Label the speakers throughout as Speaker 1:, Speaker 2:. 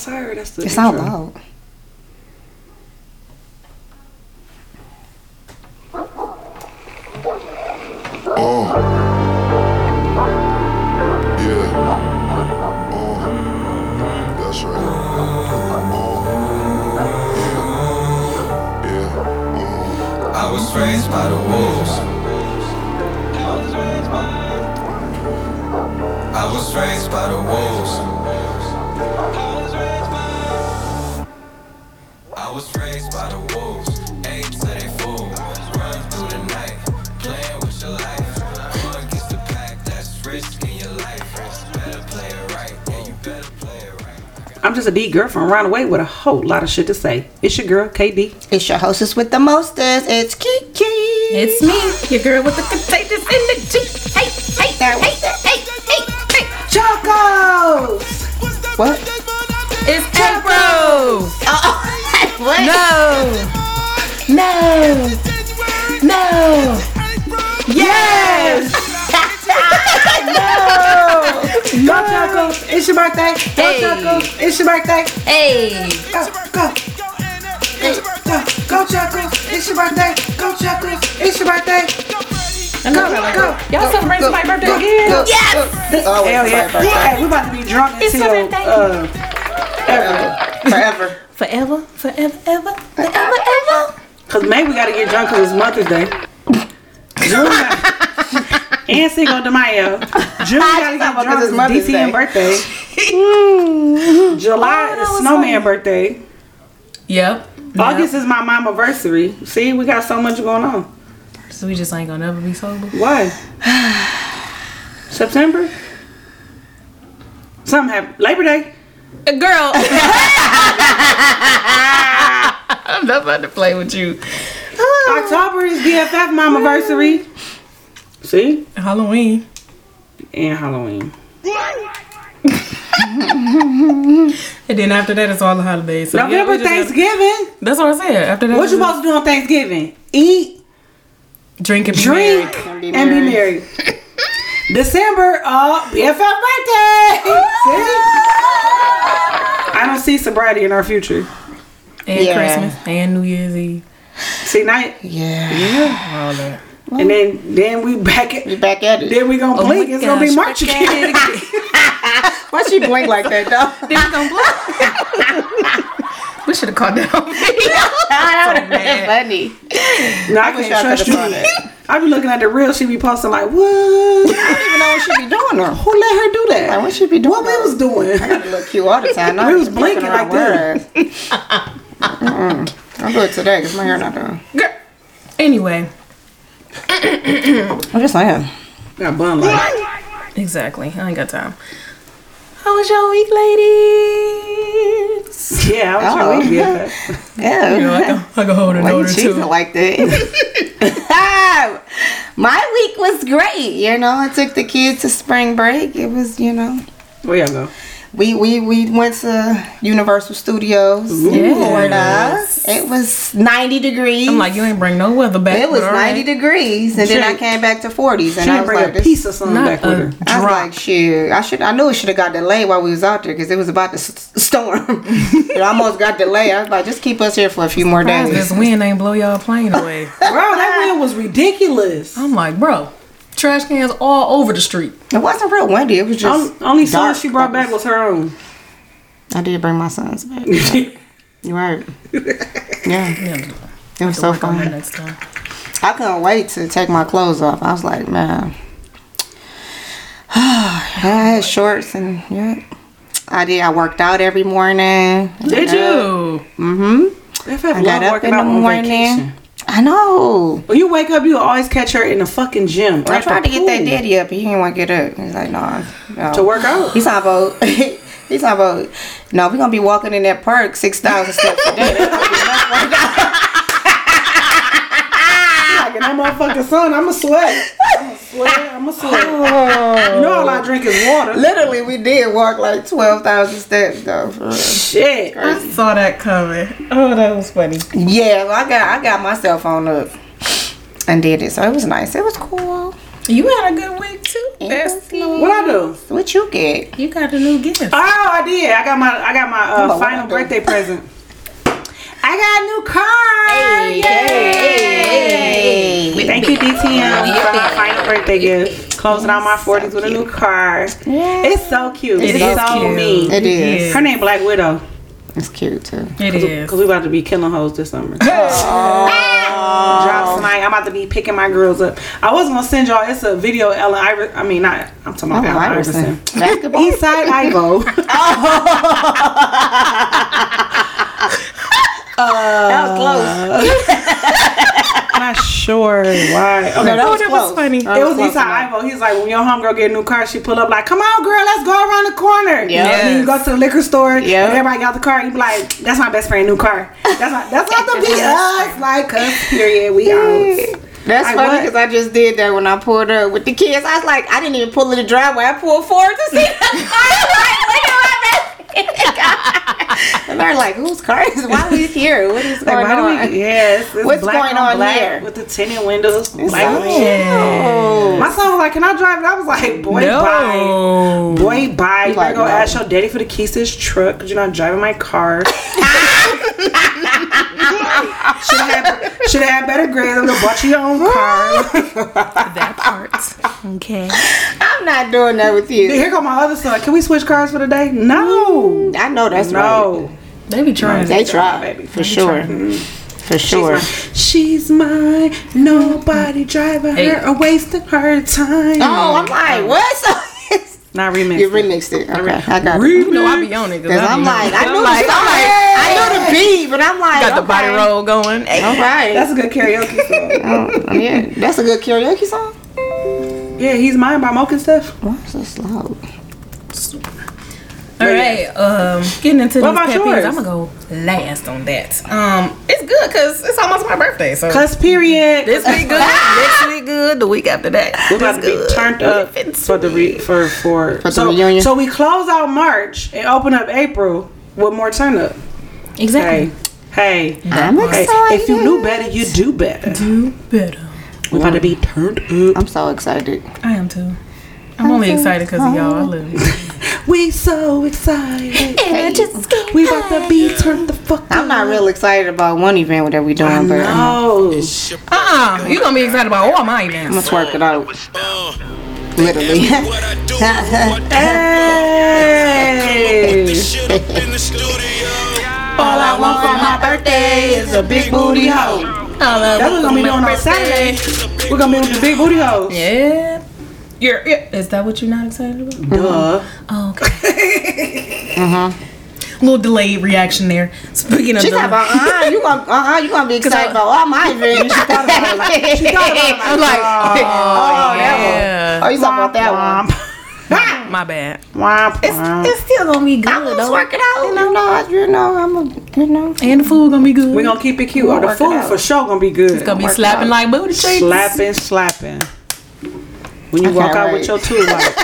Speaker 1: Sire, that's the
Speaker 2: It's not
Speaker 1: intro.
Speaker 2: loud.
Speaker 3: Oh. Yeah. Oh. That's right. Oh. Yeah. Yeah.
Speaker 4: I was raised by the wolves. I was raised by the wolves. I was raised by the wolves. Eight to they fool. Run through the night, playing with your life. Run against the pack, that's risk in your life. Better play it right, yeah, you better play it right.
Speaker 1: I'm just a D girlfriend ran away with a whole lot of shit to say. It's your girl, KB.
Speaker 2: It's your hostess with the mostest. It's Kiki.
Speaker 5: It's me, your girl with the contagious energy. Hey, hey,
Speaker 2: That
Speaker 5: hey,
Speaker 2: was-
Speaker 5: hey, hey, hey.
Speaker 1: Chocos!
Speaker 2: what?
Speaker 5: It's Ambrose.
Speaker 2: What?
Speaker 5: No,
Speaker 2: No. No.
Speaker 1: Yes! Go, Chocos! It's your birthday! Go,
Speaker 5: Hey.
Speaker 1: Chocos! It's your birthday!
Speaker 5: hey,
Speaker 1: Go, go! Go, go, Chocos! It's your birthday! Go, Chocos! It's your birthday! Go, go!
Speaker 5: y'all celebrating my birthday again?
Speaker 1: go.
Speaker 5: Yes,
Speaker 1: Hell yeah! Hey, we about to be drunk
Speaker 5: It's
Speaker 1: until,
Speaker 5: my birthday.
Speaker 1: uh,
Speaker 2: Forever.
Speaker 5: forever, forever, ever, forever, ever.
Speaker 1: Cause maybe we gotta get drunk cause it's Mother's Day. June and Cinco de Mayo. June gotta get
Speaker 2: Because
Speaker 1: drunk 'cause
Speaker 2: it's
Speaker 1: it's
Speaker 2: Mother's
Speaker 1: DCM
Speaker 2: Day.
Speaker 1: birthday.
Speaker 5: Oh,
Speaker 1: July is Snowman birthday.
Speaker 5: Yep.
Speaker 1: August is my mama anniversary. See, we got so much going on.
Speaker 5: So we just ain't gonna never be sober.
Speaker 1: Why? September. Something happened. Labor Day.
Speaker 5: Girl, I'm not about to play with you. Oh.
Speaker 1: October is BFF mama anniversary. See,
Speaker 5: Halloween.
Speaker 1: and Halloween.
Speaker 5: And then after that, it's all the holidays. So yeah, we
Speaker 1: November
Speaker 5: just Mm-hmm. gotta-
Speaker 1: Thanksgiving.
Speaker 5: That's what I said. After that,
Speaker 1: What you
Speaker 5: it's just
Speaker 1: supposed to do on Thanksgiving? Eat,
Speaker 5: drink and be
Speaker 1: drink,
Speaker 5: merry.
Speaker 1: and be married. December, uh, BFF birthday. See? I don't see sobriety in our future.
Speaker 5: and
Speaker 2: Yeah.
Speaker 5: Christmas and New Year's Eve.
Speaker 1: See, night,
Speaker 2: Yeah.
Speaker 5: All that.
Speaker 1: and then then we back at,
Speaker 2: You back at it.
Speaker 1: then we gonna
Speaker 5: Oh
Speaker 1: blink.
Speaker 5: my
Speaker 1: It's gonna be
Speaker 5: gosh,
Speaker 1: March
Speaker 5: back
Speaker 1: again.
Speaker 5: at it
Speaker 2: Why she blink like that though?
Speaker 5: They was gonna blow. we should have called that on video.
Speaker 2: Funny.
Speaker 1: No, I
Speaker 2: wish
Speaker 1: can't
Speaker 2: I
Speaker 1: trust you.
Speaker 2: could've bought it.
Speaker 1: I be looking at the real. She be posting like, what?
Speaker 2: You know what she be doing though.
Speaker 1: Who let her do that?
Speaker 2: Like, what she be doing?
Speaker 1: What we was doing?
Speaker 2: look cute all the time.
Speaker 1: We was blinking like this.
Speaker 2: mm I'll do it today because my hair not done.
Speaker 5: Girl. Anyway,
Speaker 2: I'm just saying.
Speaker 1: Got bun like.
Speaker 5: exactly. I ain't got time. How was your week, ladies?
Speaker 1: Yeah, I was trying to be BFF.
Speaker 2: Yeah.
Speaker 5: You know, I can, I can hold an
Speaker 2: Why you
Speaker 5: order
Speaker 2: cheating
Speaker 5: too.
Speaker 2: like that? My week was great. You know, I took the kids to spring break. It was, you know,
Speaker 1: Where y'all go?
Speaker 2: we we we went to Universal Studios, in
Speaker 5: Yes.
Speaker 2: Florida. It was 90 degrees.
Speaker 5: I'm like, you ain't bring no weather back.
Speaker 2: it was 90
Speaker 5: degrees.
Speaker 2: degrees, and then I
Speaker 1: Shit.
Speaker 2: came back to 40s, and
Speaker 1: She
Speaker 2: I
Speaker 1: didn't
Speaker 2: was
Speaker 1: bring
Speaker 2: like,
Speaker 1: a
Speaker 2: this-
Speaker 1: piece of something back
Speaker 5: Not
Speaker 1: with
Speaker 5: a
Speaker 1: her.
Speaker 2: I was like, shit. I should. I knew it should have got delayed while we was out there because it was about to s- storm. it almost got delayed. I was like, just keep us here for a few more days.
Speaker 5: This wind ain't blow y'all plane away.
Speaker 1: Bro, that wind was ridiculous.
Speaker 5: I'm like, bro, trash cans all over the street.
Speaker 2: It wasn't real windy. It was just
Speaker 1: On- Only song
Speaker 2: dark.
Speaker 1: she brought back was her own.
Speaker 2: I did bring my sons back. You're right. Yeah,
Speaker 5: Yeah, to
Speaker 2: it was so
Speaker 5: work on that
Speaker 2: fun.
Speaker 5: next time.
Speaker 2: I couldn't wait to take my clothes off. I was like, man. I had shorts and yeah. I did. I worked out every morning.
Speaker 1: Did
Speaker 5: Ew.
Speaker 1: If I
Speaker 2: I
Speaker 1: love
Speaker 2: got up
Speaker 1: working
Speaker 2: in the
Speaker 1: out on
Speaker 2: morning.
Speaker 1: vacation.
Speaker 2: I know.
Speaker 1: When you wake up, you always catch her in the fucking gym. or
Speaker 2: I
Speaker 1: at
Speaker 2: tried
Speaker 1: the
Speaker 2: to get that
Speaker 1: pool
Speaker 2: daddy up, but he didn't want to get up. He's like, no. no.
Speaker 1: To work out.
Speaker 2: He's talking about. He's talking about. No, we're gonna be walking in that park six thousand steps a day. That's gonna be enough work out."
Speaker 1: Like, and that motherfucking sun, I'ma sweat. I'ma sweat. I'ma sweat. You know all
Speaker 2: Oh.
Speaker 1: I drink is water.
Speaker 2: Literally, we did walk like 12,000 steps though. For real.
Speaker 1: Shit.
Speaker 5: I saw that coming. Oh, that was funny.
Speaker 2: Yeah, well, I got I got my cell phone up and did it, so it was nice. It was cool.
Speaker 5: You had a good week too. Bestie.
Speaker 1: What I do?
Speaker 2: What you get?
Speaker 5: You got a new gift.
Speaker 1: Oh, I did. I got my I got my
Speaker 2: Come
Speaker 1: uh,
Speaker 2: on, what I
Speaker 1: final
Speaker 2: do?
Speaker 1: birthday present. I got a new car. Yay.
Speaker 2: hey.
Speaker 1: Thank you, DTM, for my final birthday gift. Closing out my 40s with a new car. It's so cute. It's,
Speaker 5: is
Speaker 1: so
Speaker 5: cute.
Speaker 1: mean.
Speaker 2: It is.
Speaker 1: Her name Black Widow.
Speaker 2: It's cute too.
Speaker 5: It is.
Speaker 1: Cause we about to be killing hoes this summer. Drop tonight. I'm about to be picking my girls up. I was gonna send y'all. It's a video. Ellen Iverson. I mean, not. I'm talking about
Speaker 2: Oh,
Speaker 1: Ellen Iverson.
Speaker 2: Iverson. Basketball.
Speaker 1: Eastside Ivo.
Speaker 2: That was
Speaker 1: not sure why. Okay.
Speaker 2: that was
Speaker 5: that
Speaker 2: close.
Speaker 5: was funny.
Speaker 1: It was Eastside Ivo. He's like, when your homegirl get a new car, she pull up like, come on, girl, let's go around the corner.
Speaker 2: Yeah.
Speaker 1: And then you go to the liquor store.
Speaker 2: Yeah.
Speaker 1: and everybody got the car. You be like, that's my best friend, new car. That's not, that's not the be us. Like, cause period, we out.
Speaker 2: That's
Speaker 1: Like
Speaker 2: funny
Speaker 1: what?
Speaker 2: because I just did that when I pulled up with the kids. I was like, I didn't even pull in the driveway. I pulled forward to see the car. I was like, look at my best- and they're like, whose car is? Why are we here? What is
Speaker 1: Like,
Speaker 2: going
Speaker 1: why do
Speaker 2: on?
Speaker 1: we? Yes. it's
Speaker 2: What's going on
Speaker 1: black
Speaker 2: here?
Speaker 1: With the tinted windows.
Speaker 2: so
Speaker 1: Black windows.
Speaker 2: cute.
Speaker 1: My son was like, "Can I drive it?" I was like, "Boy, bye,
Speaker 5: No.
Speaker 1: boy, bye." You
Speaker 2: Like,
Speaker 1: better go
Speaker 2: no.
Speaker 1: ask your daddy for the keys to his truck. 'cause You're not driving my car. should have had, should have had better grades. I'm gonna bought you your own car.
Speaker 5: That part. Okay.
Speaker 2: I'm not doing that with you.
Speaker 1: Here go my other son. Can we switch cars for the day? No,
Speaker 2: I know that's right.
Speaker 1: no.
Speaker 5: They be trying.
Speaker 2: They
Speaker 1: That's
Speaker 2: try
Speaker 1: right, baby.
Speaker 2: for sure. For sure.
Speaker 1: She's mine. Nobody driving her
Speaker 5: Hey.
Speaker 1: or wasting her time.
Speaker 2: Oh, I'm like, what? So
Speaker 1: Not remixed.
Speaker 2: you remixed it. Okay, I got it.
Speaker 5: You know I be on it
Speaker 2: Cause I'm like, I knew like, I'm like, I knew the beat, but I'm like,
Speaker 5: got the body
Speaker 2: okay.
Speaker 5: roll going.
Speaker 2: All right.
Speaker 1: That's a good karaoke song.
Speaker 2: Oh, yeah, that's a good karaoke song.
Speaker 1: yeah, he's mine by Moke and stuff.
Speaker 2: Why is so slow?
Speaker 5: All right, um, getting into
Speaker 1: What
Speaker 5: these
Speaker 1: about
Speaker 5: pet
Speaker 1: yours?
Speaker 5: peeves, I'm gonna go last on that. Um, it's good because it's almost my birthday, so
Speaker 1: Cause period.
Speaker 5: this week good, next week good, the week after that,
Speaker 1: We're about to
Speaker 5: it's
Speaker 1: be
Speaker 5: good.
Speaker 1: turned up for the re- for for,
Speaker 2: the
Speaker 1: so,
Speaker 2: reunion.
Speaker 1: So we close out March and open up April with more turn up. Hey,
Speaker 5: exactly.
Speaker 1: hey, hey!
Speaker 2: I'm excited.
Speaker 1: If you knew better, you do better.
Speaker 5: Do better.
Speaker 1: We're about to be turned up.
Speaker 2: I'm so excited.
Speaker 5: I am too. I'm only excited because of y'all. I love you.
Speaker 1: We so excited. We about to be turned the fuck up.
Speaker 2: I'm not real excited about one event that we doing, but I'm
Speaker 1: No.
Speaker 5: Uh-uh, you gonna be excited about all my events.
Speaker 2: gonna twerk it out. Literally.
Speaker 4: What I do, what
Speaker 1: Hey.
Speaker 4: shit up in the studio.
Speaker 1: All I want for my birthday is a big booty hoe. That's what we're gonna be doing on Saturday. We're gonna be with the big booty hoes.
Speaker 5: Yeah. You're, yeah. Is that what you're not excited about?
Speaker 1: Duh.
Speaker 5: Oh, okay. Little delayed reaction there. Speaking of
Speaker 2: She
Speaker 5: delayed-
Speaker 2: talking about, uh-uh, you gonna, uh-uh, you gonna be excited
Speaker 5: I-
Speaker 2: about all my events. She thought about it like, she thought about it like, I'm like, oh, that
Speaker 5: yeah.
Speaker 2: one. Oh, you talking about that one.
Speaker 5: My bad.
Speaker 1: Womp, womp.
Speaker 5: It's still gonna be good
Speaker 2: I'm gonna
Speaker 5: though.
Speaker 2: twerk it out. You know, no, I- you know, I'm a, you know.
Speaker 5: And the food gonna be good.
Speaker 1: We're gonna keep it cute. Oh, the
Speaker 2: work it
Speaker 1: food
Speaker 2: out.
Speaker 1: for sure gonna be good.
Speaker 5: it's gonna be
Speaker 2: work it
Speaker 5: slapping
Speaker 2: out.
Speaker 5: like booty cheeks.
Speaker 1: slapping, slapping. When you
Speaker 2: I
Speaker 1: walk
Speaker 2: can't
Speaker 1: out
Speaker 2: wait.
Speaker 1: with your two like,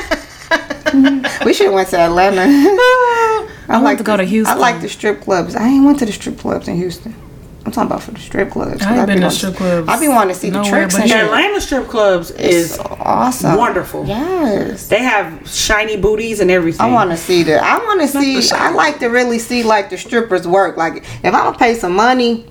Speaker 2: We should have went to Atlanta. I,
Speaker 5: want to go to
Speaker 2: I
Speaker 5: Houston.
Speaker 2: like the strip clubs. I ain't went to the strip clubs in Houston. I'm talking about for the strip clubs.
Speaker 5: I ain't been to
Speaker 2: want-
Speaker 5: strip clubs
Speaker 2: I be wanting to see the
Speaker 5: nowhere
Speaker 2: tricks
Speaker 5: but
Speaker 2: and
Speaker 5: here.
Speaker 2: shit.
Speaker 1: Atlanta strip clubs
Speaker 2: It's
Speaker 1: is
Speaker 2: awesome.
Speaker 1: wonderful.
Speaker 2: Yes.
Speaker 1: They have shiny booties and everything.
Speaker 2: I want to see that. I want to see. I like to really see like the strippers work. Like if I'm gonna pay some money,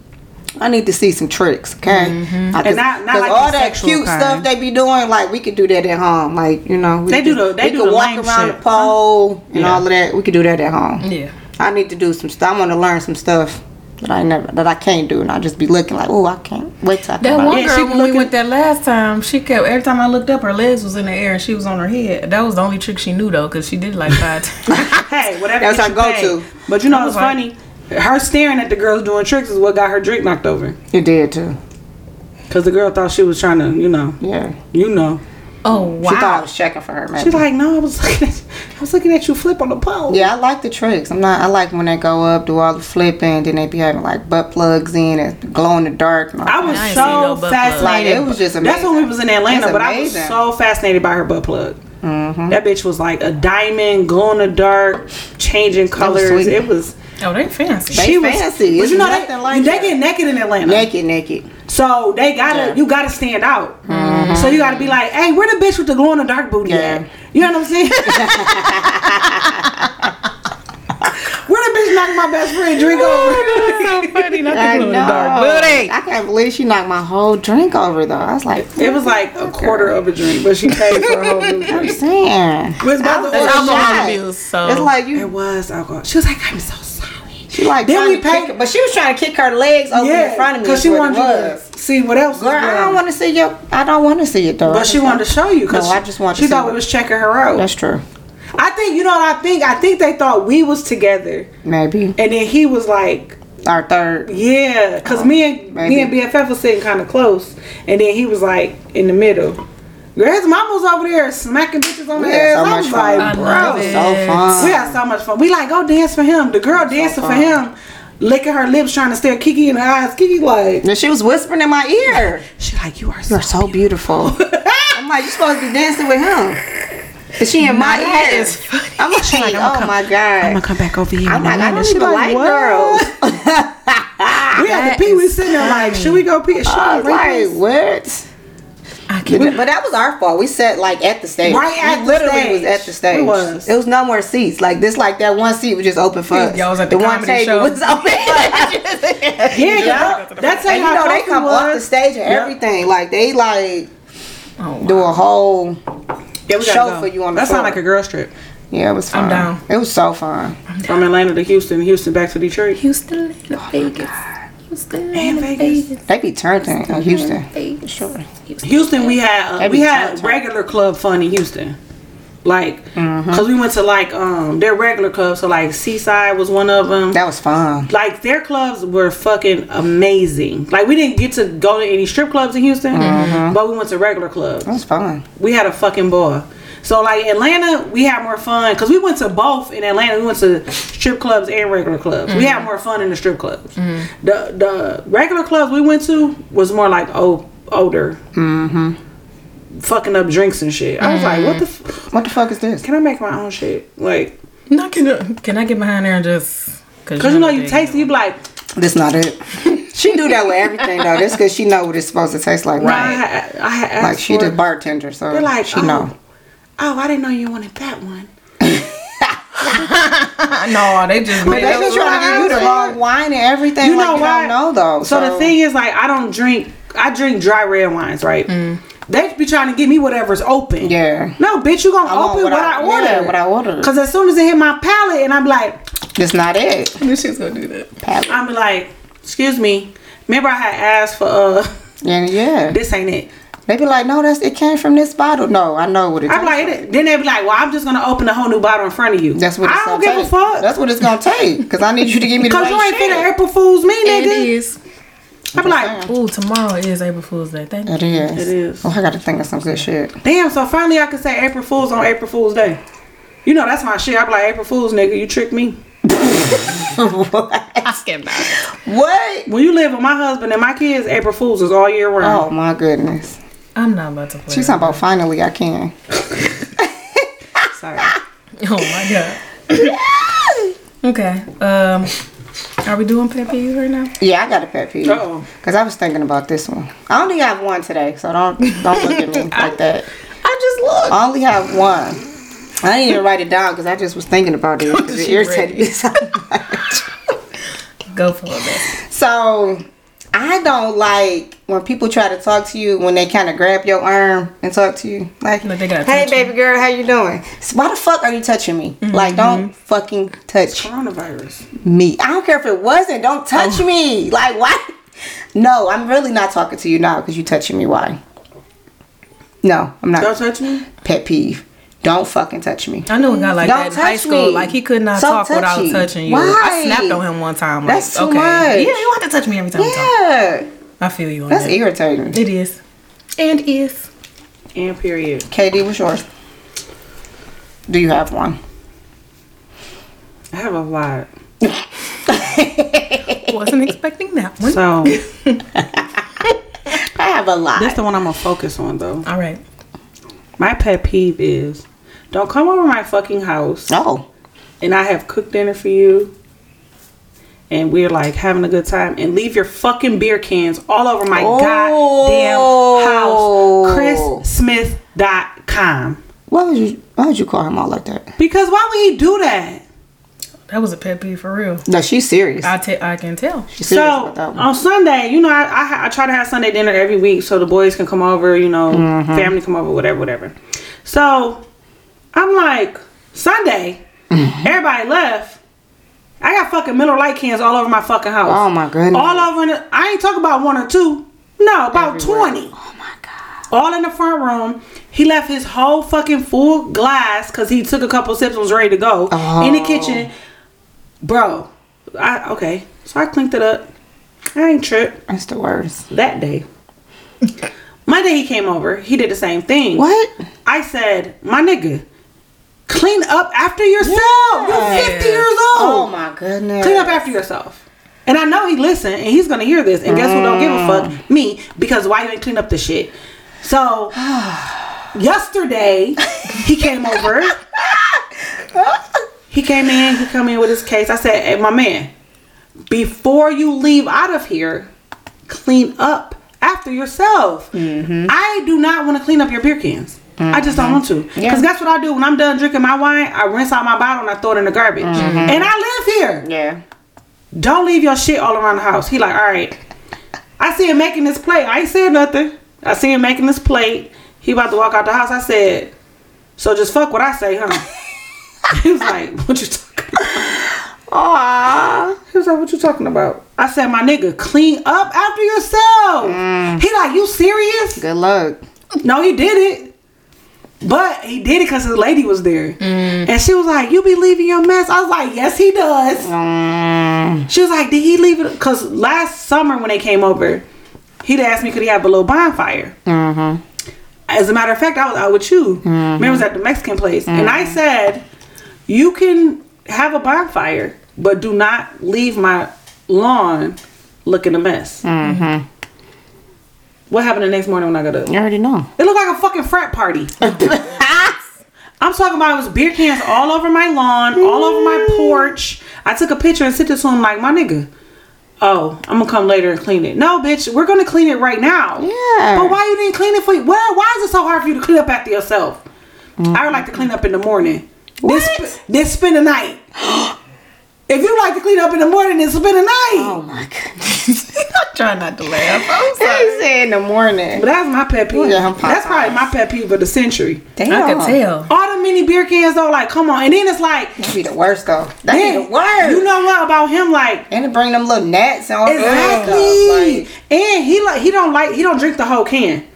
Speaker 2: I need to see some tricks. Okay, I just-
Speaker 1: Mm-hmm. not- not like
Speaker 2: all
Speaker 1: the
Speaker 2: that
Speaker 1: sexual
Speaker 2: cute
Speaker 1: kind.
Speaker 2: stuff they be doing, like we could do that at home. Like you know, we
Speaker 1: They do
Speaker 2: could
Speaker 1: the- they
Speaker 2: we
Speaker 1: do
Speaker 2: could
Speaker 1: the
Speaker 2: walk
Speaker 1: lame
Speaker 2: around
Speaker 1: shit.
Speaker 2: the pole and all of that. We could do that at home.
Speaker 5: Yeah.
Speaker 2: I need to do some stuff. I want to learn some stuff that I never that I can't do, and I just be looking like, oh, I can't wait till I
Speaker 5: That
Speaker 2: come out.
Speaker 5: one
Speaker 1: Yeah, she be
Speaker 5: girl when we
Speaker 1: looking-
Speaker 5: went that last time, she kept every time I looked up, her legs was in the air and she was on her head. That was the only trick she knew though, cause she did it like five times.
Speaker 1: Hey, whatever.
Speaker 2: That's
Speaker 1: gets
Speaker 2: our
Speaker 1: you paid.
Speaker 2: go-to.
Speaker 1: But you know
Speaker 5: I
Speaker 1: what's
Speaker 5: was like-
Speaker 1: funny? Her staring at the girls doing tricks is what got her drink knocked over.
Speaker 2: You did too.
Speaker 1: Cause the girl thought she was trying to, you know,
Speaker 2: Yeah,
Speaker 1: you know.
Speaker 5: oh
Speaker 2: she thought I
Speaker 5: wow.
Speaker 2: was checking for her. Maybe.
Speaker 1: She's like, no, I was looking at, I was looking at you flip on the pole.
Speaker 2: Yeah, I like the tricks. I'm not. I like when they go up, do all the flipping, then they be having like butt plugs in and glow in the dark. And all
Speaker 1: I
Speaker 2: that.
Speaker 1: was
Speaker 5: I ain't seen
Speaker 1: so
Speaker 5: no butt plug.
Speaker 2: like,
Speaker 1: fascinated.
Speaker 2: it was just amazing.
Speaker 1: That's when we was in Atlanta,
Speaker 2: It's
Speaker 1: but I was
Speaker 2: amazing. Mm-hmm.
Speaker 1: so fascinated by her butt plug. That bitch was like a diamond, glow in the dark, changing colors.
Speaker 2: sweet.
Speaker 1: it was
Speaker 5: Oh, they fancy.
Speaker 2: They
Speaker 1: she was
Speaker 2: fancy.
Speaker 1: But
Speaker 2: It's
Speaker 1: you know they,
Speaker 2: nothing like
Speaker 1: they
Speaker 2: that.
Speaker 1: get naked in Atlanta.
Speaker 2: naked, naked.
Speaker 1: So they gotta, you gotta stand out.
Speaker 2: Mm-hmm.
Speaker 1: So you gotta be like, hey, where the bitch with the glow in the dark booty at? You know what I'm saying? where the bitch knocked my best friend drink over?
Speaker 5: so funny. Not
Speaker 2: I
Speaker 5: the glue
Speaker 2: know.
Speaker 5: in the dark booty.
Speaker 2: I can't believe she knocked my whole drink over though. I was like,
Speaker 1: It was like a quarter of a drink, but she paid for a whole new drink.
Speaker 2: I'm saying.
Speaker 1: We was about to
Speaker 5: It's
Speaker 1: order.
Speaker 5: alcohol
Speaker 2: shot.
Speaker 5: abuse. So
Speaker 2: It's like
Speaker 1: It
Speaker 2: you.
Speaker 1: was alcohol. She was like, I'm so sorry.
Speaker 2: She like
Speaker 1: Then
Speaker 2: then
Speaker 1: we
Speaker 2: we
Speaker 1: paid-
Speaker 2: but she was trying to kick her legs open Oh, in front of me.
Speaker 1: because she
Speaker 2: is what
Speaker 1: wanted
Speaker 2: it
Speaker 1: to
Speaker 2: was.
Speaker 1: see what else.
Speaker 2: Girl, I don't want to see your. I don't want to see it though. I
Speaker 1: But she
Speaker 2: just
Speaker 1: wanted to
Speaker 2: don't-
Speaker 1: show you because
Speaker 2: No, I just wanted.
Speaker 1: she
Speaker 2: to see
Speaker 1: thought we
Speaker 2: what-
Speaker 1: was checking her out.
Speaker 2: That's true.
Speaker 1: I think you know what I think. I think they thought we was together,
Speaker 2: Maybe
Speaker 1: and then he was like,
Speaker 2: our third.
Speaker 1: "Yeah," because me and
Speaker 2: Oh, Maybe.
Speaker 1: me and BFF was sitting kind of close, and then he was like in the middle. Girl, his mama was over there smacking bitches on the
Speaker 2: We
Speaker 1: ass.
Speaker 2: had so
Speaker 1: I
Speaker 2: much
Speaker 1: was
Speaker 2: fun.
Speaker 1: like,
Speaker 5: love
Speaker 1: bro,
Speaker 5: it.
Speaker 2: So fun.
Speaker 1: we had so much fun. We like go dance for him. The girl dancing for
Speaker 2: fun.
Speaker 1: him, licking her lips, trying to stare Kiki in the eyes. Kiki like,
Speaker 2: And she was whispering in my ear.
Speaker 1: she like, you are
Speaker 2: You're
Speaker 1: so.
Speaker 2: so beautiful. I'm like, you're supposed to be dancing with him. And she in my
Speaker 5: That
Speaker 2: ear.
Speaker 5: is funny.
Speaker 2: I'm like,
Speaker 1: like, "I'ma
Speaker 2: oh
Speaker 1: come-
Speaker 2: my
Speaker 1: I'm gonna
Speaker 2: god.
Speaker 1: come back over here.
Speaker 2: I'm
Speaker 1: in a
Speaker 2: like, I
Speaker 1: minute."
Speaker 2: don't
Speaker 1: She
Speaker 2: even like
Speaker 1: "What?"
Speaker 2: girls.
Speaker 1: We had
Speaker 5: That
Speaker 1: to pee. We
Speaker 5: is
Speaker 1: sitting there like, should we go pee? Should
Speaker 2: I
Speaker 1: I
Speaker 2: was like, what?
Speaker 5: I can't.
Speaker 2: But that was our fault. We sat like at the stage.
Speaker 1: Right at
Speaker 2: we
Speaker 1: the
Speaker 2: literally
Speaker 1: stage.
Speaker 2: was at the stage.
Speaker 1: We was.
Speaker 2: It was no more seats. Like this, like that one seat was just open for us.
Speaker 5: Y'all was at the comedy show.
Speaker 2: was open for us.
Speaker 1: Yeah, yeah. That's how
Speaker 2: And you know they come off the
Speaker 1: was. Oh,
Speaker 2: stage and everything. Like they like do a whole.
Speaker 1: Yeah, we gotta
Speaker 2: show
Speaker 1: go.
Speaker 2: for you on the
Speaker 1: That sound
Speaker 2: floor.
Speaker 1: like a girl strip
Speaker 2: Yeah, it was fun.
Speaker 5: I'm down.
Speaker 2: It was so fun.
Speaker 1: from Atlanta to Houston, Houston back to Detroit.
Speaker 5: Houston, Vegas. Houston,
Speaker 1: And Vegas.
Speaker 2: They be turned in in Houston. Sure.
Speaker 1: Houston, we had uh,
Speaker 2: That'd
Speaker 1: we
Speaker 2: be
Speaker 1: had
Speaker 2: tough.
Speaker 1: regular club fun in Houston. Like,
Speaker 2: Mm-hmm.
Speaker 1: cause we went to like um their regular clubs. So like Seaside was one of them.
Speaker 2: That was fun.
Speaker 1: like their clubs were fucking amazing. Like we didn't get to go to any strip clubs in Houston,
Speaker 2: Mm-hmm.
Speaker 1: but we went to regular clubs.
Speaker 2: That was fun.
Speaker 1: we had a fucking ball. So like Atlanta, we had more fun because we went to both in Atlanta. We went to strip clubs and regular clubs. We
Speaker 2: Mm-hmm.
Speaker 1: had more fun in the strip clubs. The the regular clubs we went to was more like old older,
Speaker 2: Mm-hmm.
Speaker 1: fucking up drinks and shit. I was like, what the? F-
Speaker 2: What the fuck is this?
Speaker 1: can I make my own shit? Like,
Speaker 5: Not gonna. Can I get behind there and just?
Speaker 1: cause you know you taste it, you be like,
Speaker 2: This not it. she do that with everything though. That's because she know what it's supposed to taste like.
Speaker 1: nah,
Speaker 2: Right.
Speaker 1: I, had- I had asked
Speaker 2: Like she
Speaker 1: for
Speaker 2: the
Speaker 1: it.
Speaker 2: bartender, so
Speaker 1: They're like,
Speaker 2: she
Speaker 1: oh,
Speaker 2: know.
Speaker 1: oh, I didn't know you wanted that one.
Speaker 5: No, they just.
Speaker 2: They
Speaker 5: made
Speaker 2: been
Speaker 5: up-
Speaker 2: trying to give you the wrong wine and everything.
Speaker 1: You
Speaker 2: like,
Speaker 1: know
Speaker 2: you
Speaker 1: why?
Speaker 2: Don't know though.
Speaker 1: So, the thing is, like, I don't drink. I drink dry red wines, right? They be trying to give me whatever's open.
Speaker 2: Yeah.
Speaker 1: No, bitch, you gonna
Speaker 2: I want
Speaker 1: open what,
Speaker 2: what I-
Speaker 1: I, ordered.
Speaker 2: yeah, what I ordered.
Speaker 1: Cause as soon as it hit my palate, and I'm like,
Speaker 2: This not it.
Speaker 5: Knew she was gonna do that.
Speaker 2: Palette.
Speaker 1: I'm like, excuse me. Remember, I had asked for uh,
Speaker 2: And yeah.
Speaker 1: this ain't it.
Speaker 2: They be like, no, that's it came from this bottle. No, I know what it is.
Speaker 1: I'm like, it, then they be like, well, I'm just gonna open a whole new bottle in front of you.
Speaker 2: That's what it's
Speaker 1: I don't
Speaker 2: gonna
Speaker 1: give a
Speaker 2: take.
Speaker 1: fuck.
Speaker 2: That's what it's gonna take. Because I need you to give me the
Speaker 1: Cause
Speaker 2: right
Speaker 1: you ain't
Speaker 2: shit.
Speaker 1: finna April Fools me,
Speaker 5: It
Speaker 1: nigga.
Speaker 5: is.
Speaker 1: I be like,
Speaker 5: Ooh, tomorrow is April Fool's Day. Thank
Speaker 1: Uh,
Speaker 5: you.
Speaker 2: It is.
Speaker 1: It is.
Speaker 2: Oh, I gotta think of some good shit.
Speaker 1: damn. So finally, I could say April Fools on April Fools Day. You know that's my shit. I be like, April Fools, nigga, you tricked me.
Speaker 5: I skipped that.
Speaker 2: What?
Speaker 1: When you live with my husband and my kids, April Fools is all year round.
Speaker 2: Oh my goodness.
Speaker 5: I'm not about to play.
Speaker 2: She's
Speaker 5: that.
Speaker 2: talking about finally I can.
Speaker 1: Sorry.
Speaker 5: Oh my god. okay. Um, are we doing pet peeves right now?
Speaker 2: Yeah, I got a pet peeve.
Speaker 1: Uh-oh.
Speaker 2: Cause I was thinking about this one. I only have one today, so don't don't look at me like that.
Speaker 5: I just looked.
Speaker 2: I only have one. I didn't even write it down because I just was thinking about it. 'cause It
Speaker 5: She
Speaker 2: irritated
Speaker 5: ready.
Speaker 2: me so much.
Speaker 5: Go for it.
Speaker 2: So I don't like when people try to talk to you when they kind of grab your arm and talk to you. Like,
Speaker 5: Like they gotta
Speaker 2: hey,
Speaker 5: touch Mm-hmm.
Speaker 2: baby girl, how you doing? So why the fuck are you touching me? Like, don't fucking touch
Speaker 1: Coronavirus.
Speaker 2: me. I don't care if it wasn't. Don't touch
Speaker 5: Oh.
Speaker 2: me. Like, why? No, I'm really not talking to you now because you touching me. Why? No, I'm not.
Speaker 1: Don't touch me.
Speaker 2: Pet peeve. Don't fucking touch me.
Speaker 5: I knew a guy like
Speaker 2: Don't
Speaker 5: that in high
Speaker 2: touch
Speaker 5: school.
Speaker 2: me.
Speaker 5: Like he could not
Speaker 2: So
Speaker 5: talk
Speaker 2: touchy.
Speaker 5: without touching you.
Speaker 2: Why?
Speaker 5: I snapped on him one time. Like,
Speaker 2: That's too
Speaker 5: okay.
Speaker 2: much.
Speaker 5: Yeah, you don't have to touch me every time. you talk.
Speaker 2: Yeah,
Speaker 5: I feel you on
Speaker 2: that's
Speaker 5: that.
Speaker 2: irritating.
Speaker 5: It is. And is.
Speaker 1: And period.
Speaker 2: KD, what's yours? Do you have one?
Speaker 1: I have a lot.
Speaker 5: Wasn't expecting that one.
Speaker 1: So
Speaker 2: I have a lot.
Speaker 1: that's the one I'm gonna focus on though.
Speaker 5: All right.
Speaker 1: My pet peeve is don't come over my fucking house
Speaker 2: oh,
Speaker 1: and I have cooked dinner for you and we're like having a good time and leave your fucking beer cans all over my
Speaker 2: Oh.
Speaker 1: goddamn house. ChrisSmith.com.
Speaker 2: Why would you? Why would you call him out like that?
Speaker 1: Because why would he do that?
Speaker 5: That was a pet peeve for real.
Speaker 2: No, she's serious.
Speaker 5: I te- I can tell.
Speaker 2: She's serious
Speaker 1: So um,
Speaker 2: about that one.
Speaker 1: on Sunday, you know, I, I ha- I try to have Sunday dinner every week so the boys can come over, you know,
Speaker 2: Mm-hmm.
Speaker 1: family come over, whatever, whatever. So I'm like Sunday,
Speaker 2: Mm-hmm.
Speaker 1: everybody left. I got fucking Miller Lite cans all over my fucking house.
Speaker 2: Oh, my goodness.
Speaker 1: All over. In the, I ain't talking about one or two. No, about twenty.
Speaker 2: Oh my god.
Speaker 1: All in the front room. He left his whole fucking full glass because he took a couple sips and was ready to go in the kitchen.
Speaker 2: Oh.
Speaker 1: Bro, I okay. So I cleaned it up. I ain't tripped
Speaker 2: That's the worst.
Speaker 1: that day. Monday he came over. He did the same thing.
Speaker 2: What?
Speaker 1: I said, my nigga, clean up after yourself.
Speaker 2: Yeah.
Speaker 1: You're 50 years old.
Speaker 2: Oh my goodness.
Speaker 1: Clean up after yourself. And I know he listened and he's gonna hear this. And guess who don't give a fuck? Me, because why you ain't clean up the shit? So yesterday he came over. he came in, he come in with his case. I said, Hey my man, before you leave out of here, clean up after yourself. I do not want to clean up your beer cans. I just don't want to. Because
Speaker 2: Yeah.
Speaker 1: that's what I do when I'm done drinking my wine. I rinse out my bottle and I throw it in the garbage. And I live here
Speaker 2: Yeah.
Speaker 1: don't leave your shit all around the house. He like, all right. I see him making this plate. I ain't said nothing. I see him making this plate. He about to walk out the house. I said, so just fuck what I say, huh? he was like, what you talking about?
Speaker 2: Aww.
Speaker 1: He was like, what you talking about? I said, my nigga, clean up after yourself. He like, you serious?
Speaker 2: Good luck.
Speaker 1: No, he did it. But he did it because his lady was there. And she was like, You be leaving your mess? I was like, Yes, he does. She was like, Did he leave it? Because last summer when they came over, he'd asked me, Could he have a little bonfire? As a matter of fact, I was out with you. Remember, it was at the Mexican place. And I said, You can have a bonfire, but do not leave my lawn looking a mess. What happened the next morning when I got up?
Speaker 2: Mm-hmm. You already know.
Speaker 1: It looked like a fucking frat party. I'm talking about it was beer cans all over my lawn, all over my porch. I took a picture and sent it to him like, my nigga. Oh, I'm gonna come later and clean it. No, bitch, we're gonna clean it right now.
Speaker 2: Yeah.
Speaker 1: But why you didn't clean it for you? Why, why is it so hard for you to clean up after yourself?
Speaker 2: Mm-hmm.
Speaker 1: I would like to clean up in the morning. This
Speaker 2: What?
Speaker 1: this spend the night. if you like to clean up in the morning, then spend the night.
Speaker 2: Oh my goodness.
Speaker 5: I'm trying not to laugh. I'm
Speaker 2: He
Speaker 5: sorry.
Speaker 2: said in the morning.
Speaker 1: But that's my pet peeve.
Speaker 2: Yeah, I'm Popeyes.
Speaker 1: That's probably my pet peeve of the century.
Speaker 2: Damn.
Speaker 5: I could tell.
Speaker 1: all the mini beer cans though, like come on. And then it's like,
Speaker 2: That'd be the worst though. That'd
Speaker 1: man,
Speaker 2: be the worst.
Speaker 1: you know what about him? Like
Speaker 2: And to bring them little gnats and all that
Speaker 1: exactly.
Speaker 2: stuff.
Speaker 1: and he like he don't like he don't drink the whole can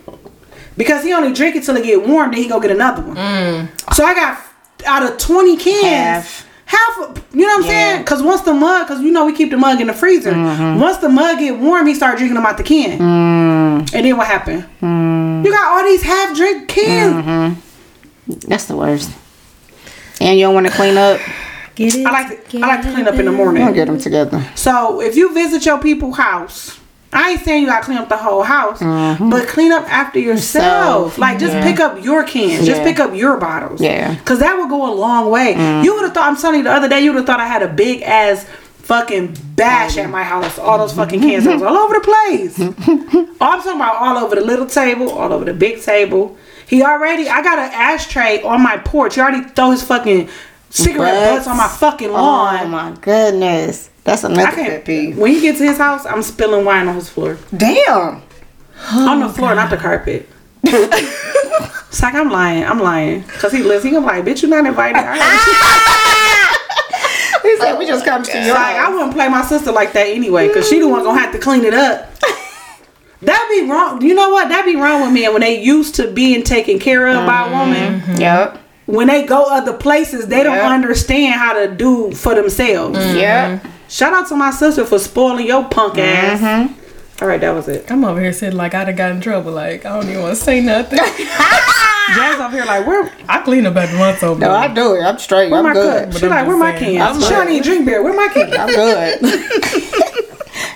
Speaker 1: because he only drink it till it get warm. Then he go get another one. So I got out of twenty cans.
Speaker 2: Mm. Half.
Speaker 1: Half, of- you know what I'm
Speaker 2: Yeah.
Speaker 1: saying? Cause once the mug, cause you know we keep the mug in the freezer.
Speaker 2: Mm-hmm.
Speaker 1: Once the mug get warm, he start drinking them out the can.
Speaker 2: Mm.
Speaker 1: And then what happened? You got all these half drink cans.
Speaker 2: Mm-hmm. Like, that's the worst. And you don't want to clean up.
Speaker 5: Get it?
Speaker 1: I like to, I like to clean up in the morning.
Speaker 2: I'll get them together.
Speaker 1: So if you visit your people house, I ain't saying you gotta clean up the whole house, but clean up after yourself.
Speaker 2: Mm-hmm. Yourself.
Speaker 1: Like just pick up your cans, just
Speaker 2: Yeah.
Speaker 1: pick up your bottles.
Speaker 2: Yeah. Mm.
Speaker 1: cause that would go a long way. You would have thought. I'm telling you, the other day you would have thought I had a big ass fucking bash at my house. All those fucking cans that was all over the place. all I'm talking about all over the little table, all over the big table. He already, I got an ashtray on my porch. He already throw his fucking cigarette butts,
Speaker 2: Butts.
Speaker 1: on my fucking lawn.
Speaker 2: Oh my goodness. That's another
Speaker 1: I
Speaker 2: pet
Speaker 1: can't.
Speaker 2: peeve.
Speaker 1: When you get to his house, I'm spilling wine on his floor.
Speaker 2: Damn.
Speaker 1: on the floor, not the carpet. it's like I'm lying. I'm lying. Cause he lives. He gonna be like, bitch, you not invited. I heard you."
Speaker 2: He said we just comes to your
Speaker 1: like I
Speaker 2: house.
Speaker 1: wouldn't play my sister like that anyway. Cause she the one gonna have to clean it up. That'd be wrong. You know what? That'd be wrong with men when they used to being taken care of by a woman.
Speaker 2: Yep.
Speaker 1: When they go other places, they
Speaker 2: Yep.
Speaker 1: don't understand how to do for themselves.
Speaker 5: Mm-hmm.
Speaker 2: Yep.
Speaker 1: Shout out to my sister for spoiling your punk
Speaker 2: Mm-hmm.
Speaker 1: ass. All right, that was it.
Speaker 5: I'm over here sitting like I'd have got in trouble. Like I don't even want to say nothing.
Speaker 1: Jazz up here like, where
Speaker 5: I clean up at once over.
Speaker 2: No, Oh, I do it. I'm straight.
Speaker 1: Where
Speaker 2: I'm
Speaker 1: my
Speaker 2: good.
Speaker 1: cup? She
Speaker 5: I'm
Speaker 1: like,
Speaker 5: just
Speaker 1: where my
Speaker 5: saying.
Speaker 1: cans?
Speaker 2: I'm
Speaker 1: she don't
Speaker 2: good.
Speaker 1: even drink beer. Where my
Speaker 2: I'm
Speaker 1: cans?
Speaker 2: good.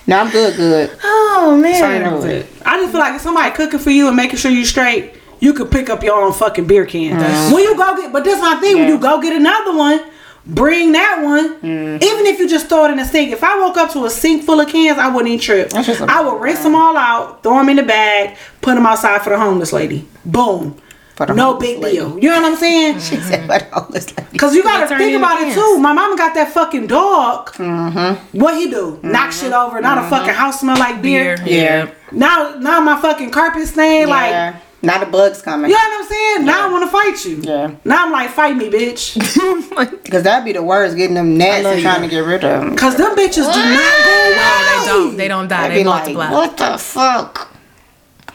Speaker 2: no, I'm good. Good.
Speaker 5: oh
Speaker 1: Sorry,
Speaker 5: man.
Speaker 1: that was it. I just feel like if somebody cooking for you and making sure you straight,
Speaker 2: Mm-hmm.
Speaker 1: you could pick up your own fucking beer can. When you go get, but that's my thing. When you go get another one, Bring that one.
Speaker 2: Mm-hmm.
Speaker 1: Even if you just throw it in the sink. If I woke up to a sink full of cans, I wouldn't even trip.
Speaker 2: That's just a-
Speaker 1: I would rinse them all out, throw them in the bag, put them outside for the homeless lady. Boom.
Speaker 2: For the
Speaker 1: no
Speaker 2: homeless
Speaker 1: big
Speaker 2: lady. Mm-hmm.
Speaker 1: deal. You know what I'm saying?
Speaker 2: She
Speaker 5: Mm-hmm.
Speaker 2: said, but homeless lady.
Speaker 1: Cause you gotta
Speaker 5: turn
Speaker 1: think
Speaker 5: into
Speaker 1: about it
Speaker 5: ants.
Speaker 1: too. My mama got that fucking dog.
Speaker 2: Mm-hmm.
Speaker 1: What he do? Knock shit over. Now the fucking house smell like beer.
Speaker 5: Beer. Yeah.
Speaker 1: Now, now my fucking carpet stain. Like,
Speaker 2: yeah. Now the bugs coming.
Speaker 1: you know what I'm saying? Now I want to fight you.
Speaker 2: Yeah.
Speaker 1: Now I'm like, fight me, bitch.
Speaker 2: Because that'd be the worst, getting them gnats
Speaker 1: love
Speaker 2: and
Speaker 1: you.
Speaker 2: trying to get rid of them.
Speaker 1: Cause them bitches do not go
Speaker 5: No,
Speaker 1: well.
Speaker 5: they don't. They don't die.
Speaker 2: I'd
Speaker 5: They
Speaker 2: be like,
Speaker 5: multiply.
Speaker 2: what the fuck?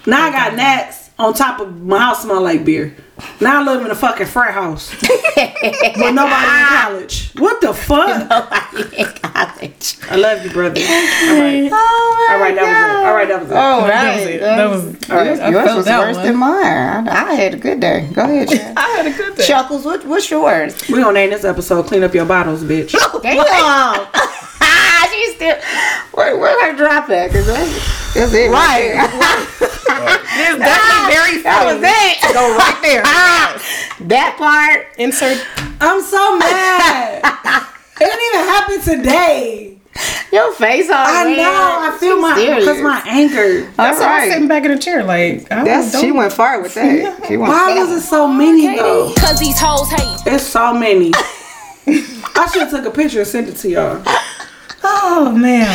Speaker 1: Now I got gnats on top of my house smell like beer. Now I live in a fucking frat house with nobody in college. What the fuck?
Speaker 2: College.
Speaker 1: I love you, brother. All right, all right, that was it. All right, that was it.
Speaker 2: Oh,
Speaker 5: Oh That was it. That was.
Speaker 2: All right,
Speaker 5: I
Speaker 2: yours
Speaker 5: felt
Speaker 2: was
Speaker 5: that
Speaker 2: worse
Speaker 5: one.
Speaker 2: than mine. I, I had a good day. Go ahead, Chuck.
Speaker 5: I had a good day.
Speaker 2: Chuckles, what, what's yours?
Speaker 1: We gonna name this episode "Clean Up Your Bottles, Bitch."
Speaker 2: Damn. She's still. Where, where her drop at? Cause that's, that's it. Right.
Speaker 5: It's definitely very
Speaker 2: that was it.
Speaker 5: Go right there.
Speaker 2: that part.
Speaker 5: Insert.
Speaker 1: I'm so mad. it didn't even happen today.
Speaker 2: Your face all
Speaker 1: I
Speaker 2: red.
Speaker 1: know. I feel
Speaker 2: She's
Speaker 1: my
Speaker 2: serious.
Speaker 1: because my anger.
Speaker 2: That's
Speaker 5: So I'm
Speaker 2: right.
Speaker 5: sitting back in the chair like. I
Speaker 2: That's
Speaker 5: don't-
Speaker 2: she went far with that. She went
Speaker 1: Why
Speaker 2: far.
Speaker 1: was it so many though?
Speaker 6: Cause these hoes hate.
Speaker 1: It's so many. I should have took a picture and sent it to y'all.
Speaker 5: Oh man.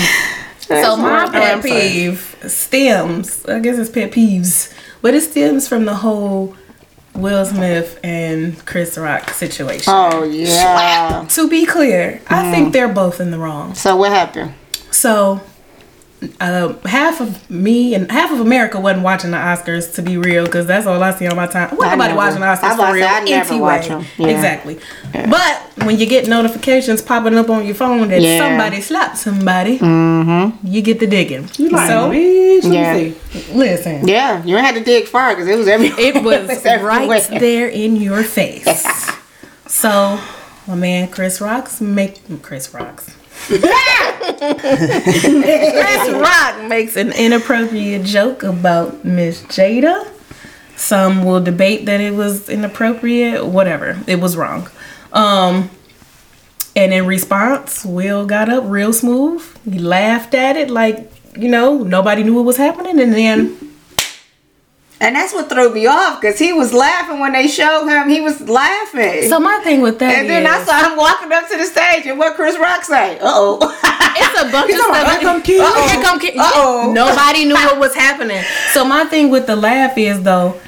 Speaker 5: So my
Speaker 1: I'm
Speaker 5: pet peeve stems. I guess it's pet peeves, but it stems from the whole Will Smith and Chris Rock situation.
Speaker 2: Oh yeah.
Speaker 5: To be clear, I think they're both in the wrong.
Speaker 2: So what happened?
Speaker 5: So, uh, half of me and half of America wasn't watching the Oscars to be real, because that's all I see on my time. Well,
Speaker 2: I
Speaker 5: nobody
Speaker 2: never-
Speaker 5: watching the
Speaker 2: I
Speaker 5: Oscars
Speaker 2: was about
Speaker 5: for
Speaker 2: to
Speaker 5: real.
Speaker 2: say, I never
Speaker 5: anyway.
Speaker 2: watch 'em. Yeah.
Speaker 5: Exactly. But when you get notifications popping up on your phone that
Speaker 2: Yeah. Mm-hmm.
Speaker 5: somebody slapped somebody, you get the digging.
Speaker 1: You like,
Speaker 5: so
Speaker 1: bitch? Let me
Speaker 2: Yeah.
Speaker 1: see.
Speaker 5: listen,
Speaker 2: Yeah, you ain't had to dig far because it was everywhere.
Speaker 5: it was
Speaker 2: everywhere.
Speaker 5: right there in your face. so, my man Chris Rock's make Chris Rock's. Chris Rock makes an inappropriate joke about Miss Jada. Some will debate that it was inappropriate, whatever. It was wrong. Um and in response, Will got up real smooth. He laughed at it like, you know, nobody knew what was happening and then
Speaker 2: And that's what threw me off because he was laughing when they showed him. He was laughing.
Speaker 5: So my thing with that
Speaker 2: and then I
Speaker 5: is-
Speaker 2: saw him walking up to the stage, and what Chris Rock say? Uh oh.
Speaker 5: it's a bunch
Speaker 2: talking
Speaker 5: of stuff.
Speaker 2: about, "Here come kids."
Speaker 5: Uh-oh. Here come kids.
Speaker 2: Uh-oh.
Speaker 5: Nobody knew what was happening. So my thing with the laugh is though,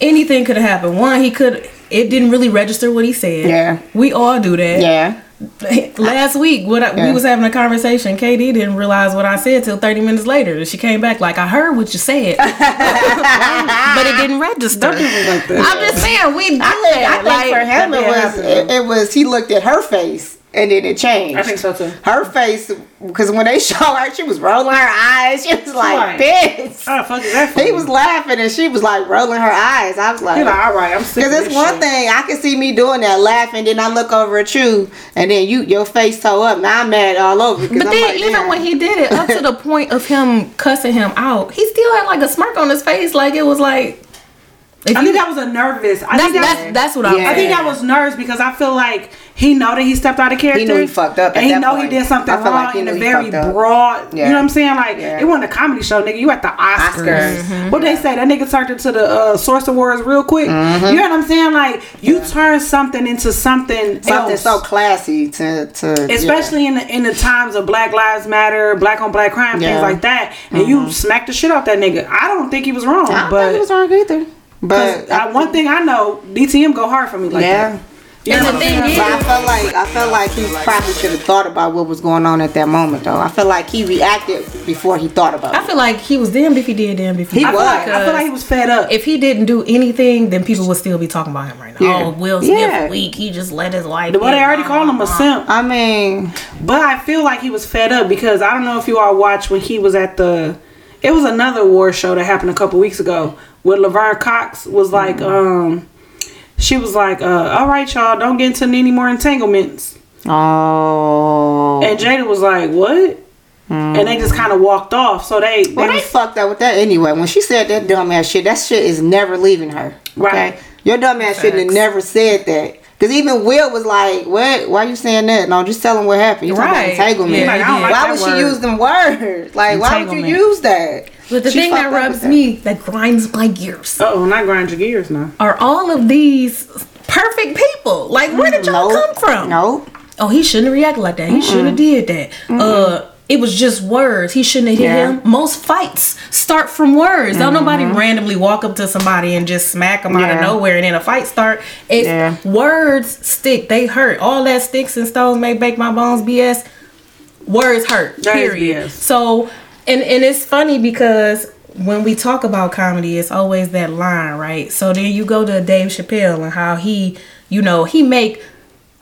Speaker 5: anything could have happened. One, he could. It didn't really register what he said.
Speaker 2: Yeah.
Speaker 5: we all do that.
Speaker 2: yeah.
Speaker 5: Last week, what I,
Speaker 2: Yeah.
Speaker 5: we was having a conversation, KD didn't realize what I said till 30 minutes later. And she came back like, I heard what you said, but it didn't register.
Speaker 1: Like that.
Speaker 5: I'm just saying, we do
Speaker 2: I think, I
Speaker 5: that.
Speaker 2: think for him it was it, it was he looked at her face and then it changed.
Speaker 1: I think so too.
Speaker 2: Her face because when they show her, she was rolling her eyes. She was
Speaker 1: Right.
Speaker 2: like this.
Speaker 1: Ah, fuck it, that.
Speaker 2: He
Speaker 1: fool.
Speaker 2: was laughing and she was like rolling her eyes. I was
Speaker 1: He
Speaker 2: like,
Speaker 1: like, all right, I'm sick.
Speaker 2: Cause
Speaker 1: of
Speaker 2: it's
Speaker 1: this
Speaker 2: one
Speaker 1: shit.
Speaker 2: thing I can see me doing that, laughing. Then I look over at you, and then you your face toe up. Now I'm mad all over.
Speaker 5: But then, even when he did it, up to the point of him cussing him out, he still had like a smirk on his face, like it was like. If
Speaker 1: I
Speaker 5: you-
Speaker 1: think I was a nervous. I
Speaker 5: that's,
Speaker 1: think I-
Speaker 5: that's that's what I'm.
Speaker 2: Yeah.
Speaker 1: I think I was nervous because I feel like he know that he stepped out of character.
Speaker 2: He knew he fucked up at
Speaker 1: and he
Speaker 2: that
Speaker 1: know
Speaker 2: point.
Speaker 1: he did something
Speaker 2: I feel
Speaker 1: wrong
Speaker 2: like he
Speaker 1: in a
Speaker 2: knew he
Speaker 1: very
Speaker 2: fucked up.
Speaker 1: broad.
Speaker 2: Yeah.
Speaker 1: You know what I'm saying? Like
Speaker 2: Yeah.
Speaker 1: it wasn't a comedy show, nigga. You at the Oscars.
Speaker 2: Oscars. Mm-hmm.
Speaker 1: What they say? That nigga turned into the uh, Source Awards real quick.
Speaker 2: Mm-hmm.
Speaker 1: You know what I'm saying? Like you turn something into something,
Speaker 2: something
Speaker 1: else.
Speaker 2: so classy to to yeah.
Speaker 1: Especially in the in the times of Black Lives Matter, black on black crime,
Speaker 2: Yeah. Mm-hmm.
Speaker 1: things like that, and you smack the shit out that nigga. I don't think he was wrong,
Speaker 2: I don't
Speaker 1: but
Speaker 2: think it was wrong either.
Speaker 1: 'cause
Speaker 2: But
Speaker 1: I- one thing I know, DTM go hard for me like
Speaker 2: yeah.
Speaker 1: that. You know
Speaker 5: the
Speaker 1: what I'm
Speaker 5: thing
Speaker 1: saying?
Speaker 5: is-
Speaker 2: But I felt like I felt like he probably should have thought about what was going on at that moment though. I feel like he reacted before he thought about
Speaker 5: I
Speaker 2: it.
Speaker 5: feel like he was damned if he did, damned if he,
Speaker 2: He
Speaker 5: didn't.
Speaker 2: was.
Speaker 1: I feel like- I feel like he was fed up.
Speaker 5: If he didn't do anything, then people would still be talking about him right now.
Speaker 2: Yeah.
Speaker 5: Oh, Will Smith
Speaker 2: Yeah.
Speaker 5: weak. He just let his life.
Speaker 1: Well, they
Speaker 5: get-
Speaker 1: already called him a simp,
Speaker 2: I mean,
Speaker 1: but I feel like he was fed up because I don't know if you all watched when he was at the. It was another war show that happened a couple weeks ago where Laverne Cox was like,
Speaker 2: Mm-hmm.
Speaker 1: um, she was like, uh, "All right, y'all, don't get into any more entanglements,"
Speaker 2: oh, Mm-hmm.
Speaker 1: and Jada was like, "What?" And they just kind of walked off. So they, they
Speaker 2: well, they
Speaker 1: was-
Speaker 2: fucked up with that anyway. When she said that dumb ass shit, that shit is never leaving her.
Speaker 1: Right.
Speaker 2: Your dumb ass shouldn't have never said that. Because even Will was like, "What? Why you saying that? No, just tell him what happened." You
Speaker 5: Right.
Speaker 2: right. talking about entanglement?
Speaker 5: Yeah, like, I don't like
Speaker 2: why
Speaker 1: that
Speaker 2: would
Speaker 1: word.
Speaker 2: she use them words? Like, why would you
Speaker 1: Entanglement.
Speaker 2: use that?
Speaker 5: But the
Speaker 2: She
Speaker 5: thing that
Speaker 2: fucked up with
Speaker 5: rubs
Speaker 2: that.
Speaker 5: me, that grinds my gears,
Speaker 1: Uh oh, not grind your gears now.
Speaker 5: are all of these perfect people. Like, where did y'all
Speaker 2: Nope.
Speaker 5: come from?
Speaker 2: Nope.
Speaker 5: Oh, he shouldn't react like that. He should have did that. Uh, it was just words. He shouldn't have hit
Speaker 2: Yeah. Mm-hmm.
Speaker 5: him. Most fights start from words. Don't nobody randomly walk up to somebody and just smack them out of
Speaker 2: Yeah.
Speaker 5: nowhere and then a fight start. It's
Speaker 2: Yeah.
Speaker 5: words stick. They hurt. All that sticks and stones may break my bones. BS. Words hurt.
Speaker 1: That is
Speaker 5: Period.
Speaker 1: BS.
Speaker 5: So, and and it's funny because when we talk about comedy, it's always that line, right? So then you go to Dave Chappelle and how he, you know, he make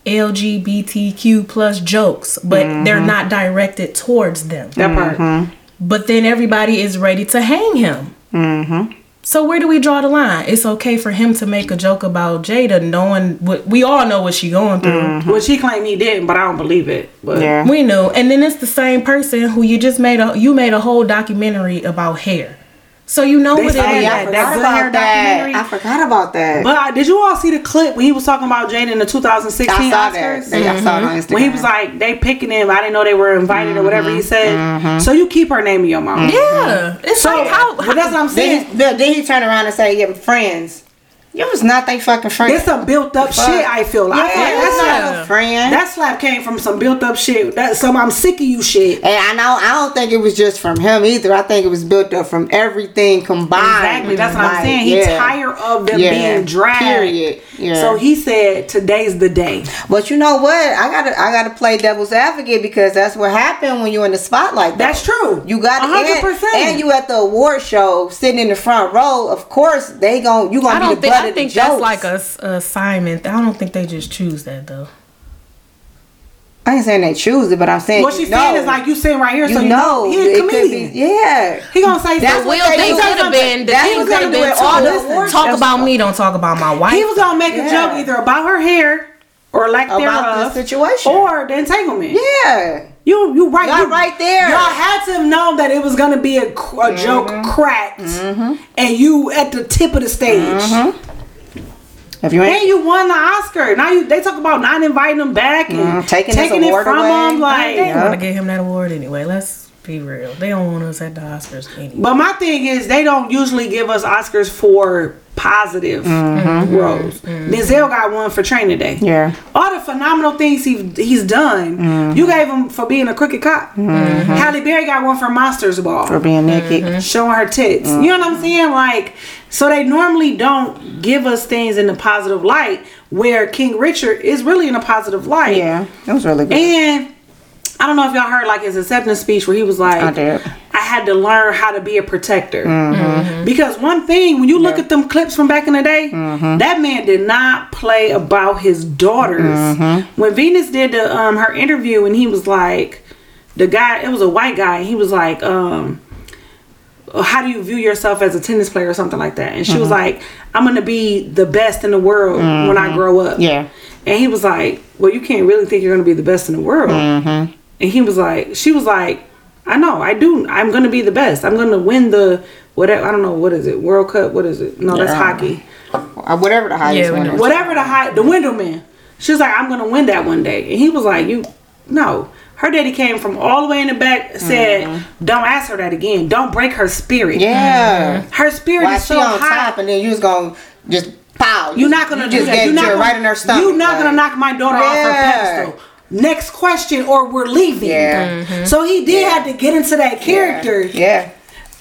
Speaker 5: LGBTQ plus jokes, but
Speaker 2: Mm-hmm.
Speaker 5: they're not directed towards them.
Speaker 1: That part.
Speaker 5: But then everybody is ready to hang him.
Speaker 2: Mm-hmm.
Speaker 5: So where do we draw the line? It's okay for him to make a joke about Jada, knowing what we all know what she going through.
Speaker 2: Mm-hmm.
Speaker 1: Well, she claimed he didn't, but I don't believe it. But
Speaker 2: Yeah.
Speaker 5: We knew, and then it's the same person who you just made a you made a whole documentary about hair, so you know what it is.
Speaker 1: say
Speaker 2: Oh, yeah,
Speaker 1: that-
Speaker 2: I
Speaker 1: that
Speaker 2: forgot
Speaker 1: Good Hair
Speaker 2: about that.
Speaker 1: documentary.
Speaker 2: I forgot about that.
Speaker 1: But I- did you all see the clip when he was talking about Jada in the 2016
Speaker 2: I saw that.
Speaker 1: Oscars?
Speaker 2: They- I saw it on Instagram.
Speaker 1: When he was like, they picking him. I didn't know they were invited or whatever he said.
Speaker 2: Mm-hmm.
Speaker 1: So you keep her name in your mouth.
Speaker 5: Yeah, it's
Speaker 1: So
Speaker 5: like how,
Speaker 1: but that's what I'm saying.
Speaker 2: then, he, then he turned around and said, "Yeah, we're friends. You was not they fucking friends.
Speaker 1: That's some built up
Speaker 2: Fuck.
Speaker 1: shit. I feel like I feel like
Speaker 2: yeah, that's
Speaker 1: that's
Speaker 2: not
Speaker 1: not-
Speaker 2: no friend.
Speaker 1: that slap came from some built up shit. That's some I'm sick of you shit.
Speaker 2: and I know I don't think it was just from him either. I think it was built up from everything combined.
Speaker 1: Exactly. That's what
Speaker 2: Like,
Speaker 1: I'm saying. He
Speaker 2: yeah.
Speaker 1: tired of them
Speaker 2: Yeah.
Speaker 1: being dragged.
Speaker 2: Period. Yeah.
Speaker 1: So he said, "Today's the day."
Speaker 2: But you know what? I gotta I gotta play devil's advocate because that's what happened when you're in the spotlight. though.
Speaker 1: That's true.
Speaker 2: You got
Speaker 1: A hundred percent.
Speaker 2: And, and you at the award show sitting in the front row. Of course, they gon' you gonna
Speaker 5: I
Speaker 2: be
Speaker 5: don't
Speaker 2: the
Speaker 5: think
Speaker 2: butt
Speaker 5: I
Speaker 2: of the
Speaker 5: think that's
Speaker 2: jokes.
Speaker 5: like a s- assignment. I don't think they just choose that though.
Speaker 2: I ain't saying they choose it, but I'm saying
Speaker 1: What
Speaker 2: you
Speaker 1: she's
Speaker 2: know,
Speaker 1: saying is like you sitting right here,
Speaker 2: you
Speaker 1: so you know,
Speaker 2: know
Speaker 1: he a
Speaker 2: it could be-
Speaker 1: comedian.
Speaker 2: yeah.
Speaker 1: He gonna say
Speaker 2: That's
Speaker 1: something.
Speaker 2: what
Speaker 5: Well, they
Speaker 2: they
Speaker 5: could
Speaker 2: do.
Speaker 5: have been. The
Speaker 2: That's
Speaker 5: thing
Speaker 2: what
Speaker 5: could
Speaker 2: they
Speaker 5: have
Speaker 2: do
Speaker 5: been
Speaker 2: at all the
Speaker 5: too.
Speaker 2: awards.
Speaker 5: Talk about me, don't talk about my wife.
Speaker 1: He was gonna make a
Speaker 2: Yeah.
Speaker 1: joke either about her hair or lack
Speaker 2: About
Speaker 1: thereof,
Speaker 2: the situation.
Speaker 1: or the entanglement.
Speaker 2: Yeah.
Speaker 1: You you right
Speaker 2: Y'all
Speaker 1: you,
Speaker 2: right there. Mm-hmm.
Speaker 1: Y'all had to have known that it was gonna be a, cr- a joke cracked, and you at the tip of the stage.
Speaker 2: Mm-hmm. If you
Speaker 1: And you won the Oscar. Now you they talk about not inviting him back and
Speaker 2: Mhm, taking
Speaker 1: taking,
Speaker 2: his
Speaker 1: it
Speaker 2: award
Speaker 1: from
Speaker 2: away.
Speaker 1: him.
Speaker 5: They
Speaker 1: Like,
Speaker 5: didn't
Speaker 2: Yeah.
Speaker 5: want to give him that award anyway. Let's be real. They don't want us at the Oscars anyway.
Speaker 1: But my thing is, they don't usually give us Oscars for positive roles. Denzel got one for Training Day.
Speaker 2: Mm-hmm. Yeah. Mm-hmm.
Speaker 1: All the phenomenal things he, he's done, you gave him for being a crooked cop. Halle Berry got one for Monsters Ball,
Speaker 2: for being
Speaker 1: Mm-hmm.
Speaker 2: naked.
Speaker 1: showing her tits. You know what I'm saying? Like, so they normally don't give us things in a positive light, where King Richard is really in a positive light.
Speaker 2: Yeah, it was really good.
Speaker 1: And I don't know if y'all heard like his acceptance speech where he was like,
Speaker 2: I did.
Speaker 1: "I had to learn how to be a protector.
Speaker 2: Mm-hmm.
Speaker 1: Because one thing, when you look at them clips from back in the day,
Speaker 2: Mm-hmm.
Speaker 1: that man did not play about his daughters.
Speaker 2: Mm-hmm.
Speaker 1: When Venus did the, um, her interview and he was like, the guy, it was a white guy, and he was like, um, how do you view yourself as a tennis player or something like that? And she
Speaker 2: Mm-hmm.
Speaker 1: was like, I'm gonna be the best in the world when I grow up.
Speaker 2: Mm-hmm. Yeah.
Speaker 1: And he was like, Well, you can't really think you're gonna be the best in the world.
Speaker 2: Mm-hmm.
Speaker 1: And he was like, She was like, I know, I do. I'm gonna be the best. I'm gonna win the whatever. I don't know what is it. World Cup? What is it? No, that's
Speaker 2: Yeah.
Speaker 1: hockey.
Speaker 2: Uh, Whatever the highest
Speaker 5: Yeah, we
Speaker 2: one
Speaker 5: know.
Speaker 2: is.
Speaker 1: Whatever the high, the Windowman. She was like, I'm gonna win that one day. And he was like, You, no. Her daddy came from all the way in the back. Said, "Don't ask her that again. Don't break her spirit.
Speaker 2: Mm-hmm. Yeah.
Speaker 1: her spirit
Speaker 2: Why
Speaker 1: is
Speaker 2: she
Speaker 1: Mm-hmm. so
Speaker 2: on
Speaker 1: high.
Speaker 2: top and then you was gonna just pow.
Speaker 1: You're not gonna
Speaker 2: you
Speaker 1: do
Speaker 2: just
Speaker 1: that.
Speaker 2: gave
Speaker 1: You're
Speaker 2: to
Speaker 1: not
Speaker 2: her
Speaker 1: gonna,
Speaker 2: right in her stomach.
Speaker 1: You're not gonna
Speaker 2: like,
Speaker 1: knock my daughter off
Speaker 2: Yeah.
Speaker 1: her pedestal. Next question, or we're leaving.
Speaker 2: Yeah.
Speaker 1: So he did have to get into that character,
Speaker 2: Yeah.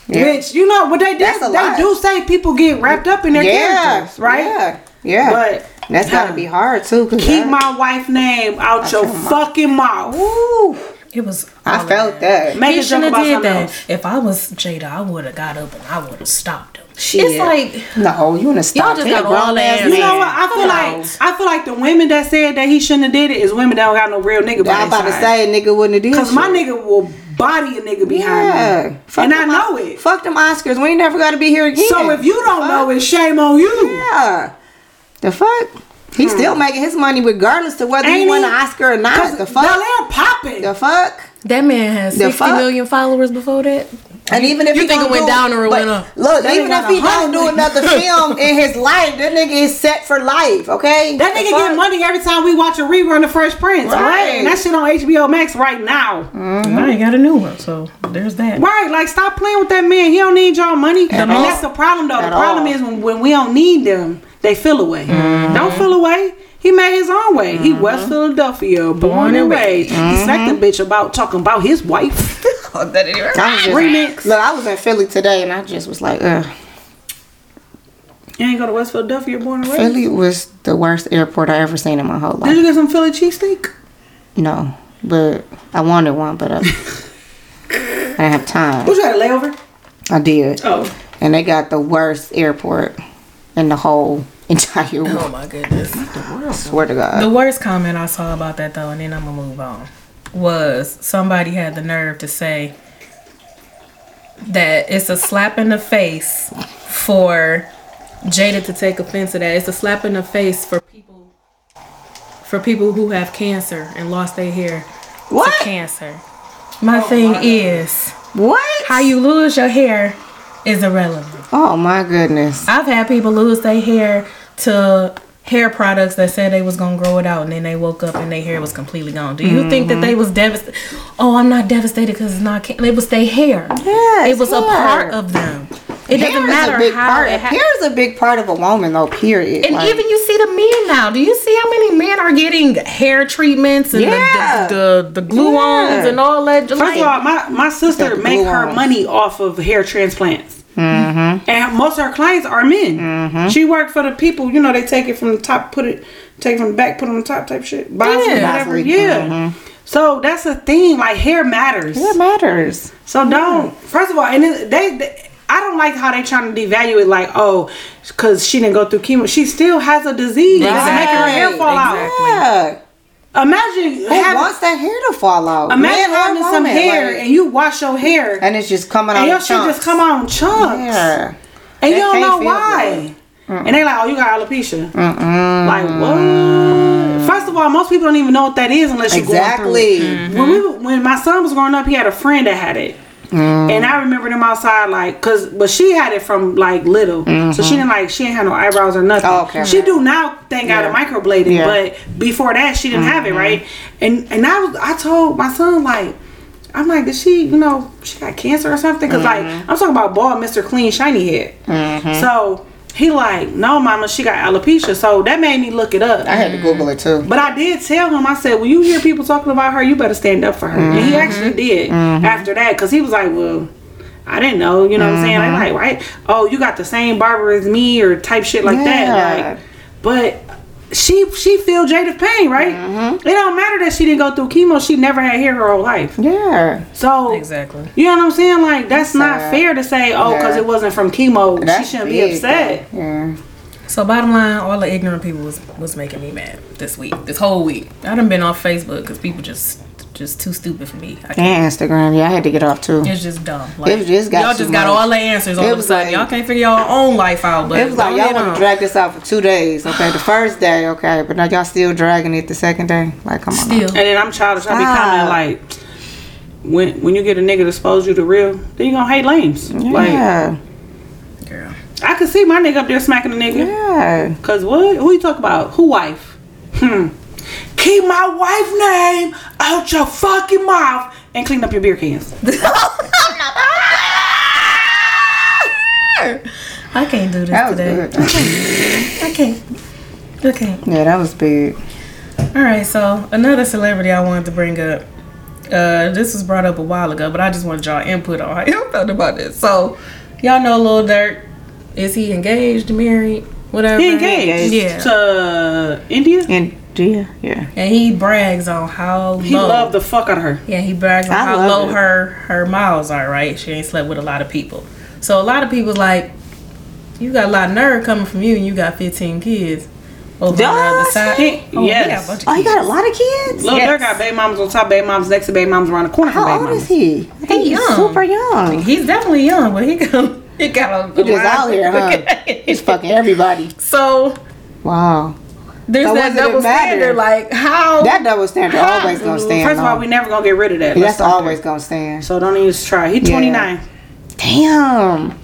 Speaker 2: Yeah.
Speaker 1: which you know what they do.
Speaker 2: That's a
Speaker 1: they
Speaker 2: lot.
Speaker 1: do say people get wrapped up in their
Speaker 2: Yeah.
Speaker 1: characters, right?
Speaker 2: Yeah. Yeah.
Speaker 1: But
Speaker 2: that's gotta
Speaker 1: huh,
Speaker 2: be hard too. 'cause
Speaker 1: Keep
Speaker 2: I-
Speaker 1: my wife name out your fucking mouth.
Speaker 2: Ooh,
Speaker 5: It was. all
Speaker 2: I
Speaker 5: of
Speaker 2: felt that.
Speaker 1: Make
Speaker 5: he
Speaker 1: a joke
Speaker 5: should have
Speaker 1: about
Speaker 5: did
Speaker 1: something
Speaker 5: that.
Speaker 1: else.
Speaker 5: If I was Jada, I would have got up and I would have stopped him.
Speaker 1: Shit.
Speaker 5: It's like
Speaker 2: No, you wanna stop.
Speaker 5: just
Speaker 2: He a
Speaker 5: got all
Speaker 2: grown ass
Speaker 5: that-
Speaker 1: You
Speaker 2: man.
Speaker 1: know what? I feel
Speaker 5: Come
Speaker 1: like
Speaker 5: on.
Speaker 1: I feel like the women that said that he shouldn't have did it is women that don't got no real nigga. by
Speaker 2: I'm
Speaker 1: their
Speaker 2: about to
Speaker 1: side.
Speaker 2: say nigga wouldn't have did
Speaker 1: Cause my
Speaker 2: shit.
Speaker 1: nigga will body a nigga behind
Speaker 2: Yeah.
Speaker 1: me.
Speaker 2: Fuck
Speaker 1: and I
Speaker 2: them
Speaker 1: know
Speaker 2: Os-
Speaker 1: it.
Speaker 2: Fuck them Oscars. We ain't never gotta be here again.
Speaker 1: So if you don't know it, shame on you.
Speaker 2: Yeah. The fuck? He's still making his money regardless to whether he
Speaker 1: Hmm. Ain't
Speaker 2: won
Speaker 1: he?
Speaker 2: an Oscar or
Speaker 1: 'Cause
Speaker 2: not. The
Speaker 1: Now
Speaker 2: fuck?
Speaker 1: they're popping.
Speaker 2: The fuck?
Speaker 5: That man has
Speaker 2: The
Speaker 5: 60
Speaker 2: fuck?
Speaker 5: million followers before that.
Speaker 2: And even if
Speaker 5: You
Speaker 2: he
Speaker 5: think it
Speaker 2: don't
Speaker 5: went
Speaker 2: do-
Speaker 5: down or it
Speaker 2: but
Speaker 5: went up?
Speaker 2: Look, even
Speaker 1: nigga
Speaker 2: if he
Speaker 1: got a
Speaker 2: don't do
Speaker 1: hundred.
Speaker 2: another film in his life, that nigga is set for life. Okay,
Speaker 1: That
Speaker 2: The
Speaker 1: nigga
Speaker 2: fuck?
Speaker 1: get money every time we watch a rerun of Fresh Prince, right?
Speaker 2: Right. Mm.
Speaker 1: And that shit on HBO Max right now,
Speaker 5: I ain't got a new one, so there's that.
Speaker 1: right? Like, stop playing with that man. He don't need y'all money, and
Speaker 2: all.
Speaker 1: that's the problem though. The
Speaker 2: At
Speaker 1: problem
Speaker 2: all. Mm-hmm.
Speaker 1: is when, when we don't need them, they feel away. Don't feel away. He made his own way. He West Philadelphia, born, and raised.
Speaker 2: Mm-hmm.
Speaker 1: He smacked the bitch about talking about his wife.
Speaker 2: I was just-
Speaker 1: Remix.
Speaker 2: Look, I was in Philly today, and I just was like, ugh.
Speaker 1: you ain't go to West Philadelphia, born and raised.
Speaker 2: Philly was the worst airport I ever seen in my whole
Speaker 1: Did
Speaker 2: life.
Speaker 1: you get some Philly cheesesteak?
Speaker 2: No, but I wanted one, but I, I didn't have time.
Speaker 1: What you had a layover?
Speaker 2: I did,
Speaker 1: Oh.
Speaker 2: and they got the worst airport in the whole entire world.
Speaker 5: Oh my goodness.
Speaker 2: swear to God.
Speaker 5: The worst comment I saw about that though, and then I'm gonna move on, was somebody had the nerve to say that it's a slap in the face for Jada to take offense to that. It's a slap in the face for people for people who have cancer and lost their hair to
Speaker 2: What?
Speaker 5: cancer. My thing is
Speaker 2: What?
Speaker 5: how you lose your hair is irrelevant.
Speaker 2: Oh my goodness.
Speaker 5: I've had people lose their hair to hair products that said they was gonna grow it out, and then they woke up and their hair was completely gone. Do you think that they was
Speaker 2: Mm-hmm.
Speaker 5: devastated? Oh, I'm not devastated because it's not. Can- it was their hair.
Speaker 2: Yes,
Speaker 5: it was a
Speaker 2: hair.
Speaker 5: part of them. It
Speaker 2: Hair
Speaker 5: doesn't
Speaker 2: is
Speaker 5: matter
Speaker 2: a big
Speaker 5: how.
Speaker 2: part.
Speaker 5: It ha-
Speaker 2: hair is a big part of a woman, though. Period.
Speaker 5: and
Speaker 2: Like,
Speaker 5: even you see the men now. Do you see how many men are getting hair treatments and
Speaker 2: Yeah.
Speaker 5: the, the, the, the glue-ons
Speaker 2: Yeah.
Speaker 5: and all that? Just
Speaker 1: First of all, my, my sister
Speaker 2: Got the
Speaker 1: make
Speaker 2: blue
Speaker 1: her
Speaker 2: eyes. Mm-hmm.
Speaker 1: money off of hair transplants. And most of her clients are men. She worked for the people, you know, they take it from the top, put it, take it from the back, put it on the top type shit. Boss,
Speaker 5: Yeah.
Speaker 1: whatever.
Speaker 2: Bosley.
Speaker 1: Yeah.
Speaker 2: Mm-hmm.
Speaker 1: So that's the thing. Like, hair matters.
Speaker 2: it matters.
Speaker 1: So don't. First of all, and it- they, they, I don't like how they trying to devalue it. Like, oh, because she didn't go through chemo, she still has a disease. It's making her hair fall out.
Speaker 5: Exactly.
Speaker 2: Yeah.
Speaker 1: Imagine
Speaker 2: Who
Speaker 1: having,
Speaker 2: wants that hair to fall out?
Speaker 1: imagine
Speaker 2: Man or
Speaker 1: having some
Speaker 2: woman,
Speaker 1: hair
Speaker 2: like-
Speaker 1: and you wash your hair
Speaker 2: and it's just coming out.
Speaker 1: and your
Speaker 2: in
Speaker 1: shit just
Speaker 2: Oh, chunks.
Speaker 1: come out in chunks.
Speaker 2: Yeah.
Speaker 1: And
Speaker 2: They
Speaker 1: you don't
Speaker 2: can't
Speaker 1: know
Speaker 2: feel
Speaker 1: why. And they like, oh, you got alopecia. Like what? First of all, most people don't even know what that is unless you go
Speaker 2: Exactly.
Speaker 1: When we were- when my son was growing up, he had a friend that had it.
Speaker 2: Mm.
Speaker 1: And I remember them outside, like, cause, but she had it from like little, so she didn't like she didn't have no eyebrows or nothing.
Speaker 2: Mm-hmm. Oh, okay.
Speaker 1: She do now, thank God, a microblading,
Speaker 2: Yeah. Mm-hmm.
Speaker 1: but before that, she didn't have it, right? And and I was, I told my son like, I'm like, did she, you know, she got cancer or something? because
Speaker 2: Mm-hmm.
Speaker 1: like, I'm talking about bald, Mister Clean, shiny head. So he like, no, Mama, she got alopecia. So that made me look it up.
Speaker 2: I had to Google it too.
Speaker 1: But I did tell him, I said, when you hear people talking about her, you better stand up for her. And
Speaker 2: Mm-hmm.
Speaker 1: he actually did after that because he was like, well, I didn't know. You know what I'm saying? I'm
Speaker 2: Mm-hmm.
Speaker 1: like, right? Oh, you got the same barber as me or type shit like
Speaker 2: Yeah.
Speaker 1: that. Like, but she she feel jaded pain, right? It don't matter that she didn't go through chemo. She never had hair her whole life.
Speaker 2: Mm-hmm. Yeah.
Speaker 1: So
Speaker 5: exactly.
Speaker 1: You know what I'm saying? Like that's not
Speaker 2: sad.
Speaker 1: fair to say. Oh, because
Speaker 2: Yeah.
Speaker 1: it wasn't from chemo,
Speaker 2: That's
Speaker 1: she shouldn't
Speaker 2: big,
Speaker 1: be upset.
Speaker 2: though. Yeah.
Speaker 5: So bottom line, all the ignorant people was, was making me mad this week, this whole week. I done been off Facebook because people just just too stupid for me. I can't.
Speaker 2: And Instagram. Yeah, I had to get off too.
Speaker 5: It's just dumb. Like,
Speaker 2: It just got
Speaker 5: y'all
Speaker 2: too
Speaker 5: just got
Speaker 2: much.
Speaker 5: all the answers all
Speaker 2: It
Speaker 5: of a
Speaker 2: was
Speaker 5: sudden.
Speaker 2: like-
Speaker 5: y'all can't figure y'all own life out. But
Speaker 2: It was like y'all want to drag this out for two days. Okay, the first day. Okay, but now y'all still dragging it the second day. Like, come on.
Speaker 5: still.
Speaker 1: And then I'm childish. I be
Speaker 2: Stop.
Speaker 1: commenting like, when when you get a nigga to expose you to real, then you gonna hate lames. Like
Speaker 2: Yeah.
Speaker 5: Girl.
Speaker 1: I could see my nigga up there smacking a nigga.
Speaker 2: yeah.
Speaker 1: Cause what? Who you talk about? Who wife? Hmm. Keep my wife name out your fucking mouth and clean up your beer cans.
Speaker 5: I can't do this
Speaker 2: That was
Speaker 5: today.
Speaker 2: good.
Speaker 5: I can't. Okay.
Speaker 2: Yeah, that was big.
Speaker 5: All right. So another celebrity I wanted to bring up. Uh, this was brought up a while ago, but I just wanted y'all input on how y'all felt about this. So y'all know Lil Durk. Is he engaged, married, whatever?
Speaker 1: He engaged
Speaker 5: Yeah.
Speaker 1: to India.
Speaker 2: And yeah, yeah.
Speaker 5: and he brags on how
Speaker 1: He
Speaker 5: low.
Speaker 1: loved the fuck out of her.
Speaker 5: Yeah, he brags on
Speaker 2: I
Speaker 5: how
Speaker 2: love
Speaker 5: low
Speaker 2: it.
Speaker 5: her her miles are. Right, she ain't slept with a lot of people. So a lot of people like, you got a lot of nerve coming from you, and you got 15 kids over on the other
Speaker 2: Does
Speaker 5: side.
Speaker 1: he?
Speaker 5: he
Speaker 1: Yes.
Speaker 5: got a bunch of
Speaker 2: Oh, he
Speaker 5: kids.
Speaker 2: got a lot of kids.
Speaker 1: Look,
Speaker 5: Yes.
Speaker 1: there got baby mamas on top, baby mamas next to baby mamas around the corner from
Speaker 2: How
Speaker 1: baby
Speaker 2: old
Speaker 1: mamas.
Speaker 2: is he? I think
Speaker 5: He
Speaker 2: he's
Speaker 5: young.
Speaker 2: super young.
Speaker 5: He's definitely young, but he got he got a, a
Speaker 2: He just
Speaker 5: lot.
Speaker 2: out here, huh? He's fucking everybody.
Speaker 5: So
Speaker 2: Wow.
Speaker 5: there's
Speaker 2: So
Speaker 5: that
Speaker 2: does it
Speaker 5: double
Speaker 2: matter?
Speaker 5: standard. Like how
Speaker 2: That double standard always gonna stand.
Speaker 1: First of all,
Speaker 2: on.
Speaker 1: we never gonna get rid of that. Let's
Speaker 2: that's
Speaker 1: start
Speaker 2: always
Speaker 1: there.
Speaker 2: gonna stand.
Speaker 1: So don't even try. He
Speaker 2: Yeah.
Speaker 1: 29.
Speaker 2: Damn.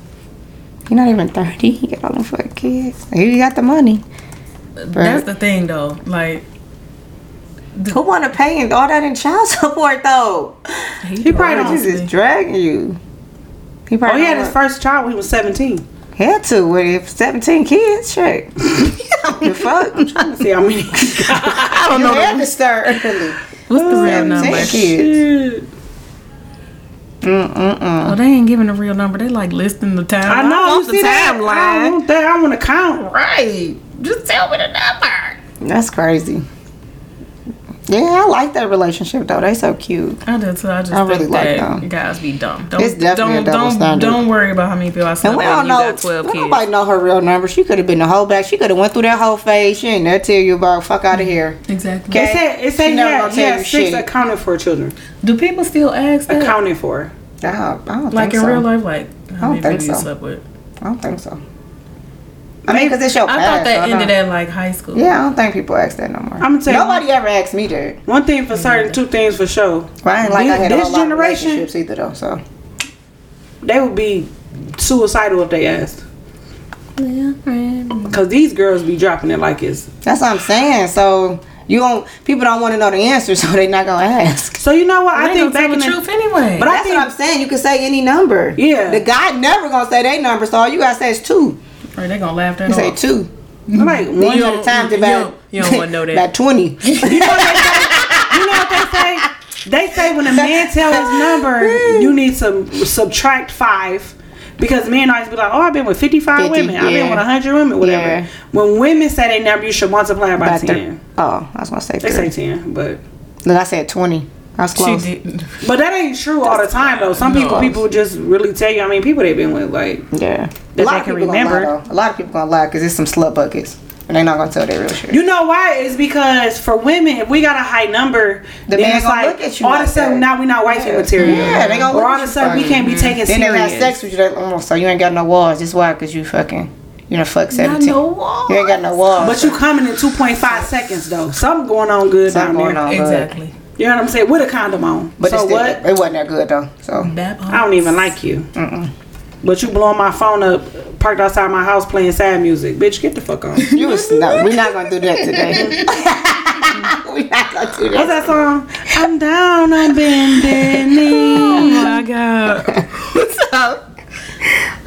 Speaker 2: You're not even 30. You got all them fucking kids. Here you got the money.
Speaker 5: that's the thing though. Like
Speaker 2: Who want to pay and all that in child support though?
Speaker 5: he,
Speaker 1: probably
Speaker 2: He's just dragging you. He
Speaker 1: Oh,
Speaker 2: probably
Speaker 1: he had
Speaker 2: don't
Speaker 1: his first child when he was 17.
Speaker 2: want- had to with 17 kids. Shit. the fuck?
Speaker 1: See how many?
Speaker 2: I don't know. You had to start early.
Speaker 5: what's the real
Speaker 2: 17
Speaker 5: number?
Speaker 2: kids.
Speaker 5: Oh, they ain't giving a real number. They like listing the time.
Speaker 1: I know.
Speaker 5: want
Speaker 1: You see that? I don't want that. I want to count.
Speaker 5: Right. Just tell me the number.
Speaker 2: That's crazy. Yeah, I like that relationship though. They so cute.
Speaker 5: I do too. I just
Speaker 2: I
Speaker 5: think
Speaker 2: really like
Speaker 5: that
Speaker 2: them.
Speaker 5: guys be dumb. Don't,
Speaker 2: It's definitely a
Speaker 5: don't,
Speaker 2: double
Speaker 5: don't,
Speaker 2: standard.
Speaker 5: Don't worry about how many people I slept
Speaker 2: And
Speaker 5: with.
Speaker 2: we don't
Speaker 5: and You
Speaker 2: know.
Speaker 5: got twelve kids.
Speaker 2: Nobody know her real number. She could have been a whole back. She could have went through that whole phase. She ain't never tell you about. Fuck out of here.
Speaker 5: Exactly.
Speaker 2: Okay.
Speaker 1: Mm-hmm. It said, it
Speaker 2: She
Speaker 1: said
Speaker 2: never
Speaker 1: yeah,
Speaker 2: gonna tell
Speaker 1: yeah,
Speaker 2: you
Speaker 1: six
Speaker 2: shit.
Speaker 1: accounted for children.
Speaker 5: Do people still ask that?
Speaker 1: Accounted for.
Speaker 2: I don't, I don't
Speaker 5: like
Speaker 2: think
Speaker 5: in
Speaker 2: so.
Speaker 5: real life, like how
Speaker 2: don't
Speaker 5: many
Speaker 2: think
Speaker 5: people you
Speaker 2: so.
Speaker 5: slept with?
Speaker 2: I don't think so. I mean, because it's your
Speaker 5: I
Speaker 2: past,
Speaker 5: thought that
Speaker 2: so I
Speaker 5: ended
Speaker 2: don't-
Speaker 5: at like high school.
Speaker 2: Yeah, I don't think people ask that no more.
Speaker 1: I'ma tell you-
Speaker 2: Nobody ever asked me that.
Speaker 1: One thing for certain, two things for sure.
Speaker 2: Well, I ain't like I had a
Speaker 1: This
Speaker 2: whole lot of
Speaker 1: generation-
Speaker 2: relationships either though. So
Speaker 1: They would be suicidal if they asked. Because these girls be dropping it like it's.
Speaker 2: that's what I'm saying. So you don't. People don't want to know the answer, so they're not gonna ask.
Speaker 1: So you know what?
Speaker 5: I
Speaker 1: I
Speaker 5: think
Speaker 1: think
Speaker 5: tell
Speaker 1: back
Speaker 5: the
Speaker 1: in the
Speaker 5: truth anyway.
Speaker 1: But I
Speaker 2: That's
Speaker 1: think-
Speaker 2: what I'm saying. You can say any number.
Speaker 1: Yeah.
Speaker 2: The guy never gonna say their number, so all you gotta say is two.
Speaker 5: or they gonna laugh that
Speaker 2: You say
Speaker 5: off.
Speaker 2: two.
Speaker 1: like one.
Speaker 2: Then you
Speaker 5: don't-
Speaker 2: have time to
Speaker 5: you
Speaker 2: about
Speaker 5: don't- you don't wanna know that.
Speaker 2: about twenty.
Speaker 1: You know what they say? They say when a man tells his number, you need to subtract five. Because men always be like, oh, I've been with 55
Speaker 2: 50,
Speaker 1: women. I've been
Speaker 2: yeah.
Speaker 1: with 100 women, whatever.
Speaker 2: Yeah.
Speaker 1: When women say they number, you should multiply it by
Speaker 2: About thir-
Speaker 1: 10.
Speaker 2: oh, I was gonna say
Speaker 1: They say
Speaker 2: thirty.
Speaker 1: 10, but.
Speaker 2: Look, I said twenty. I was close.
Speaker 5: She did.
Speaker 1: But that ain't true all the time, though. Some people, people just really tell you. I mean, people they've been with, like,
Speaker 2: Yeah.
Speaker 1: That
Speaker 2: a lot
Speaker 1: they
Speaker 2: of
Speaker 1: can
Speaker 2: people gonna
Speaker 1: remember.
Speaker 2: Lie, though. a lot of people gonna lie because it's some slut buckets, and they're not gonna tell their real shit.
Speaker 1: You know why? It's because for women, if we got a high number,
Speaker 2: The
Speaker 1: then
Speaker 2: man
Speaker 1: it's
Speaker 2: gonna
Speaker 1: like
Speaker 2: look at you
Speaker 1: all
Speaker 2: like
Speaker 1: of a sudden
Speaker 2: that.
Speaker 1: now we not wifey material.
Speaker 2: Yeah, they gonna
Speaker 1: Or
Speaker 2: look
Speaker 1: all of
Speaker 2: at
Speaker 1: a
Speaker 2: you
Speaker 1: sudden we
Speaker 2: funny.
Speaker 1: can't be taken
Speaker 2: then they
Speaker 1: serious.
Speaker 2: have sex with you. They, oh, so you ain't got no walls. That's why, cause you fucking you know fuck seventeen.
Speaker 5: no walls.
Speaker 2: You ain't got no walls.
Speaker 1: But you coming in 2.5 seconds though. Something going on good
Speaker 2: Something
Speaker 1: down
Speaker 2: going
Speaker 1: there.
Speaker 2: on.
Speaker 5: Exactly.
Speaker 1: You know what I'm saying? With a condom on.
Speaker 2: But
Speaker 1: so
Speaker 2: it's still,
Speaker 1: what?
Speaker 2: It wasn't that good though. So
Speaker 5: Bab-
Speaker 1: I don't even like you. But you blowing my phone up, parked outside my house playing sad music. Bitch, get the fuck on. What's
Speaker 2: you was no. We're not gonna do that today. we're not gonna do that.
Speaker 1: that song? I'm down on bending
Speaker 5: Oh
Speaker 1: knee.
Speaker 5: my god. What's up?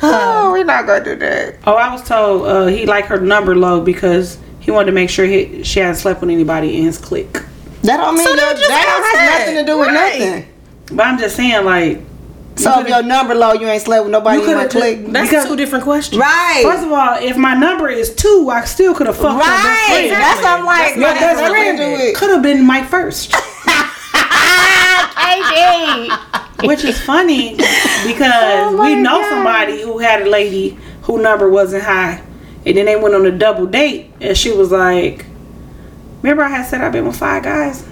Speaker 2: Oh, we're not gonna do that.
Speaker 1: Oh, I was told uh, he liked her number low because he wanted to make sure he, she hadn't slept with anybody in his clique.
Speaker 2: That don't mean
Speaker 5: So
Speaker 2: your,
Speaker 5: then just
Speaker 2: that
Speaker 5: ask
Speaker 2: don't
Speaker 5: that.
Speaker 2: has nothing to do with
Speaker 5: Right.
Speaker 2: nothing.
Speaker 1: But I'm just saying, like,
Speaker 2: So if your number low, you ain't slept with nobody
Speaker 1: you
Speaker 2: in
Speaker 1: could
Speaker 2: my
Speaker 1: have
Speaker 2: clique.
Speaker 5: That's
Speaker 1: Because-
Speaker 5: two different questions.
Speaker 2: Right.
Speaker 1: First of all, if my number is two, I still could have fucked my best
Speaker 2: Right.
Speaker 1: friend.
Speaker 2: That's what I'm like.
Speaker 1: My
Speaker 2: that has
Speaker 1: best
Speaker 2: nothing to do
Speaker 1: friend
Speaker 2: with-
Speaker 1: could have been my first,
Speaker 2: Ah,
Speaker 1: which is funny because
Speaker 2: Oh my
Speaker 1: we know
Speaker 2: God.
Speaker 1: somebody who had a lady who number wasn't high, and then they went on a double date, and she was like, "Remember, I had said I've been with five guys."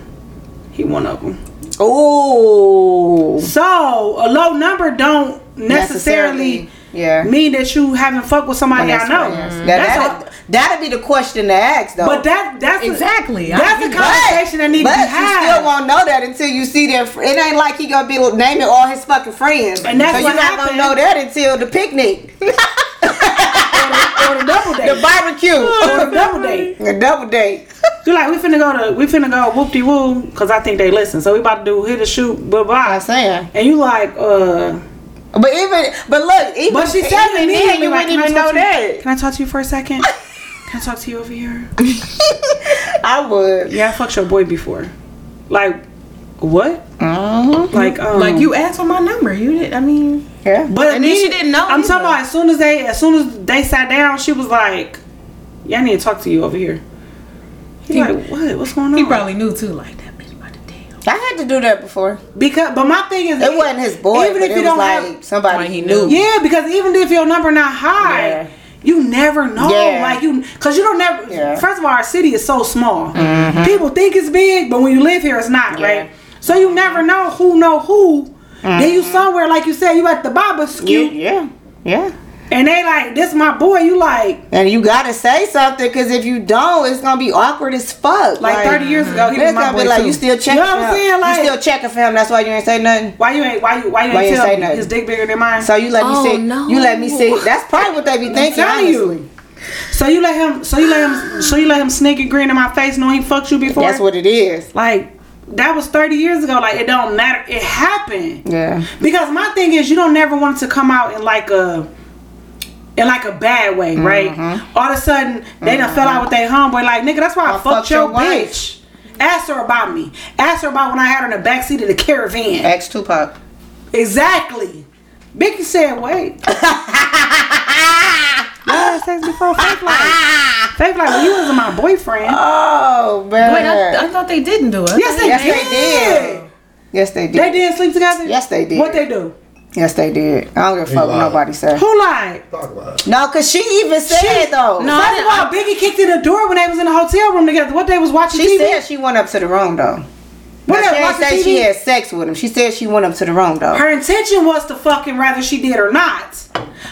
Speaker 1: He one of them.
Speaker 2: KD. Ooh.
Speaker 1: So a low number don't necessarily,
Speaker 2: Yeah.
Speaker 1: mean that you haven't fucked with somebody I know.
Speaker 2: That,
Speaker 1: That's all-
Speaker 2: that'd, that'd be the question to ask, though.
Speaker 1: But that that's a-
Speaker 5: Exactly. I
Speaker 1: that's a
Speaker 5: agree.
Speaker 1: conversation that needs
Speaker 2: but
Speaker 1: to be
Speaker 2: you
Speaker 1: had.
Speaker 2: still won't know that until you see their. fr- It ain't like he gonna be naming all his fucking friends,
Speaker 1: And that's
Speaker 2: so
Speaker 1: what
Speaker 2: you're not
Speaker 1: happened.
Speaker 2: gonna know that until the picnic,
Speaker 1: on a double
Speaker 2: the
Speaker 1: date. on a
Speaker 2: barbecue,
Speaker 1: double date.
Speaker 2: the double date.
Speaker 1: You're like, we finna go to we finna go whoop de woo because I think they listen. So we about to do hit a shoot, bye
Speaker 2: I'm
Speaker 1: bye.
Speaker 2: saying,
Speaker 1: And you like, uh,
Speaker 2: but even, but look, even,
Speaker 1: but she
Speaker 2: even
Speaker 1: said to me,
Speaker 2: then, you
Speaker 1: like,
Speaker 2: wouldn't even
Speaker 1: "Can I
Speaker 2: know
Speaker 1: talk to you-
Speaker 2: that.
Speaker 1: Can I talk to you for a second? Can I talk to you over here?
Speaker 2: I would.
Speaker 1: Yeah, I fucked your boy before. Like, what?
Speaker 2: Mm-hmm.
Speaker 1: Like, um,
Speaker 5: Like you asked for my number. You did. I mean,
Speaker 2: Yeah.
Speaker 1: But
Speaker 5: And then she
Speaker 1: immediate-
Speaker 5: didn't know
Speaker 1: I'm
Speaker 5: either.
Speaker 1: talking about as soon as they as soon as they sat down, she was like, "Yeah, I need to talk to you over here." He's
Speaker 5: He-
Speaker 1: like, "What? What's going on?"
Speaker 5: he probably knew too. Like that bitch about to damn.
Speaker 2: I had to do that before.
Speaker 1: because, but my thing is,
Speaker 2: It wasn't his boy,
Speaker 1: Even
Speaker 2: but
Speaker 1: if
Speaker 2: it
Speaker 1: you
Speaker 2: was
Speaker 1: don't
Speaker 2: like
Speaker 1: have,
Speaker 2: somebody
Speaker 5: Like he
Speaker 2: he
Speaker 5: knew.
Speaker 2: knew.
Speaker 1: yeah, because even if your number not high,
Speaker 2: Yeah.
Speaker 1: you never know.
Speaker 2: Yeah.
Speaker 1: Like you, because you don't never.
Speaker 2: Yeah. Mm-hmm.
Speaker 1: First of all, our city is so small. People think it's big, but when you live here, it's not
Speaker 2: Yeah.
Speaker 1: right. So you never know
Speaker 2: Mm-hmm.
Speaker 1: who know who. Then you somewhere like you said you at the barbecue,
Speaker 2: yeah, yeah.
Speaker 1: and they like, this my boy. You like,
Speaker 2: And you gotta say something because if you don't, it's gonna be awkward as fuck.
Speaker 1: like, thirty years ago, he
Speaker 2: It's
Speaker 1: was my
Speaker 2: gonna
Speaker 1: boy
Speaker 2: be like
Speaker 1: too.
Speaker 2: you still checking.
Speaker 1: You know what I'm
Speaker 2: for him.
Speaker 1: saying? Like,
Speaker 2: you still checking for him. That's why you ain't say nothing.
Speaker 1: why you ain't, why you, why you
Speaker 2: Why
Speaker 1: ain't
Speaker 2: you
Speaker 1: tell
Speaker 2: say
Speaker 1: me
Speaker 2: nothing?
Speaker 1: his dick bigger than mine?
Speaker 2: So you let me
Speaker 5: Oh,
Speaker 2: see.
Speaker 5: no.
Speaker 2: You let me see. That's probably what they be
Speaker 1: I'm
Speaker 2: thinking.
Speaker 1: telling
Speaker 2: Honestly.
Speaker 1: you. So you let him, so you let him, so you let him sneak a grin in my face, knowing he fucked you before.
Speaker 2: That's what it is.
Speaker 1: Like that was thirty years ago. Like it don't matter. It happened.
Speaker 2: Yeah.
Speaker 1: Because my thing is, you don't never want it to come out in like a in like a bad way,
Speaker 2: Mm-hmm.
Speaker 1: right? All of a sudden, they done fell out with their homeboy. Like nigga, that's why I, fucked,
Speaker 2: fucked
Speaker 1: your,
Speaker 2: your wife.
Speaker 1: bitch. Ask her about me. Ask her about when I had her in the backseat of the caravan.
Speaker 2: Ex Tupac.
Speaker 1: Exactly. Biggie said, "Wait." Y'all had sex before fake like fake like well, you wasn't my boyfriend.
Speaker 2: Oh man.
Speaker 5: Wait, I, I thought they didn't do it. I
Speaker 1: yes,
Speaker 5: thought
Speaker 1: they
Speaker 2: yes,
Speaker 1: did.
Speaker 2: they did. Yes, they did.
Speaker 1: They did sleep together.
Speaker 2: Yes, they did.
Speaker 1: What they do?
Speaker 2: Yes, they did. I don't give a fuck what
Speaker 6: lied.
Speaker 2: nobody said.
Speaker 1: Who lied?
Speaker 2: No, cause she even said though.
Speaker 5: No, I
Speaker 1: First of
Speaker 5: didn't-
Speaker 1: all, Biggie kicked in the door when they was in the hotel room together. What they was watching
Speaker 2: she
Speaker 1: TV?
Speaker 2: said she went up to the room though.
Speaker 1: What
Speaker 2: Now,
Speaker 1: they was
Speaker 2: she didn't
Speaker 1: watching
Speaker 2: say
Speaker 1: TV?
Speaker 2: she had sex with him. She said she went up to the room though.
Speaker 1: Her intention was to fucking rather she did or not.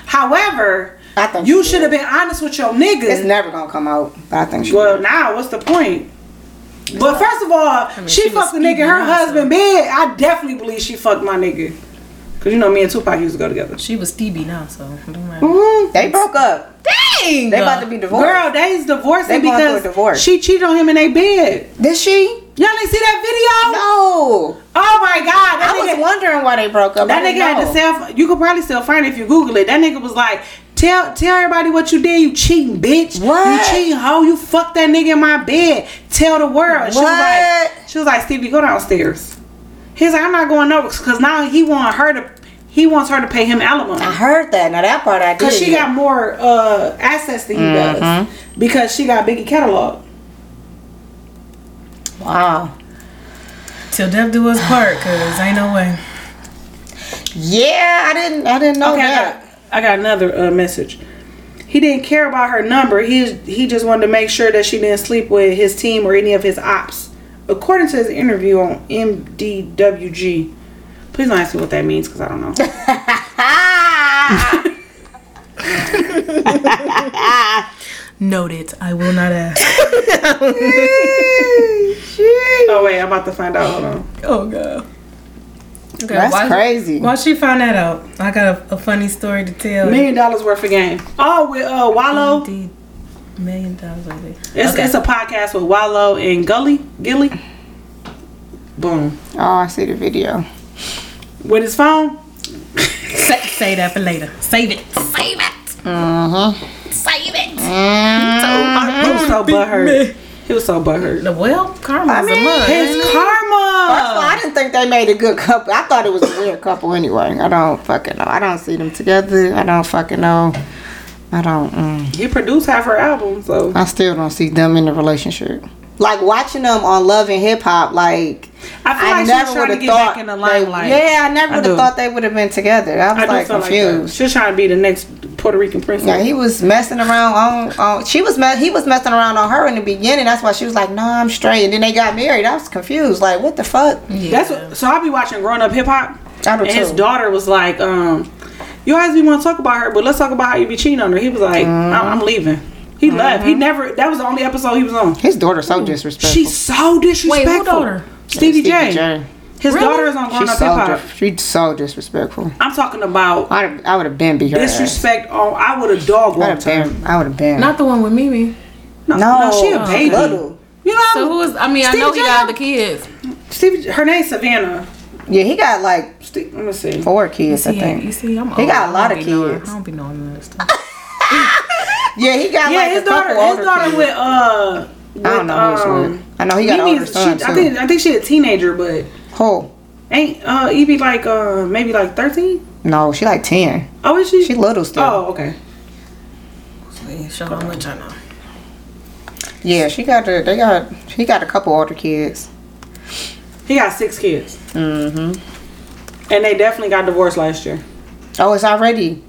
Speaker 1: However,
Speaker 2: I think
Speaker 1: you
Speaker 2: she
Speaker 1: should have
Speaker 2: did.
Speaker 1: been honest with your
Speaker 2: It's
Speaker 1: niggas.
Speaker 2: never gonna come out. I think she.
Speaker 1: well, now what's the point? But first of all, she,
Speaker 5: she was
Speaker 1: fucked the nigga in her
Speaker 5: speaking out, so-
Speaker 1: husband bed. I definitely believe she fucked my nigga. Cause you know me and Tupac used to go together.
Speaker 5: She was Stevie now, so it don't matter.
Speaker 2: they broke up.
Speaker 5: Dang!
Speaker 2: They about to be divorced.
Speaker 1: Girl, they's divorcing
Speaker 2: They going through a
Speaker 1: because
Speaker 2: divorce.
Speaker 1: she cheated on him in their bed.
Speaker 2: Did she?
Speaker 1: Y'all ain't see that video?
Speaker 2: No.
Speaker 1: Oh my god, that
Speaker 2: I
Speaker 1: nigga
Speaker 2: was wondering why they broke up.
Speaker 1: That
Speaker 2: I
Speaker 1: nigga
Speaker 2: didn't
Speaker 1: had to
Speaker 2: know.
Speaker 1: self. You could probably still find it if you Google it. That nigga was like, "Tell tell everybody what you did. You cheating bitch.
Speaker 2: What?
Speaker 1: You cheating hoe. You fucked that nigga in my bed. Tell the world." She was
Speaker 2: What?
Speaker 1: like, "She was like, Stevie, go downstairs." He's like, "I'm not going over because now he want her to. He wants her to pay him alimony."
Speaker 2: I heard that. Now that part I did.
Speaker 1: Cause she got more uh, assets than he does because she got Biggie catalog.
Speaker 2: wow.
Speaker 5: Till death do us part, cause ain't no way.
Speaker 2: Yeah, I didn't. I didn't know
Speaker 1: Okay, I
Speaker 2: that.
Speaker 1: got, I got another uh, message. He didn't care about her number. He he just wanted to make sure that she didn't sleep with his team or any of his ops. According to his interview on MDWG. Please don't ask me what that means because I don't know.
Speaker 5: Noted. I will not ask.
Speaker 1: oh wait, I'm about to find out. Hold on.
Speaker 5: Oh god. Okay,
Speaker 2: That's
Speaker 5: why-
Speaker 2: crazy.
Speaker 5: Why she found that out? I got a, a funny story to tell.
Speaker 1: Million dollars worth of game. Oh, with uh, Wallow.
Speaker 5: Indeed. Million dollars. I think.
Speaker 1: It's, it's a podcast with Wallow and Gully Gilly. Boom.
Speaker 2: Oh, I see the video.
Speaker 1: With his phone.
Speaker 5: Say, say that for later. Save it. Save it.
Speaker 2: Mm-hmm.
Speaker 1: He was so butthurt. He was so butthurt.
Speaker 5: Well, karma is
Speaker 2: mean,
Speaker 5: a mug.
Speaker 1: His
Speaker 5: ain't it?
Speaker 2: First of all,
Speaker 1: karma.
Speaker 2: I didn't think they made a good couple. I thought it was a weird couple anyway. I don't fucking know. I don't see them together. I don't fucking know. I don't. Mm.
Speaker 1: He produced half her album, so.
Speaker 2: I still don't see them in a relationship. Like watching them on Love and Hip Hop, like
Speaker 1: I feel like she was trying to
Speaker 2: would've
Speaker 1: get back in the limelight.
Speaker 2: They, yeah, I never
Speaker 1: I
Speaker 2: would
Speaker 1: do.
Speaker 2: have thought they would have been together. I was
Speaker 1: I do
Speaker 2: like
Speaker 1: feel like that.
Speaker 2: confused.
Speaker 1: She was trying to be the next Puerto Rican princess.
Speaker 2: yeah, he was messing around on, on she was me- he was messing around on her in the beginning. That's why she was like, "No, I'm straight." And then they got married. I was confused. Like, what the fuck?
Speaker 1: That's what, so. I be watching Growing Up Hip Hop,
Speaker 2: I do
Speaker 1: and his
Speaker 2: too.
Speaker 1: daughter was like, um, "You always be want to talk about her, but let's talk about how you be cheating on her." He was like,
Speaker 2: Mm-hmm.
Speaker 1: "I'm, I'm leaving." He left. He never. That was the only episode he was on.
Speaker 2: His daughter's so disrespectful.
Speaker 1: She's so disrespectful.
Speaker 5: daughter?
Speaker 1: Stevie,
Speaker 2: Stevie
Speaker 1: J.
Speaker 2: J.
Speaker 1: His
Speaker 5: Really?
Speaker 1: daughter is on Growing
Speaker 2: She's
Speaker 1: Up
Speaker 2: so,
Speaker 1: Hip Hop.
Speaker 2: dis- she's so disrespectful.
Speaker 1: I'm talking about
Speaker 2: I'd have, I would have been beat her. ass.
Speaker 1: disrespect. On I would have dog
Speaker 2: I would
Speaker 1: walked
Speaker 2: have
Speaker 1: her.
Speaker 2: been. I would have been.
Speaker 5: Not the one with Mimi.
Speaker 1: No,
Speaker 2: no,
Speaker 1: no, she a baby.
Speaker 2: little.
Speaker 1: You know,
Speaker 5: Oh, So who is? I mean, I
Speaker 1: Steve
Speaker 5: know he
Speaker 1: Jobs?
Speaker 5: got the kids.
Speaker 1: Stevie. Her name's Savannah.
Speaker 2: Yeah, he got like
Speaker 1: Steve, let me see.
Speaker 2: four kids, I
Speaker 5: Yeah, you
Speaker 2: think.
Speaker 5: see, I'm.
Speaker 2: He
Speaker 5: old.
Speaker 2: got a lot
Speaker 5: I don't
Speaker 2: of
Speaker 5: be knowing-
Speaker 2: kids.
Speaker 5: I don't be knowing this stuff.
Speaker 2: Yeah, he got
Speaker 1: Yeah,
Speaker 2: like
Speaker 1: his
Speaker 2: a couple
Speaker 1: daughter.
Speaker 2: older
Speaker 1: His daughter
Speaker 2: kids.
Speaker 1: with uh. With,
Speaker 2: I don't know who's
Speaker 1: um,
Speaker 2: with. I know he got an older
Speaker 1: Mimi's-
Speaker 2: son
Speaker 1: she,
Speaker 2: too.
Speaker 1: I think I think she a teenager, but
Speaker 2: Who?
Speaker 1: ain't uh Evie like uh maybe like thirteen?
Speaker 2: No, she like ten.
Speaker 1: Oh, is she?
Speaker 2: She little still.
Speaker 1: Oh, okay.
Speaker 5: Wait, Show how much I know.
Speaker 2: Yeah, she got the. They got. He got a couple older kids.
Speaker 1: He got six kids. Mm-hmm. And they definitely got divorced last year.
Speaker 2: Oh, it's already.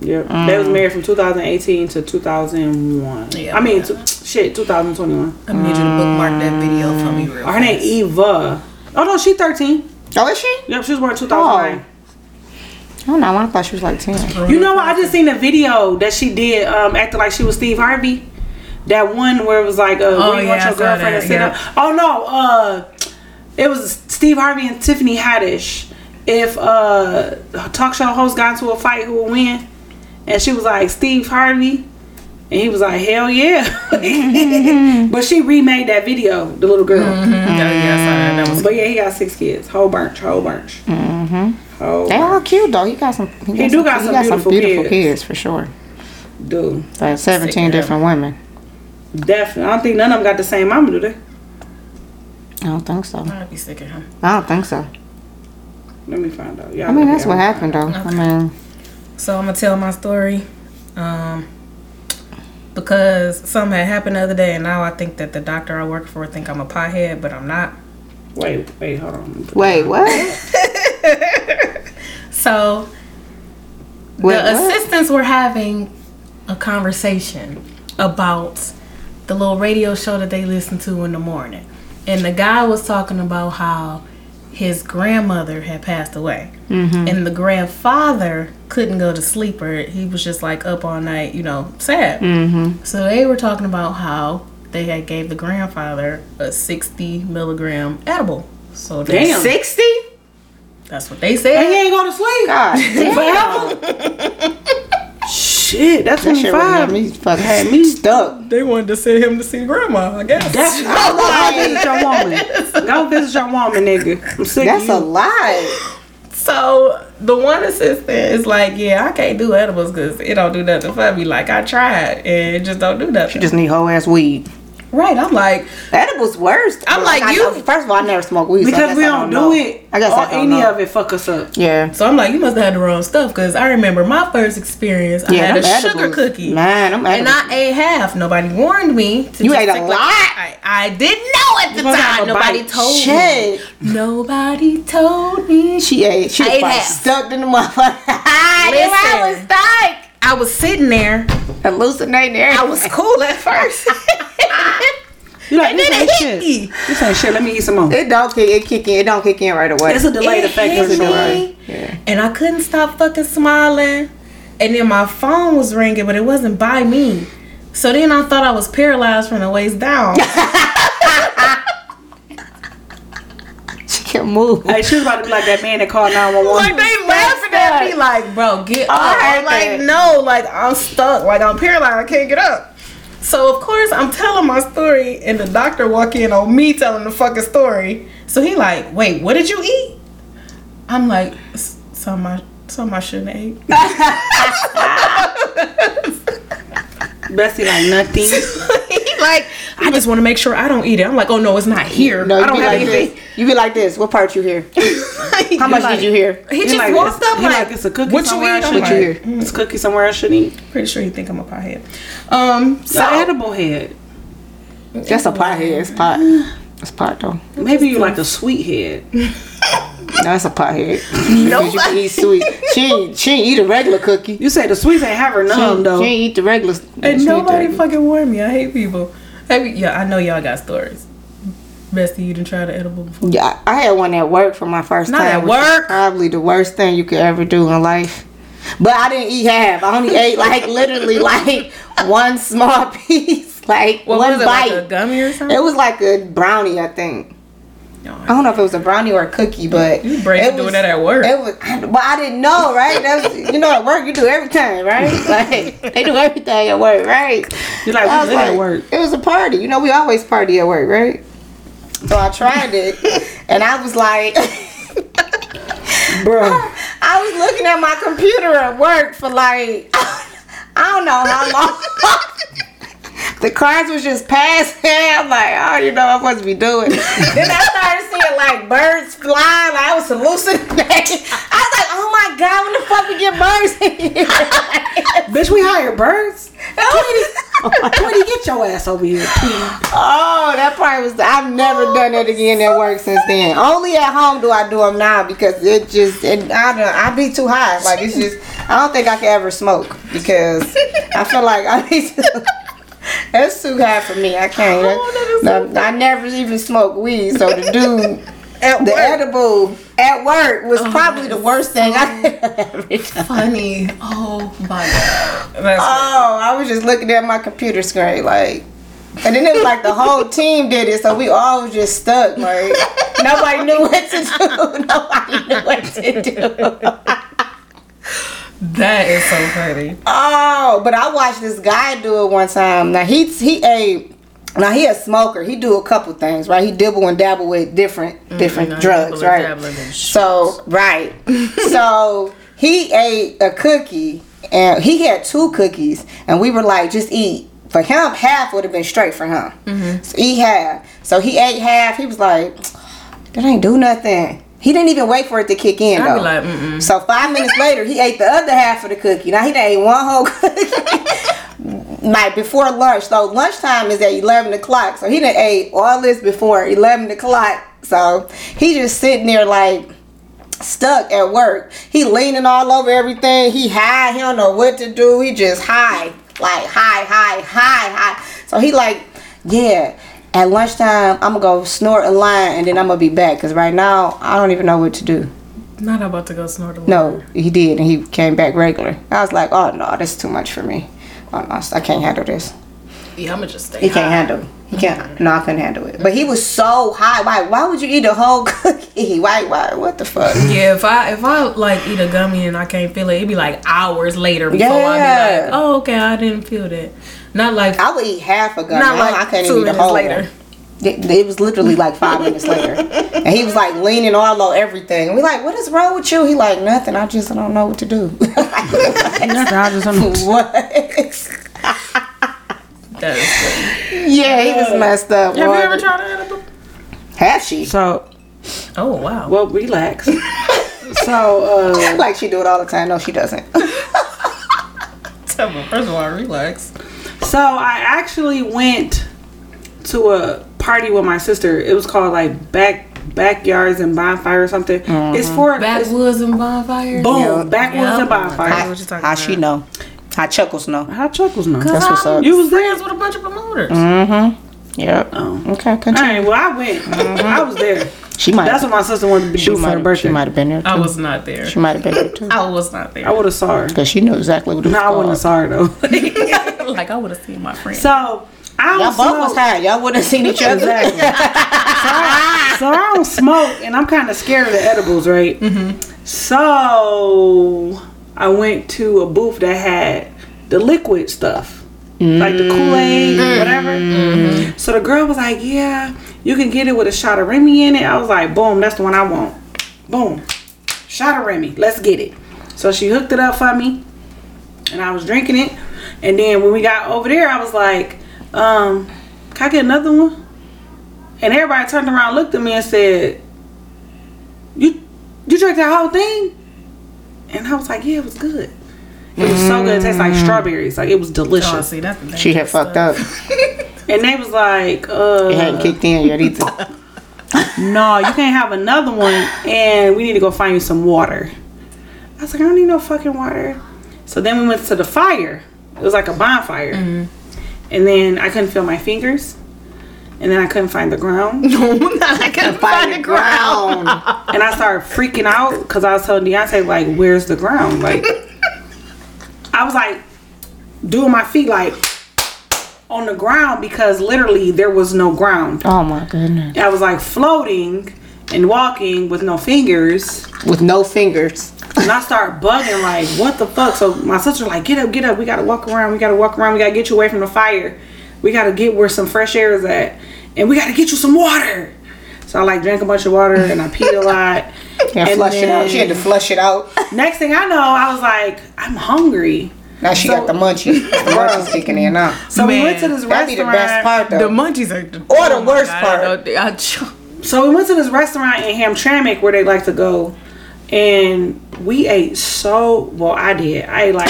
Speaker 1: Yep.
Speaker 5: Um,
Speaker 1: They was married from 2018 to 2001.
Speaker 5: Yeah.
Speaker 1: I mean, t- shit, 2021.
Speaker 5: I need you to bookmark that video for me
Speaker 2: Mm.
Speaker 5: real
Speaker 1: Her name Eva. Oh no, she 13.
Speaker 2: Oh, is she?
Speaker 5: Oh.
Speaker 1: Yep, she was born in 2009.
Speaker 2: I don't know. I thought she was like ten.
Speaker 1: You know what? I just seen a video that she did um, acting like she was Steve Harvey. That one where it was like, uh,
Speaker 5: Oh,
Speaker 1: where you
Speaker 5: yeah, I
Speaker 1: want your
Speaker 5: saw
Speaker 1: girlfriend
Speaker 5: that,
Speaker 1: to sit
Speaker 5: yeah.
Speaker 1: up. Oh no, uh, it was Steve Harvey and Tiffany Haddish. If uh, a talk show host got into a fight, who would win? And she was like, Steve Harvey. And he was like, hell yeah. but she remade that video, the little girl.
Speaker 5: Yeah, yeah, I saw that. That was
Speaker 1: But yeah, he got six kids. Whole bunch, whole bunch. Mm-hmm. Whole
Speaker 2: They all cute though. He got some. He, got
Speaker 1: do got
Speaker 2: he
Speaker 1: some
Speaker 2: got some
Speaker 1: beautiful
Speaker 2: beautiful
Speaker 1: kids.
Speaker 2: kids for sure.
Speaker 1: dude.
Speaker 2: Like seventeen different women.
Speaker 1: Definitely. I don't think none of them got the same mama, do they?
Speaker 2: I don't think so.
Speaker 5: I'd be sick of him.
Speaker 2: I don't think so.
Speaker 1: Let me find out. Y'all
Speaker 2: I mean,
Speaker 1: look
Speaker 2: that's
Speaker 1: it
Speaker 2: what
Speaker 1: up.
Speaker 2: happened though. I mean,
Speaker 5: So I'm gonna tell my story, um, because something had happened the other day, and now I think that the doctor I work for think I'm a pothead, but I'm not.
Speaker 1: Wait, wait, hold on.
Speaker 2: wait, what?
Speaker 5: So
Speaker 2: Wait,
Speaker 5: the
Speaker 2: what?
Speaker 5: assistants were having a conversation about the little radio show that they listen to in the morning, and the guy was talking about how his grandmother had passed away,
Speaker 2: Mm-hmm.
Speaker 5: and the grandfather couldn't go to sleep, or he was just like up all night, you know, sad.
Speaker 2: Mm-hmm.
Speaker 5: So they were talking about how they had gave the grandfather a sixty milligram edible. So they,
Speaker 1: Damn.
Speaker 2: Sixty?
Speaker 5: that's what they said.
Speaker 1: He ain't go to sleep.
Speaker 2: God, damn.
Speaker 1: Forever. Shit, that's
Speaker 2: that shit would have me
Speaker 1: twenty-five.
Speaker 2: fucking had me stuck.
Speaker 5: They wanted to send him to see grandma, I guess.
Speaker 1: That's go visit your woman. Go visit your woman, nigga. I'm sick
Speaker 2: That's a
Speaker 1: of you.
Speaker 2: lot.
Speaker 5: So the one assistant is like, yeah, I can't do edibles because it don't do nothing for me. Like I tried and it just don't do nothing.
Speaker 2: Just need whole ass weed.
Speaker 5: right. I'm like,
Speaker 2: Edibles worst.
Speaker 5: I'm
Speaker 2: Well,
Speaker 5: like,
Speaker 2: I
Speaker 5: you-
Speaker 2: know- First of all, I never smoked weed. so I
Speaker 1: because
Speaker 2: guess
Speaker 1: we
Speaker 2: I
Speaker 1: don't,
Speaker 2: know.
Speaker 1: do it.
Speaker 2: I guess
Speaker 1: or
Speaker 2: I don't
Speaker 1: any
Speaker 2: know.
Speaker 1: of it fuck us up.
Speaker 2: Yeah.
Speaker 5: so I'm like, you must have had the wrong stuff because I remember my first experience. I
Speaker 2: Yeah,
Speaker 5: had a
Speaker 2: them
Speaker 5: sugar
Speaker 2: edibles.
Speaker 5: cookie.
Speaker 2: Man, them
Speaker 5: and
Speaker 2: edibles.
Speaker 5: I ate half. Nobody warned me. To
Speaker 2: You
Speaker 5: just
Speaker 2: ate a
Speaker 5: take,
Speaker 2: lot?
Speaker 5: I, I didn't know at the
Speaker 1: supposed to have
Speaker 5: time.
Speaker 1: a
Speaker 5: Nobody
Speaker 1: bite.
Speaker 5: told me.
Speaker 2: Shit.
Speaker 5: Nobody told me.
Speaker 2: She ate. She
Speaker 5: I
Speaker 2: was
Speaker 5: ate
Speaker 2: probably
Speaker 5: half.
Speaker 2: stuck in the motherfucker.
Speaker 5: Listen, I was I was sitting there.
Speaker 2: Hallucinating.
Speaker 5: I
Speaker 2: everything.
Speaker 5: was cool at first.
Speaker 1: You like
Speaker 5: and
Speaker 1: this
Speaker 5: then
Speaker 1: ain't
Speaker 5: it hit
Speaker 1: shit.
Speaker 5: me.
Speaker 1: This ain't shit. Let me eat some more.
Speaker 2: It don't kick. It kick in. It don't kick in right away.
Speaker 1: It's a delayed effect
Speaker 5: hit
Speaker 1: for sure.
Speaker 5: me,
Speaker 2: Yeah.
Speaker 5: And I couldn't stop fucking smiling. And then my phone was ringing, but it wasn't by me. So then I thought I was paralyzed from the waist down.
Speaker 2: she can't move.
Speaker 1: Hey, she was about to be like that man that called nine one one.
Speaker 5: like they laughing at me, like, bro, get up.
Speaker 2: heard
Speaker 5: I'm like,
Speaker 2: that.
Speaker 5: no, like I'm stuck. Like I'm paralyzed. I can't get up. So of course I'm telling my story, and the doctor walk in on me telling the fucking story. So he like, wait, what did you eat? I'm like, "S- something I, something I shouldn't have ate.
Speaker 1: Bessie like nothing.
Speaker 5: He like, I just want to make sure I don't eat it. I'm like, oh no, it's not here.
Speaker 2: No,
Speaker 5: I
Speaker 2: you
Speaker 5: don't
Speaker 2: be
Speaker 5: have
Speaker 2: like
Speaker 5: anything.
Speaker 2: this. You be like this. What part you hear? How much did you hear?
Speaker 5: He
Speaker 1: He
Speaker 5: just
Speaker 1: like,
Speaker 5: walked
Speaker 1: it's-
Speaker 5: up
Speaker 1: he
Speaker 5: like,
Speaker 1: like, it's a cookie
Speaker 5: what you
Speaker 1: somewhere I
Speaker 5: eat? I'm
Speaker 1: should
Speaker 5: like,
Speaker 2: What you hear?
Speaker 1: It's cookie somewhere I shouldn't eat.
Speaker 5: Pretty sure you think I'm a pothead. Um,
Speaker 1: So edible head.
Speaker 2: That's a pot head. It's pot. It's pot though.
Speaker 1: Maybe you like a sweet head.
Speaker 2: That's a pot head. Because you can eat sweet. She ain't, she ain't eat a regular cookie. She,
Speaker 1: You say the sweets ain't have her numb
Speaker 2: ain't-
Speaker 1: though.
Speaker 2: she ain't eat the regular.
Speaker 5: and
Speaker 2: she ain't
Speaker 5: nobody
Speaker 2: the-
Speaker 5: fucking warned me. I hate people. Hey, yeah, I know y'all got stories. Bestie, you didn't try the edible before.
Speaker 2: Yeah, I I had one at work for my first
Speaker 5: Not
Speaker 2: time.
Speaker 5: at
Speaker 2: which was
Speaker 5: work.
Speaker 2: Probably the worst thing you could ever do in life. But I didn't eat half. I only ate like literally like one small piece, like one
Speaker 5: was it,
Speaker 2: bite.
Speaker 5: Like a gummy or something?
Speaker 2: It was like a brownie, I think.
Speaker 5: No,
Speaker 2: I don't know if it was a brownie or a cookie, but
Speaker 5: You brave
Speaker 2: it
Speaker 5: for doing that at work.
Speaker 2: It was, but I didn't know, right? That's you know, at work you do everything, right? Like they do everything at work, right?
Speaker 1: You like
Speaker 2: I
Speaker 1: we
Speaker 2: was
Speaker 1: live at
Speaker 2: like,
Speaker 1: work.
Speaker 2: It was a party. You know, we always party at work, right? So I tried it, and I was like,
Speaker 1: Bro.
Speaker 2: I was looking at my computer at work for like, I don't know how long. the cards was just passing. I'm like, oh, you know, I'm supposed to be doing. then I started seeing like birds flying. Like, I was hallucinating. I was like, oh my god, when the fuck we get birds in here?
Speaker 1: Bitch, we hired birds.
Speaker 2: oh,
Speaker 1: Where do you get your ass over here?
Speaker 2: Oh, that part was. I've never
Speaker 5: Oh,
Speaker 2: done that again at work since then. Only at home do I do them now because it just. It, I don't. I be too high. Like it's just. I don't think I can ever smoke because I feel like I need to. That's too high for me. I can't.
Speaker 5: Oh, that is so
Speaker 2: No, I never even smoked weed, so to do
Speaker 5: At Oh,
Speaker 2: the edible at work was probably the worst thing I
Speaker 5: Funny. Oh my god. That's
Speaker 2: Oh, I was just looking at my computer screen like and then it was like the whole team did it, so we all was just stuck. Like nobody knew what to do. Nobody knew what to do.
Speaker 5: that is so funny.
Speaker 2: Oh, but I watched this guy do it one time. Now he he a now he a smoker. He do a couple things, right? He dibble and dabble with different different drugs,
Speaker 5: Mm, dibble and
Speaker 2: right?
Speaker 5: dabble and
Speaker 2: So right, so he ate a cookie and he had two cookies, and we were like, just eat. For him, half would have been straight for him.
Speaker 5: Mm-hmm.
Speaker 2: So eat half. So he ate half. He was like, that ain't do nothing. He didn't even wait for it to kick in.
Speaker 1: Oh.
Speaker 5: I'd be
Speaker 2: though.
Speaker 5: like, mm-mm.
Speaker 2: So five minutes later, he ate the other half of the cookie. Now he done ate one whole cookie. like before lunch. So lunchtime is at eleven o'clock. So he done ate all this before eleven o'clock. So he just sitting there like stuck at work. He leaning all over everything. He high. He don't know what to do. He just high, like high, high, high, high. So he like, yeah. At lunchtime, I'm gonna go snort a line and then I'm gonna be back. Cause right now, I don't even know what to do.
Speaker 5: Not about to go snort a
Speaker 2: No, he did, and he came back regular. I was like, oh no, that's too much for me. Oh no, I can't handle this.
Speaker 5: Yeah, I'ma just stay.
Speaker 2: He can't handle. He can't. No, I couldn't handle it. But he was so high. Why? Why would you eat a whole cookie? Why? Why? What the fuck?
Speaker 5: Yeah, if I if I like eat a gummy and I can't feel it, it'd be like hours later before I
Speaker 2: Yeah.
Speaker 5: be like, oh okay, I didn't feel that. Not like
Speaker 2: I would eat half a gum.
Speaker 5: not
Speaker 2: I-
Speaker 5: like
Speaker 2: I couldn't
Speaker 5: two
Speaker 2: eat a
Speaker 5: minutes
Speaker 2: whole.
Speaker 5: later.
Speaker 2: Later. It, it was literally like five minutes later, and he was like leaning all over everything. And we like, what is wrong with you? He like nothing. I just don't know what to do. what?
Speaker 5: That is good.
Speaker 2: Yeah, he was messed up.
Speaker 5: Have you
Speaker 2: boy.
Speaker 5: ever tried an edible?
Speaker 2: Have she?
Speaker 1: So,
Speaker 5: Oh wow.
Speaker 1: well, relax. so, uh,
Speaker 2: Like she do it all the time. No, she doesn't.
Speaker 5: Well, first of all, relax.
Speaker 1: so I actually went to a party with my sister. It was called like back backyards and bonfire or something.
Speaker 2: Mm-hmm.
Speaker 1: It's for it's,
Speaker 5: Backwoods and bonfires.
Speaker 1: boom
Speaker 2: Yeah.
Speaker 1: backwoods
Speaker 5: Yeah.
Speaker 1: and bonfire.
Speaker 5: I know what you're talking
Speaker 2: How she
Speaker 5: about.
Speaker 2: know? How Chuckles know?
Speaker 1: How chuckles know?
Speaker 2: That's what's up. Mm-hmm.
Speaker 1: You was there.
Speaker 5: friends with a bunch of promoters.
Speaker 2: Yep.
Speaker 1: Oh.
Speaker 2: Okay,
Speaker 1: All
Speaker 2: continue.
Speaker 1: right. Well, I went. I was there.
Speaker 2: She might.
Speaker 1: That's what my sister wanted to
Speaker 2: Mm-hmm. she
Speaker 1: do for her
Speaker 2: might. She
Speaker 1: birthday.
Speaker 2: might have been there.
Speaker 5: I
Speaker 2: too.
Speaker 5: was not there.
Speaker 2: She might have been there too.
Speaker 5: I was not there.
Speaker 1: I would have saw her.
Speaker 2: Cause she knew exactly what it was.
Speaker 1: No, I wouldn't have saw her
Speaker 2: called.
Speaker 1: though.
Speaker 5: like I would have seen my friends.
Speaker 1: so I
Speaker 2: Y'all
Speaker 1: don't
Speaker 2: both was
Speaker 1: smoke.
Speaker 2: high. Y'all wouldn't have seen each other.
Speaker 1: Exactly. so, I, so I don't smoke, and I'm kind of scared of the edibles, right? So I went to a booth that had the liquid stuff, like the Kool Aid,
Speaker 2: Mm.
Speaker 1: whatever.
Speaker 2: Mm-hmm.
Speaker 1: So the girl was like, "Yeah, you can get it with a shot of Remy in it." I was like, "Boom, that's the one I want." Boom, shot of Remy. Let's get it. So she hooked it up for me, and I was drinking it. And then when we got over there, I was like, um, "Can I get another one?" And everybody turned around, looked at me, and said, "You, you drank that whole thing?" And I was like, "Yeah, it was good. It was so good. It tastes like strawberries. Like it was
Speaker 5: oh,
Speaker 1: delicious."
Speaker 5: see, that's the
Speaker 2: She had fucked up.
Speaker 1: And they was like,
Speaker 2: It hadn't
Speaker 1: "Uh,
Speaker 2: kicked in yet either.
Speaker 1: no, you can't have another one. And we need to go find you some water." I was like, "I don't need no fucking water." So then we went to the fire. It was like a bonfire.
Speaker 5: Mm-hmm.
Speaker 1: And then I couldn't feel my fingers. And then I couldn't find the ground.
Speaker 5: I couldn't find the ground.
Speaker 2: Ground.
Speaker 1: And I started freaking out because I was telling Deontay, like, where's the ground? Like, I was like doing my feet, like, on the ground because literally there was no ground.
Speaker 2: Oh my goodness.
Speaker 1: I was like floating and walking with no fingers.
Speaker 2: With no fingers.
Speaker 1: And I start bugging, like, what the fuck? So my sister, like, get up, get up. We gotta walk around. We gotta walk around. We gotta get you away from the fire. We gotta get where some fresh air is at. And we gotta get you some water. So I like drank a bunch of water and I peed a lot.
Speaker 2: Yeah,
Speaker 1: And
Speaker 2: flush it out. She had to
Speaker 1: then-
Speaker 2: flush it out.
Speaker 1: Next thing I know, I was like, I'm hungry.
Speaker 2: Now she got the munchies. The munchies kicking in now.
Speaker 1: So we
Speaker 5: Man,
Speaker 1: went to this
Speaker 2: That'd be the
Speaker 1: restaurant.
Speaker 2: best part
Speaker 5: The
Speaker 2: though.
Speaker 5: munchies are the,
Speaker 2: Or the
Speaker 5: my
Speaker 2: worst
Speaker 5: God,
Speaker 2: part.
Speaker 5: I know, they- I ch-
Speaker 1: So we went to this restaurant in Hamtramck where they like to go, and we ate so well. I did. I ate like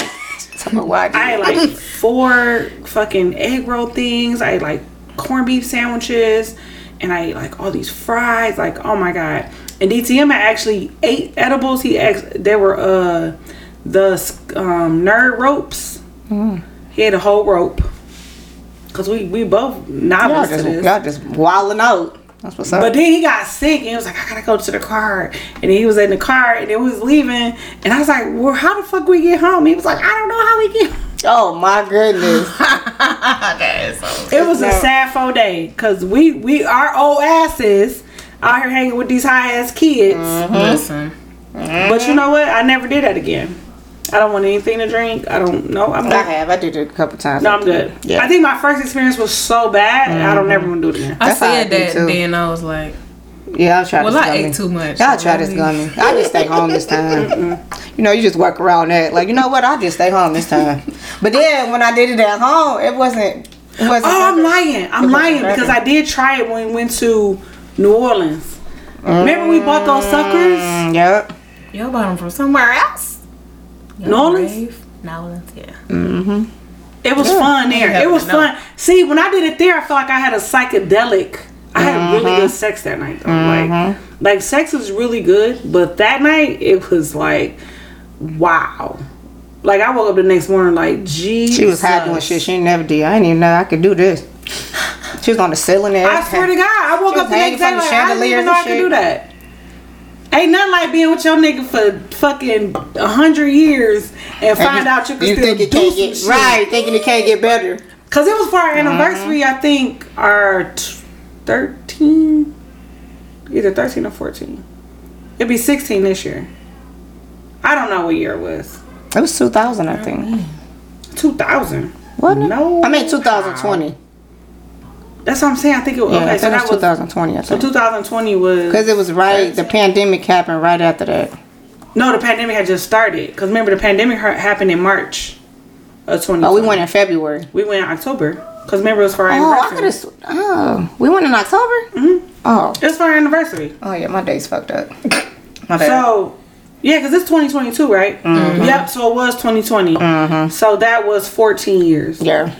Speaker 1: I ate like four fucking egg roll things. I ate like corned beef sandwiches, and I ate like all these fries. Like oh my god! And DTM had actually ate edibles. He ex- they were uh the um, nerd ropes. He had a whole rope. Cause we we both
Speaker 2: Y'all
Speaker 1: novice to
Speaker 2: just,
Speaker 1: this.
Speaker 2: y'all just wilding out. That's what's up.
Speaker 1: But then he got sick and he was like, I gotta go to the car. And then he was in the car and then we was leaving. And I was like, Well, how the fuck we get home? He was like, I don't know how we get home.
Speaker 2: oh my goodness.
Speaker 1: It was a sad four day because we, we, our old asses out here hanging with these high ass kids.
Speaker 2: Mm-hmm.
Speaker 5: Mm-hmm. Listen.
Speaker 1: But you know what? I never did that again. I don't want anything to drink. I don't know. I'm
Speaker 2: I
Speaker 1: good.
Speaker 2: have. I did it a couple times.
Speaker 1: No, I'm good.
Speaker 2: Yeah.
Speaker 1: I think my first experience was so bad, I don't ever want to do it again.
Speaker 5: I
Speaker 2: That's how I
Speaker 5: said
Speaker 2: do,
Speaker 5: that,
Speaker 2: too.
Speaker 5: then I was like,
Speaker 2: Yeah, I'll try
Speaker 5: well,
Speaker 2: this
Speaker 5: I
Speaker 2: gummy.
Speaker 5: ate too much.
Speaker 2: Y'all try this gummy. I just stay home this time. Mm-mm. You know, you just work around that. Like, you know what? I just stay home this time. But then when I did it at home, it wasn't. It wasn't
Speaker 1: Oh, I'm lying. I'm lying because I did try it when we went to New Orleans. Remember we bought those suckers?
Speaker 2: Mm, Yep.
Speaker 5: Y'all bought them from somewhere else. Y'all
Speaker 1: New Orleans?
Speaker 5: brave. New Orleans, yeah.
Speaker 1: It was fun there. It was
Speaker 5: No.
Speaker 1: fun. See, when I did it there, I felt like I had a psychedelic. I had really
Speaker 2: Mm-hmm.
Speaker 1: good sex that night. Though. Like, like sex is really good, but that night it was like, wow. Like I woke up the next morning like, Jesus.
Speaker 2: She was high doing shit she never did. I didn't even know I could do this. She was on the ceiling there.
Speaker 1: I swear to God, I woke
Speaker 2: She
Speaker 1: up the next
Speaker 2: was
Speaker 1: day like
Speaker 2: hanging from the
Speaker 1: I didn't
Speaker 2: chandeliers
Speaker 1: even
Speaker 2: and
Speaker 1: know I could
Speaker 2: shit.
Speaker 1: do that. Ain't nothing like being with your nigga for fucking a hundred years and find out you can
Speaker 2: you
Speaker 1: still
Speaker 2: think it
Speaker 1: do
Speaker 2: can't
Speaker 1: some
Speaker 2: get
Speaker 1: shit.
Speaker 2: right, Mm-hmm. thinking it can't get better.
Speaker 1: Cause it was for our anniversary, I think our t- thirteen, either thirteen or fourteen. It'd be sixteen this year. I don't know what year it was.
Speaker 2: It was 2000, I think.
Speaker 1: Two thousand.
Speaker 2: What?
Speaker 1: No.
Speaker 2: I mean 2020.
Speaker 1: That's what I'm saying. I think it was.
Speaker 2: Yeah,
Speaker 1: okay,
Speaker 2: I
Speaker 1: so
Speaker 2: think
Speaker 1: that
Speaker 2: it
Speaker 1: was
Speaker 2: was 2020. I
Speaker 1: So
Speaker 2: think.
Speaker 1: 2020 was
Speaker 2: Because it was right. The pandemic happened right after that.
Speaker 1: No, the pandemic had just started. Cause remember, the pandemic ha- happened in March of 2020.
Speaker 2: Oh, we went in February.
Speaker 1: We went in October. Cause remember, it was for our
Speaker 2: Oh, I could
Speaker 1: anniversary.
Speaker 2: have. Oh, we went in October. Mm-hmm. Oh,
Speaker 1: It was for our anniversary.
Speaker 2: oh yeah, my day's fucked up. My bad.
Speaker 1: So, yeah, cause it's 2022, right? Mm-hmm. Yep. So it was 2020.
Speaker 2: Mm-hmm.
Speaker 1: So that was 14 years.
Speaker 2: yeah,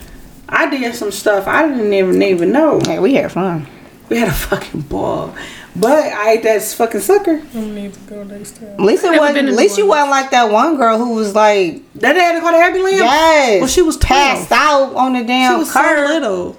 Speaker 1: I did some stuff I didn't even even know.
Speaker 2: hey, we had fun.
Speaker 1: We had a fucking ball. But I ate that fucking sucker.
Speaker 2: At least it wasn't. At least you wasn't like that one girl who was like,
Speaker 1: That they had to call the ambulance.
Speaker 2: yes.
Speaker 1: Well, she was 12.
Speaker 2: passed out on the damn
Speaker 1: She was so
Speaker 2: curb.
Speaker 1: little.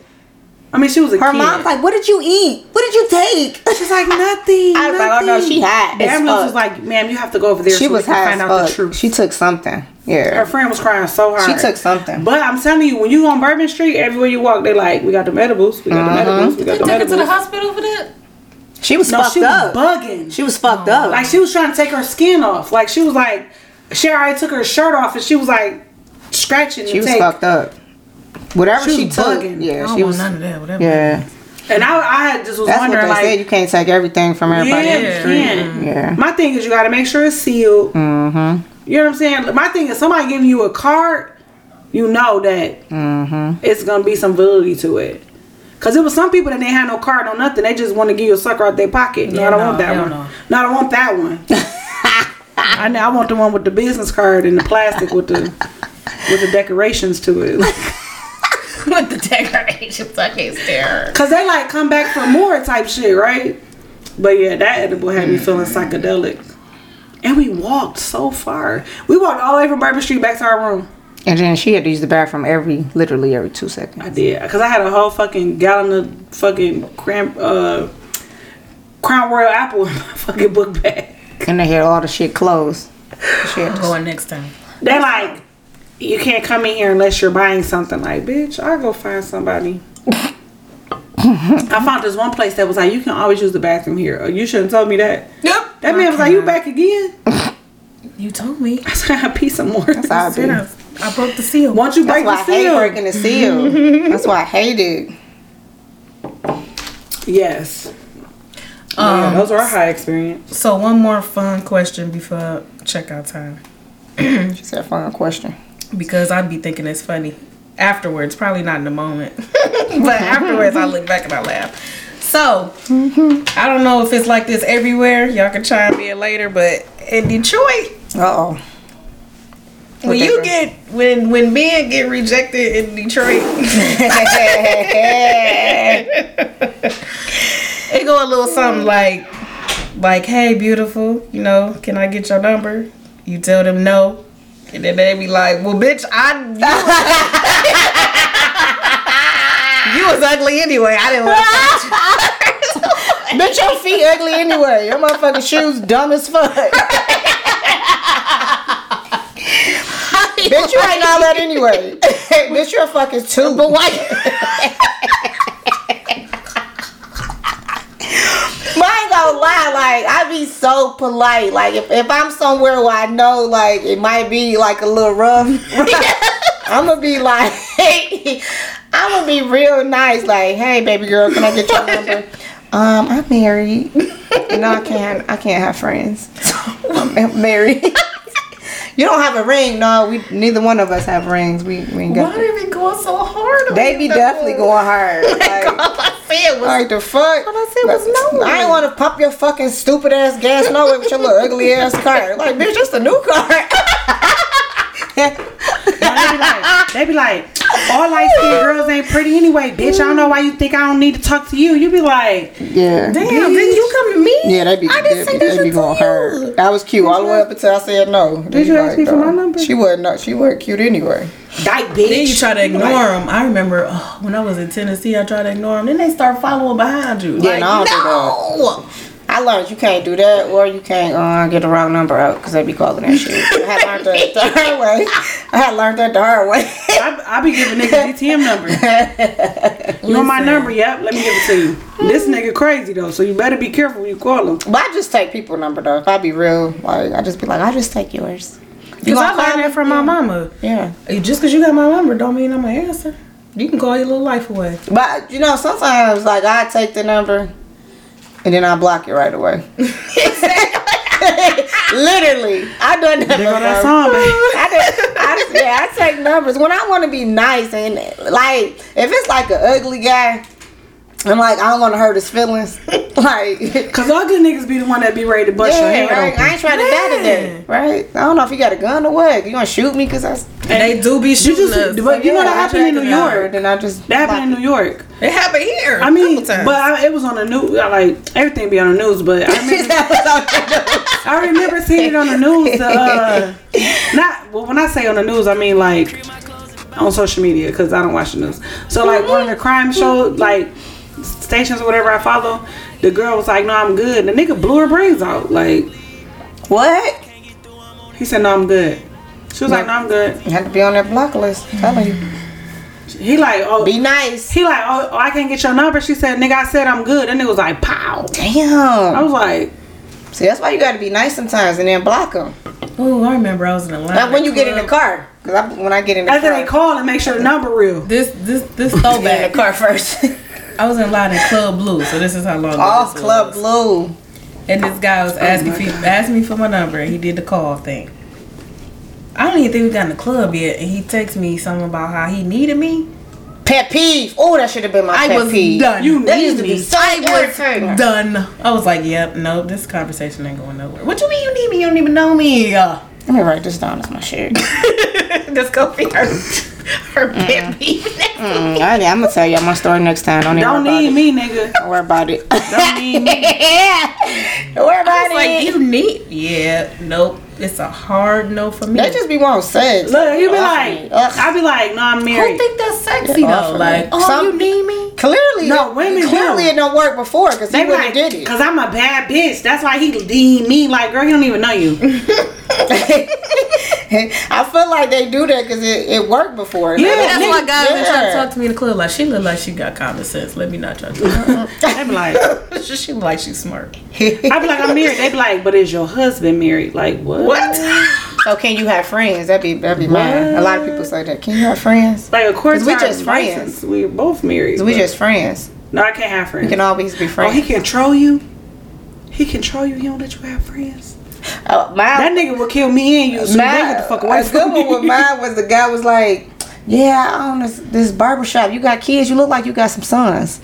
Speaker 1: I mean, she was a
Speaker 2: Her
Speaker 1: kid.
Speaker 2: mom's like, "What did you eat? What did you take?"
Speaker 1: She's like nothing.
Speaker 2: I was like, oh, no,
Speaker 1: nothing."
Speaker 2: she high
Speaker 1: The
Speaker 2: as
Speaker 1: ambulance
Speaker 2: fuck.
Speaker 1: was like, ma'am, you have to go over there.
Speaker 2: she
Speaker 1: so we
Speaker 2: was
Speaker 1: can
Speaker 2: high
Speaker 1: find
Speaker 2: as
Speaker 1: out
Speaker 2: fuck.
Speaker 1: the truth.
Speaker 2: She took something.
Speaker 1: Her
Speaker 2: Yeah,
Speaker 1: friend was crying so hard.
Speaker 2: she took something.
Speaker 1: But I'm telling you, when you on Bourbon Street, everywhere you walk, they like, we got the edibles, we got
Speaker 2: Mm-hmm.
Speaker 1: the edibles, we got the
Speaker 5: Took her
Speaker 1: edibles.
Speaker 5: to the hospital for that?
Speaker 2: she was
Speaker 1: no,
Speaker 2: fucked
Speaker 1: she was
Speaker 2: up.
Speaker 1: bugging.
Speaker 2: she was fucked up.
Speaker 1: like she was trying to take her skin off. Like she was like, she already took her shirt off, and she was like scratching.
Speaker 2: she
Speaker 1: and
Speaker 2: was
Speaker 1: take.
Speaker 2: fucked up. Whatever
Speaker 1: She
Speaker 2: she,
Speaker 1: was
Speaker 2: took,
Speaker 1: bugging.
Speaker 5: I
Speaker 2: yeah,
Speaker 5: don't
Speaker 2: she
Speaker 5: want
Speaker 2: was.
Speaker 5: none of that, whatever.
Speaker 2: Yeah,
Speaker 1: And I, I had- just was
Speaker 2: that's what
Speaker 1: wondering
Speaker 2: they
Speaker 1: like.
Speaker 2: said. You can't take everything from everybody.
Speaker 1: yeah,
Speaker 2: in the
Speaker 1: you
Speaker 2: street.
Speaker 1: can.
Speaker 2: Yeah.
Speaker 1: My thing is you got to make sure it's sealed. Mm-hmm. You know what I'm saying? My thing is somebody giving you a card, you know that it's gonna be some validity to it. Cause it was some people that didn't have no card or nothing. They just want to give you a sucker out their pocket. No,
Speaker 5: Yeah,
Speaker 1: I don't
Speaker 5: no,
Speaker 1: want that
Speaker 5: hell
Speaker 1: one.
Speaker 5: no.
Speaker 1: No. I don't want that one. I know. I want the one with the business card and the plastic with the with the decorations to it.
Speaker 5: With the decorations, I can't stare.
Speaker 1: Cause they like come back for more type shit, right? But yeah, that edible had me feeling
Speaker 5: Mm-hmm.
Speaker 1: psychedelic. And we walked so far. We walked all the way from Bourbon Street back to our room.
Speaker 2: And then she had to use the bathroom every, literally every two
Speaker 1: I
Speaker 2: seconds.
Speaker 1: did, cause I had a whole fucking gallon of fucking cram, uh, Crown Royal apple in my fucking book bag.
Speaker 2: And they had all the shit closed. She had to-
Speaker 5: Going next time.
Speaker 1: They like, you can't come in here unless you're buying something. Like, bitch, I'll go find somebody. I found this one place that was like, you can always use the bathroom here. Oh, You shouldn't told me that.
Speaker 5: Nope.
Speaker 1: That man was like, you back again?
Speaker 5: You told me.
Speaker 1: I said, I pee some more.
Speaker 2: how it be.
Speaker 5: I, I broke the seal.
Speaker 1: Once you break
Speaker 2: That's
Speaker 1: the
Speaker 2: why I hate
Speaker 1: seal,
Speaker 2: breaking the seal. That's why I hate it.
Speaker 1: yes. Yeah,
Speaker 5: Um,
Speaker 1: those are our high experience.
Speaker 5: so one more fun question before checkout time.
Speaker 2: She said, "Fun question."
Speaker 5: because I'd be thinking it's funny afterwards, probably not in the moment, but afterwards I look back and I laugh. So I don't know if it's like this everywhere. Y'all can chime in later, but in Detroit,
Speaker 2: Uh oh.
Speaker 5: when
Speaker 2: they
Speaker 5: you
Speaker 2: do?
Speaker 5: get when when men get rejected in Detroit, it go a little something like like Hey, beautiful, you know, can I get your number? You tell them no. And then they be like, "Well, bitch, I You was ugly anyway. I didn't want
Speaker 2: Bitch, your feet ugly anyway. Your motherfucking shoes dumb as fuck. Bitch, you ain't all that anyway. Bitch, you're a fucking two. But why? Mine gonna lie, like I be so polite. Like if, if I'm somewhere where I know like it might be like a little rough, I'm gonna be like, I'm gonna be real nice. Like, hey, baby girl, can I get your number? Um, I'm married. no, I can't. I can't have friends. I'm ma- married. you don't have a ring. No, we neither one of us have rings. We we ain't got.
Speaker 5: Why are we going so hard? on
Speaker 2: They be
Speaker 5: them?
Speaker 2: definitely going hard. Like,
Speaker 5: All I said was
Speaker 2: like the fuck?
Speaker 5: All I said was no.
Speaker 2: I ain't want to pump your fucking stupid ass gas nowhere with your little ugly ass car. Like, bitch, it's a new car.
Speaker 1: they be like, they be like, all light skinned girls ain't pretty anyway, bitch. I don't know why you think I don't need to talk to you. You be like, damn,
Speaker 2: Yeah.
Speaker 1: didn't you come to me?
Speaker 2: Yeah, they be,
Speaker 5: I
Speaker 2: they,
Speaker 5: didn't
Speaker 2: be,
Speaker 5: say
Speaker 2: they
Speaker 5: that
Speaker 2: be
Speaker 5: shit
Speaker 2: going
Speaker 5: to
Speaker 2: hard.
Speaker 5: you.
Speaker 2: I was cute all the way up until I said no. Did
Speaker 1: you ask me for my number?
Speaker 2: uh, She wasn't. No, she wasn't cute anyway.
Speaker 1: Dyke bitch.
Speaker 5: Then you try to ignore them. I remember oh, when I was in Tennessee, I tried to ignore them. Then they start following behind you.
Speaker 2: Yeah, and I don't do that. I learned you can't do that, or you can't uh, get the wrong number out because they be calling that shit. I had learned that the hard way. I had learned that the hard way.
Speaker 1: I, I be giving niggas DTM number. you want my number? Yep. Let me give it to you. This nigga crazy though, so you better be careful when you call him.
Speaker 2: But I just take people number though. If I be real, like I just be like, I just take yours. gonna
Speaker 5: Because I
Speaker 2: call
Speaker 5: learned
Speaker 2: me?
Speaker 5: that from my mama.
Speaker 2: Yeah.
Speaker 5: Hey, Just because you got my number don't mean I'm going to answer. You can call your little life away.
Speaker 2: But you know, sometimes like I take the number and then I block it right away. Literally, I done that.
Speaker 1: There go that
Speaker 2: before.
Speaker 1: song, baby.
Speaker 2: I just, I just, yeah, I take numbers when I want to be nice and like if it's like an ugly guy, I'm like I don't want to hurt his feelings. like,
Speaker 1: Cause all good niggas be the one that be ready to bust your
Speaker 2: yeah,
Speaker 1: head
Speaker 2: right?
Speaker 1: open.
Speaker 2: I ain't trying to die today, right? I don't know if you got a gun or what. You gonna shoot me because I. s-
Speaker 5: And they do be
Speaker 1: You
Speaker 5: shooting
Speaker 1: just,
Speaker 5: us.
Speaker 1: but you know
Speaker 2: Yeah,
Speaker 1: that
Speaker 2: I
Speaker 1: happened in
Speaker 2: checked
Speaker 1: New
Speaker 2: it out,
Speaker 1: York.
Speaker 2: Then I just
Speaker 1: That
Speaker 2: blocked
Speaker 1: happened in New York.
Speaker 5: It happened here.
Speaker 1: I mean,
Speaker 5: a couple times.
Speaker 1: but I, it was on the news. Like everything be on the news, but I remember I remember seeing it on the news. the, Uh, not well, when I say on the news, I mean like on social media because I don't watch the news. So like one of the
Speaker 5: Mm-hmm.
Speaker 1: crime show like stations or whatever I follow, the girl was like, "No, I'm good." The nigga blew her brains out. Like
Speaker 2: What?
Speaker 1: he said, "No, I'm good." She was like, "No, I'm good."
Speaker 2: You have to be on that block list. Telling you,
Speaker 1: He like, "Oh."
Speaker 2: be nice.
Speaker 1: he like, oh, oh, I can't get your number. She said, nigga, I said I'm good. And it was like, pow. I
Speaker 2: Damn.
Speaker 1: was like,
Speaker 2: See, that's why you got to be nice sometimes, and then block them.
Speaker 5: oh, I remember I was in a line.
Speaker 2: Not when you
Speaker 5: at
Speaker 2: get in the
Speaker 5: club.
Speaker 2: car. Cause I, when I get in the
Speaker 1: after they
Speaker 2: car,
Speaker 1: call and make sure the number real.
Speaker 5: This, this, this
Speaker 2: get in
Speaker 5: throwback.
Speaker 2: the car first.
Speaker 5: I was in line at Club Blue, so this is how long ago
Speaker 2: Off
Speaker 5: this
Speaker 2: Club
Speaker 5: was.
Speaker 2: Blue.
Speaker 5: And this guy was asking for, asked me for my number, and he did the call thing. I don't even think we got in the club yet, and he texted me something about how he needed me.
Speaker 2: Pet peeve. Oh, that should have been my
Speaker 5: I
Speaker 2: pet
Speaker 5: was
Speaker 2: peeve.
Speaker 5: done.
Speaker 1: You
Speaker 2: That used
Speaker 1: need
Speaker 2: to be
Speaker 1: me.
Speaker 2: so irritating.
Speaker 5: done. I was like, yep, nope, this conversation ain't going nowhere. What you mean you need me? You don't even know me. Uh,
Speaker 2: Let me write this down as my shirt.
Speaker 5: That's gonna be her, her
Speaker 1: Mm-hmm.
Speaker 5: pet peeve.
Speaker 2: Mm, I, am gonna tell y'all my story next time. Don't, even
Speaker 1: Don't
Speaker 2: worry
Speaker 1: need
Speaker 2: about it.
Speaker 1: me, nigga.
Speaker 2: Don't worry about it.
Speaker 1: Don't need me.
Speaker 2: Don't worry about
Speaker 5: It's like
Speaker 2: it.
Speaker 5: you need. Yeah, nope. It's a hard no for me.
Speaker 2: they just be wanting sex.
Speaker 1: Look, he be
Speaker 2: Off
Speaker 1: like,
Speaker 2: me. Ugh.
Speaker 1: I be like, no, I'm
Speaker 5: Who
Speaker 1: married.
Speaker 5: think that's sexy
Speaker 2: Yeah,
Speaker 5: though?
Speaker 2: offer
Speaker 5: Like,
Speaker 2: me.
Speaker 5: oh,
Speaker 2: Some-
Speaker 5: you need me?
Speaker 2: Clearly,
Speaker 1: No,
Speaker 2: it-
Speaker 1: women
Speaker 2: Clearly,
Speaker 1: do.
Speaker 2: it don't work before because he
Speaker 1: They be
Speaker 2: wouldn't
Speaker 1: like,
Speaker 2: did it.
Speaker 1: cause I'm a bad bitch. That's why he deemed me like, girl, he don't even know you.
Speaker 2: I feel like they do that because it, it worked before.
Speaker 1: Yeah,
Speaker 2: Like,
Speaker 5: That's
Speaker 1: nigga,
Speaker 5: why guys been trying to
Speaker 2: yeah.
Speaker 5: talk to me in the club. Like, she look like she got common sense. Let me not try to.
Speaker 1: They be like,
Speaker 5: she look like she's smart.
Speaker 1: I be like, I'm married. They be like, but is your husband married? Like what?
Speaker 2: So can you have friends? That'd be that'd be mine. A lot of people say that. Can you have friends?
Speaker 1: Like of course
Speaker 2: 'Cause we
Speaker 1: our
Speaker 2: just friends.
Speaker 1: license, We're both married.
Speaker 2: We
Speaker 1: but-
Speaker 2: just friends.
Speaker 1: no, I can't have friends.
Speaker 2: We can always be
Speaker 1: oh, he
Speaker 2: friends.
Speaker 1: control you. He control you. He don't let you have friends.
Speaker 2: Uh, my
Speaker 1: That nigga will kill me and you. So
Speaker 2: my-
Speaker 1: they get the fuck away
Speaker 2: a good
Speaker 1: from
Speaker 2: one with
Speaker 1: me.
Speaker 2: mine was the guy was like, "Yeah, I own this this barber shop. You got kids. You look like you got some sons.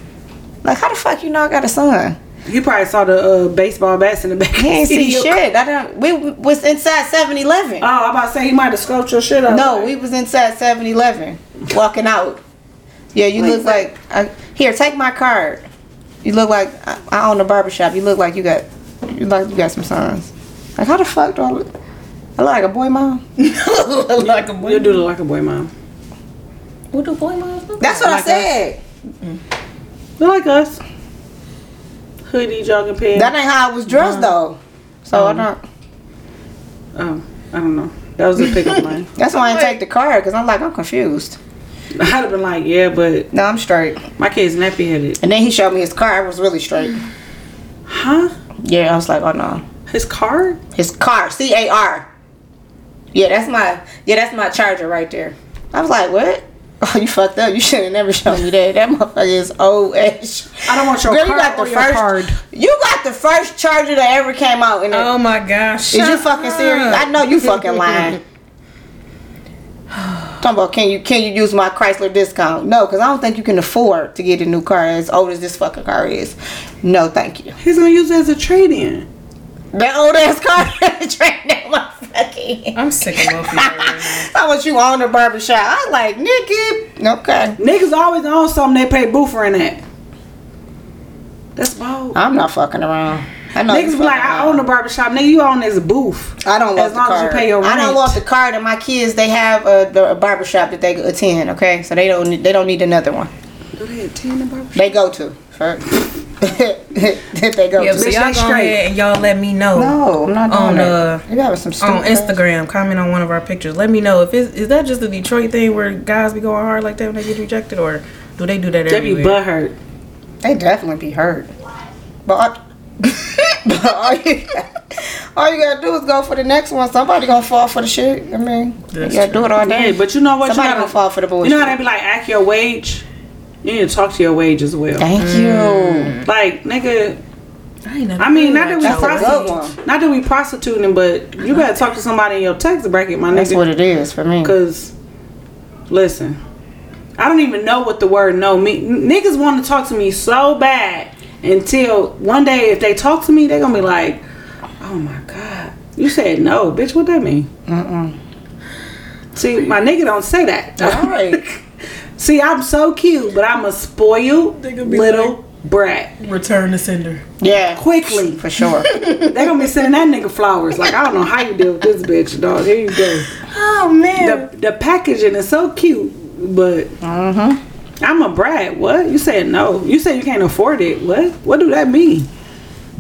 Speaker 2: Like how the fuck you know I got a son?"
Speaker 1: You probably saw the uh, baseball bats in the back.
Speaker 2: He ain't see
Speaker 1: You-
Speaker 2: shit. I don't. We was inside 7-Eleven.
Speaker 1: Oh, I'm about to say he might have sculpted your shit up.
Speaker 2: no, we was inside 7-Eleven, walking out. Yeah, you look like. I, here, take my card. You look like I, I own a barber shop. You look like you got. You look like you got some sons. Like how the fuck do I look? I look like a boy mom.
Speaker 5: like a
Speaker 1: You
Speaker 5: boy.
Speaker 1: do look like a boy, mom.
Speaker 5: What do boy moms look
Speaker 2: That's what I said.
Speaker 1: Look like us. hoodie, jogging pants.
Speaker 2: That ain't how I was dressed though. So I don't.
Speaker 1: oh, I don't know. That was a pickup line.
Speaker 2: That's why I didn't take the car because I'm like I'm confused.
Speaker 1: I'd have been like, yeah, but
Speaker 2: No, I'm straight.
Speaker 1: my kid's nappy headed.
Speaker 2: And then he showed me his car. I was really straight.
Speaker 1: Huh?
Speaker 2: Yeah, I was like, oh no,
Speaker 1: His card?
Speaker 2: his car, C A R. Yeah, that's my yeah, that's my charger right there. I was like, what? Oh, you fucked up. You should have never shown me that. That motherfucker is old as.
Speaker 1: I don't want your
Speaker 2: Girl, you
Speaker 1: card
Speaker 2: got the
Speaker 1: or your
Speaker 2: first.
Speaker 1: card.
Speaker 2: You got the first charger that ever came out. In
Speaker 5: Oh my gosh.
Speaker 2: Is you
Speaker 5: Shut
Speaker 2: fucking
Speaker 5: up.
Speaker 2: serious? I know you fucking lying. Talking about can you can you use my Chrysler discount? No, because I don't think you can afford to get a new car as old as this fucking car is. No, thank you.
Speaker 1: He's gonna use it as a trade in.
Speaker 2: That old ass car trained that motherfucking.
Speaker 5: I'm sick of both of you. right now.
Speaker 2: I want you on the barber shop. I like nigga. Okay,
Speaker 1: Niggas always own something they pay boofer in that. Uh, That's bold.
Speaker 2: I'm not fucking around. I know
Speaker 1: Niggas be like, I own a barbershop. Nigga, you own this booth.
Speaker 2: I don't love
Speaker 1: as
Speaker 2: the
Speaker 1: long as
Speaker 2: card.
Speaker 1: you pay your
Speaker 2: I don't
Speaker 1: rent.
Speaker 2: love the card, and my kids they have a, the- a barber shop that they attend. Okay, so they don't need- they don't need another one.
Speaker 1: Do they attend the barbershop?
Speaker 2: They go to. Sure. they go
Speaker 5: Yeah,
Speaker 2: to.
Speaker 5: so
Speaker 1: Bitch,
Speaker 5: y'all
Speaker 1: they
Speaker 5: go
Speaker 1: straight.
Speaker 5: ahead and y'all let me know
Speaker 2: No, I'm not doing
Speaker 5: On, uh,
Speaker 2: that. You having some stupid
Speaker 5: on Instagram. Comment on one of our pictures. Let me know if it's is that just a Detroit thing where guys be going hard like that when they get rejected, or do they do that
Speaker 1: They be
Speaker 5: everywhere?
Speaker 1: butthurt.
Speaker 2: They definitely be hurt. But, but all, you, all you gotta do is go for the next one. Somebody gonna fall for the shit. I mean,
Speaker 5: That's
Speaker 2: you gotta do it all day.
Speaker 1: Hey, but you know what?
Speaker 2: Somebody
Speaker 1: you gotta,
Speaker 2: gonna fall for the
Speaker 1: You know how
Speaker 2: bullshit.
Speaker 1: they be like, act your wage? You need to talk to your wage as well.
Speaker 2: Thank you.
Speaker 1: Like, nigga,
Speaker 5: I, ain't never
Speaker 1: I mean,
Speaker 5: heard
Speaker 1: not that we
Speaker 2: That's a good
Speaker 1: prostitute,
Speaker 2: one.
Speaker 1: not that we prostituting, but you better talk to somebody in your tax bracket, my
Speaker 2: That's
Speaker 1: nigga.
Speaker 2: what it is for me.
Speaker 1: Cause, listen, I don't even know what the word no mean. Niggas want to talk to me so bad until one day if they talk to me, they gonna be like, "Oh my god, you said no, bitch. What that mean?" See, my nigga don't say that.
Speaker 2: All right.
Speaker 1: See, I'm so cute, but I'm a spoiled
Speaker 5: They gonna be
Speaker 1: little brat.
Speaker 5: Return to sender.
Speaker 2: Yeah.
Speaker 1: Quickly.
Speaker 2: For sure.
Speaker 1: they gonna be sending that nigga flowers. Like I don't know how you deal with this bitch, dog. Here you go.
Speaker 5: Oh man.
Speaker 1: the the packaging is so cute, but
Speaker 2: Mm-hmm.
Speaker 1: I'm a brat. What you said? No, you said you can't afford it. What? What do that mean?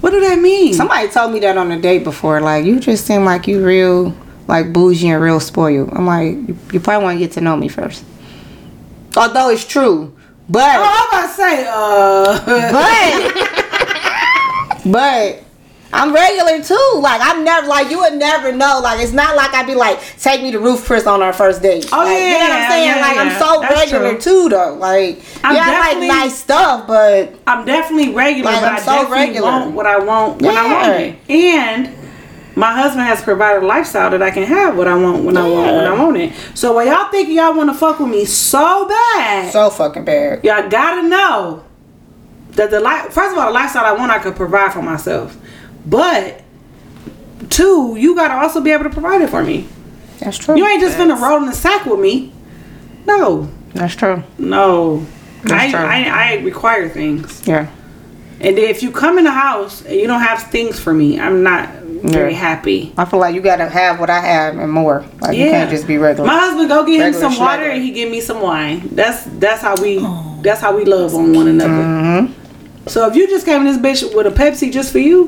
Speaker 1: What do that mean?
Speaker 2: Somebody told me that on a date before. Like, you just seem like you real, like bougie and real spoiled. I'm like, you, you probably want to get to know me first. Although it's true, but
Speaker 1: oh, I'm about to say, uh,
Speaker 2: but but I'm regular too. Like I'm never like you would never know. Like it's not like I'd be like take me to Roof Chris on our first date.
Speaker 1: Oh,
Speaker 2: like, you know what
Speaker 1: yeah,
Speaker 2: I'm saying?
Speaker 1: yeah,
Speaker 2: like
Speaker 1: yeah.
Speaker 2: I'm so
Speaker 1: That's
Speaker 2: regular
Speaker 1: true.
Speaker 2: too, though. Like
Speaker 1: I'm
Speaker 2: yeah, I
Speaker 1: definitely-
Speaker 2: like nice stuff, but
Speaker 1: I'm definitely regular,
Speaker 2: Like,
Speaker 1: but
Speaker 2: I'm
Speaker 1: i
Speaker 2: so
Speaker 1: definitely
Speaker 2: regular.
Speaker 1: want what I want when I want it. And my husband has provided a lifestyle that I can have what I want when I want when I want it. So when y'all think y'all want to fuck with me so bad,
Speaker 2: so fucking bad.
Speaker 1: y'all gotta know that the life first of all the lifestyle i want i could provide for myself but two you gotta also be able to provide it for me
Speaker 2: That's true.
Speaker 1: you ain't just finna roll in the sack with me no
Speaker 2: That's true.
Speaker 1: no I,
Speaker 2: true.
Speaker 1: I, I require things
Speaker 2: Yeah.
Speaker 1: and then if you come in the house and you don't have things for me i'm not very
Speaker 2: Yeah.
Speaker 1: happy
Speaker 2: I feel like you gotta have what I have and more. Like you can't just be regular.
Speaker 1: My husband go get him
Speaker 2: Regular
Speaker 1: some water
Speaker 2: schlegel.
Speaker 1: and he give me some wine. That's that's how we that's how we love on one another.
Speaker 2: Mm-hmm.
Speaker 1: So if you just came in this bitch with a Pepsi just for you,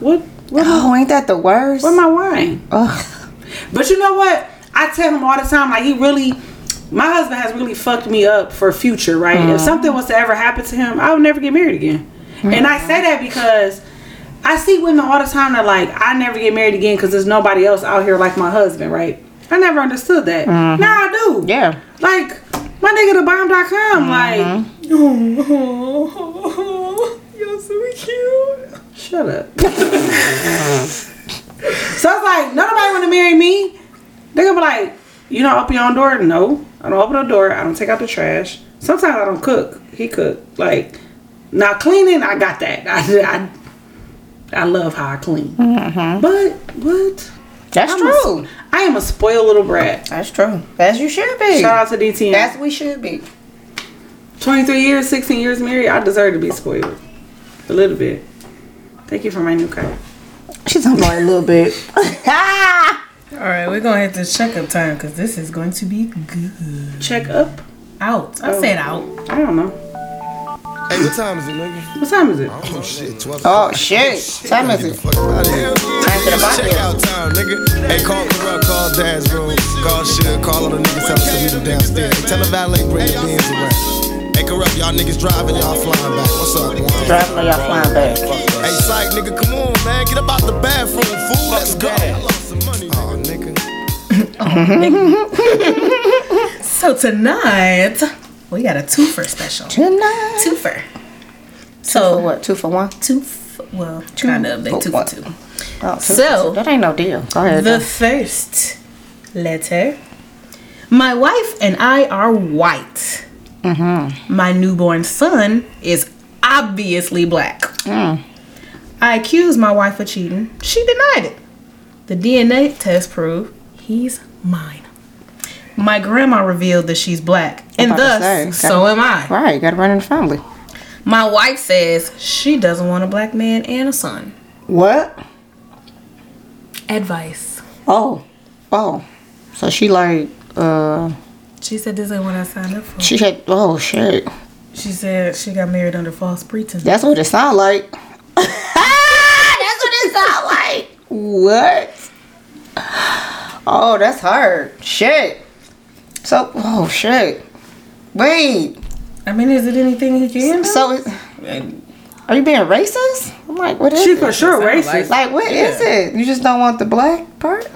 Speaker 1: what what
Speaker 2: oh, ain't that the worst?
Speaker 1: what my wine?
Speaker 2: Ugh.
Speaker 1: But you know what? I tell him all the time like he really my husband has really fucked me up for future, right? If something was to ever happen to him, I would never get married again. And I say that because I see women all the time that like I never get married again because there's nobody else out here like my husband, right? I never understood that. Now I do.
Speaker 2: Yeah.
Speaker 1: Like, my nigga, the bomb.com.
Speaker 2: Uh-huh.
Speaker 1: Like,
Speaker 5: Oh, you're so cute.
Speaker 1: shut up. so it's like, nobody want to marry me. They gonna be like, you don't open your own door? No. I don't open the door. I don't take out the trash. Sometimes I don't cook. He cook. Like, now cleaning, I got that. I, I, I love how I clean. But, what?
Speaker 2: Mm-hmm. That's
Speaker 1: I'm a-
Speaker 2: true.
Speaker 1: I am a spoiled little brat.
Speaker 2: That's true. As you should be.
Speaker 1: Shout out to DTN.
Speaker 2: That's what we should be.
Speaker 1: 23 years, 16 years married, I deserve to be spoiled. A little bit. Thank you for my new car.
Speaker 2: She's talking about a little bit.
Speaker 5: All right, we're gonna hit this checkup time because this is going to be good.
Speaker 1: Check up?
Speaker 5: Out. I said out.
Speaker 1: I don't know.
Speaker 6: Hey, what time is it, nigga?
Speaker 1: What time is it?
Speaker 6: Oh shit, 12
Speaker 2: Oh shit! Time is it?
Speaker 6: Fuck outta here.
Speaker 2: for the bottom.
Speaker 6: Check out time, nigga. Hey, call Corrupt, call Dad's room, call Suge, call all the niggas out to meet them downstairs. Tell the valet bring the beans around. Hey, Corrupt, y'all niggas driving, y'all flying back. What's up, Juan?
Speaker 2: Driving on y'all flying back.
Speaker 6: Hey, psych, nigga, come on, man. Get up out the bathroom, fool. Let's go. I lost some money, nigga. nigga.
Speaker 5: So tonight we got a twofer special.
Speaker 2: Tonight. For
Speaker 5: Twofer. So
Speaker 2: what? Two for one.
Speaker 5: two? f- Well, kind of, but two for two.
Speaker 2: Oh, two
Speaker 5: So-
Speaker 2: for two. that ain't no deal. Go ahead.
Speaker 5: The
Speaker 2: though.
Speaker 5: first letter. My wife and I are white.
Speaker 2: Mm-hmm.
Speaker 5: My newborn son is obviously black.
Speaker 2: Mm.
Speaker 5: I accused my wife of cheating. She denied it. The DNA test proved he's mine. My grandma revealed that she's black, and
Speaker 2: about to
Speaker 5: thus,
Speaker 2: say, okay.
Speaker 5: so am I.
Speaker 2: right, gotta run in the family.
Speaker 5: My wife says she doesn't want a black man and a son.
Speaker 2: What?
Speaker 5: Advice.
Speaker 2: Oh, oh. So she like, uh,
Speaker 5: She said this ain't what I signed up for.
Speaker 2: she had. Oh shit.
Speaker 5: She said she got married under false pretense.
Speaker 2: That's what it sound like. That's what it sound like. What? Oh, that's hard. Shit. So, oh shit. Wait.
Speaker 5: I mean, is it anything he can do?
Speaker 2: So, it- are you being racist? I'm like, what is
Speaker 1: She
Speaker 2: it?
Speaker 1: for sure racist.
Speaker 2: Like, what is it? You just don't want the black part?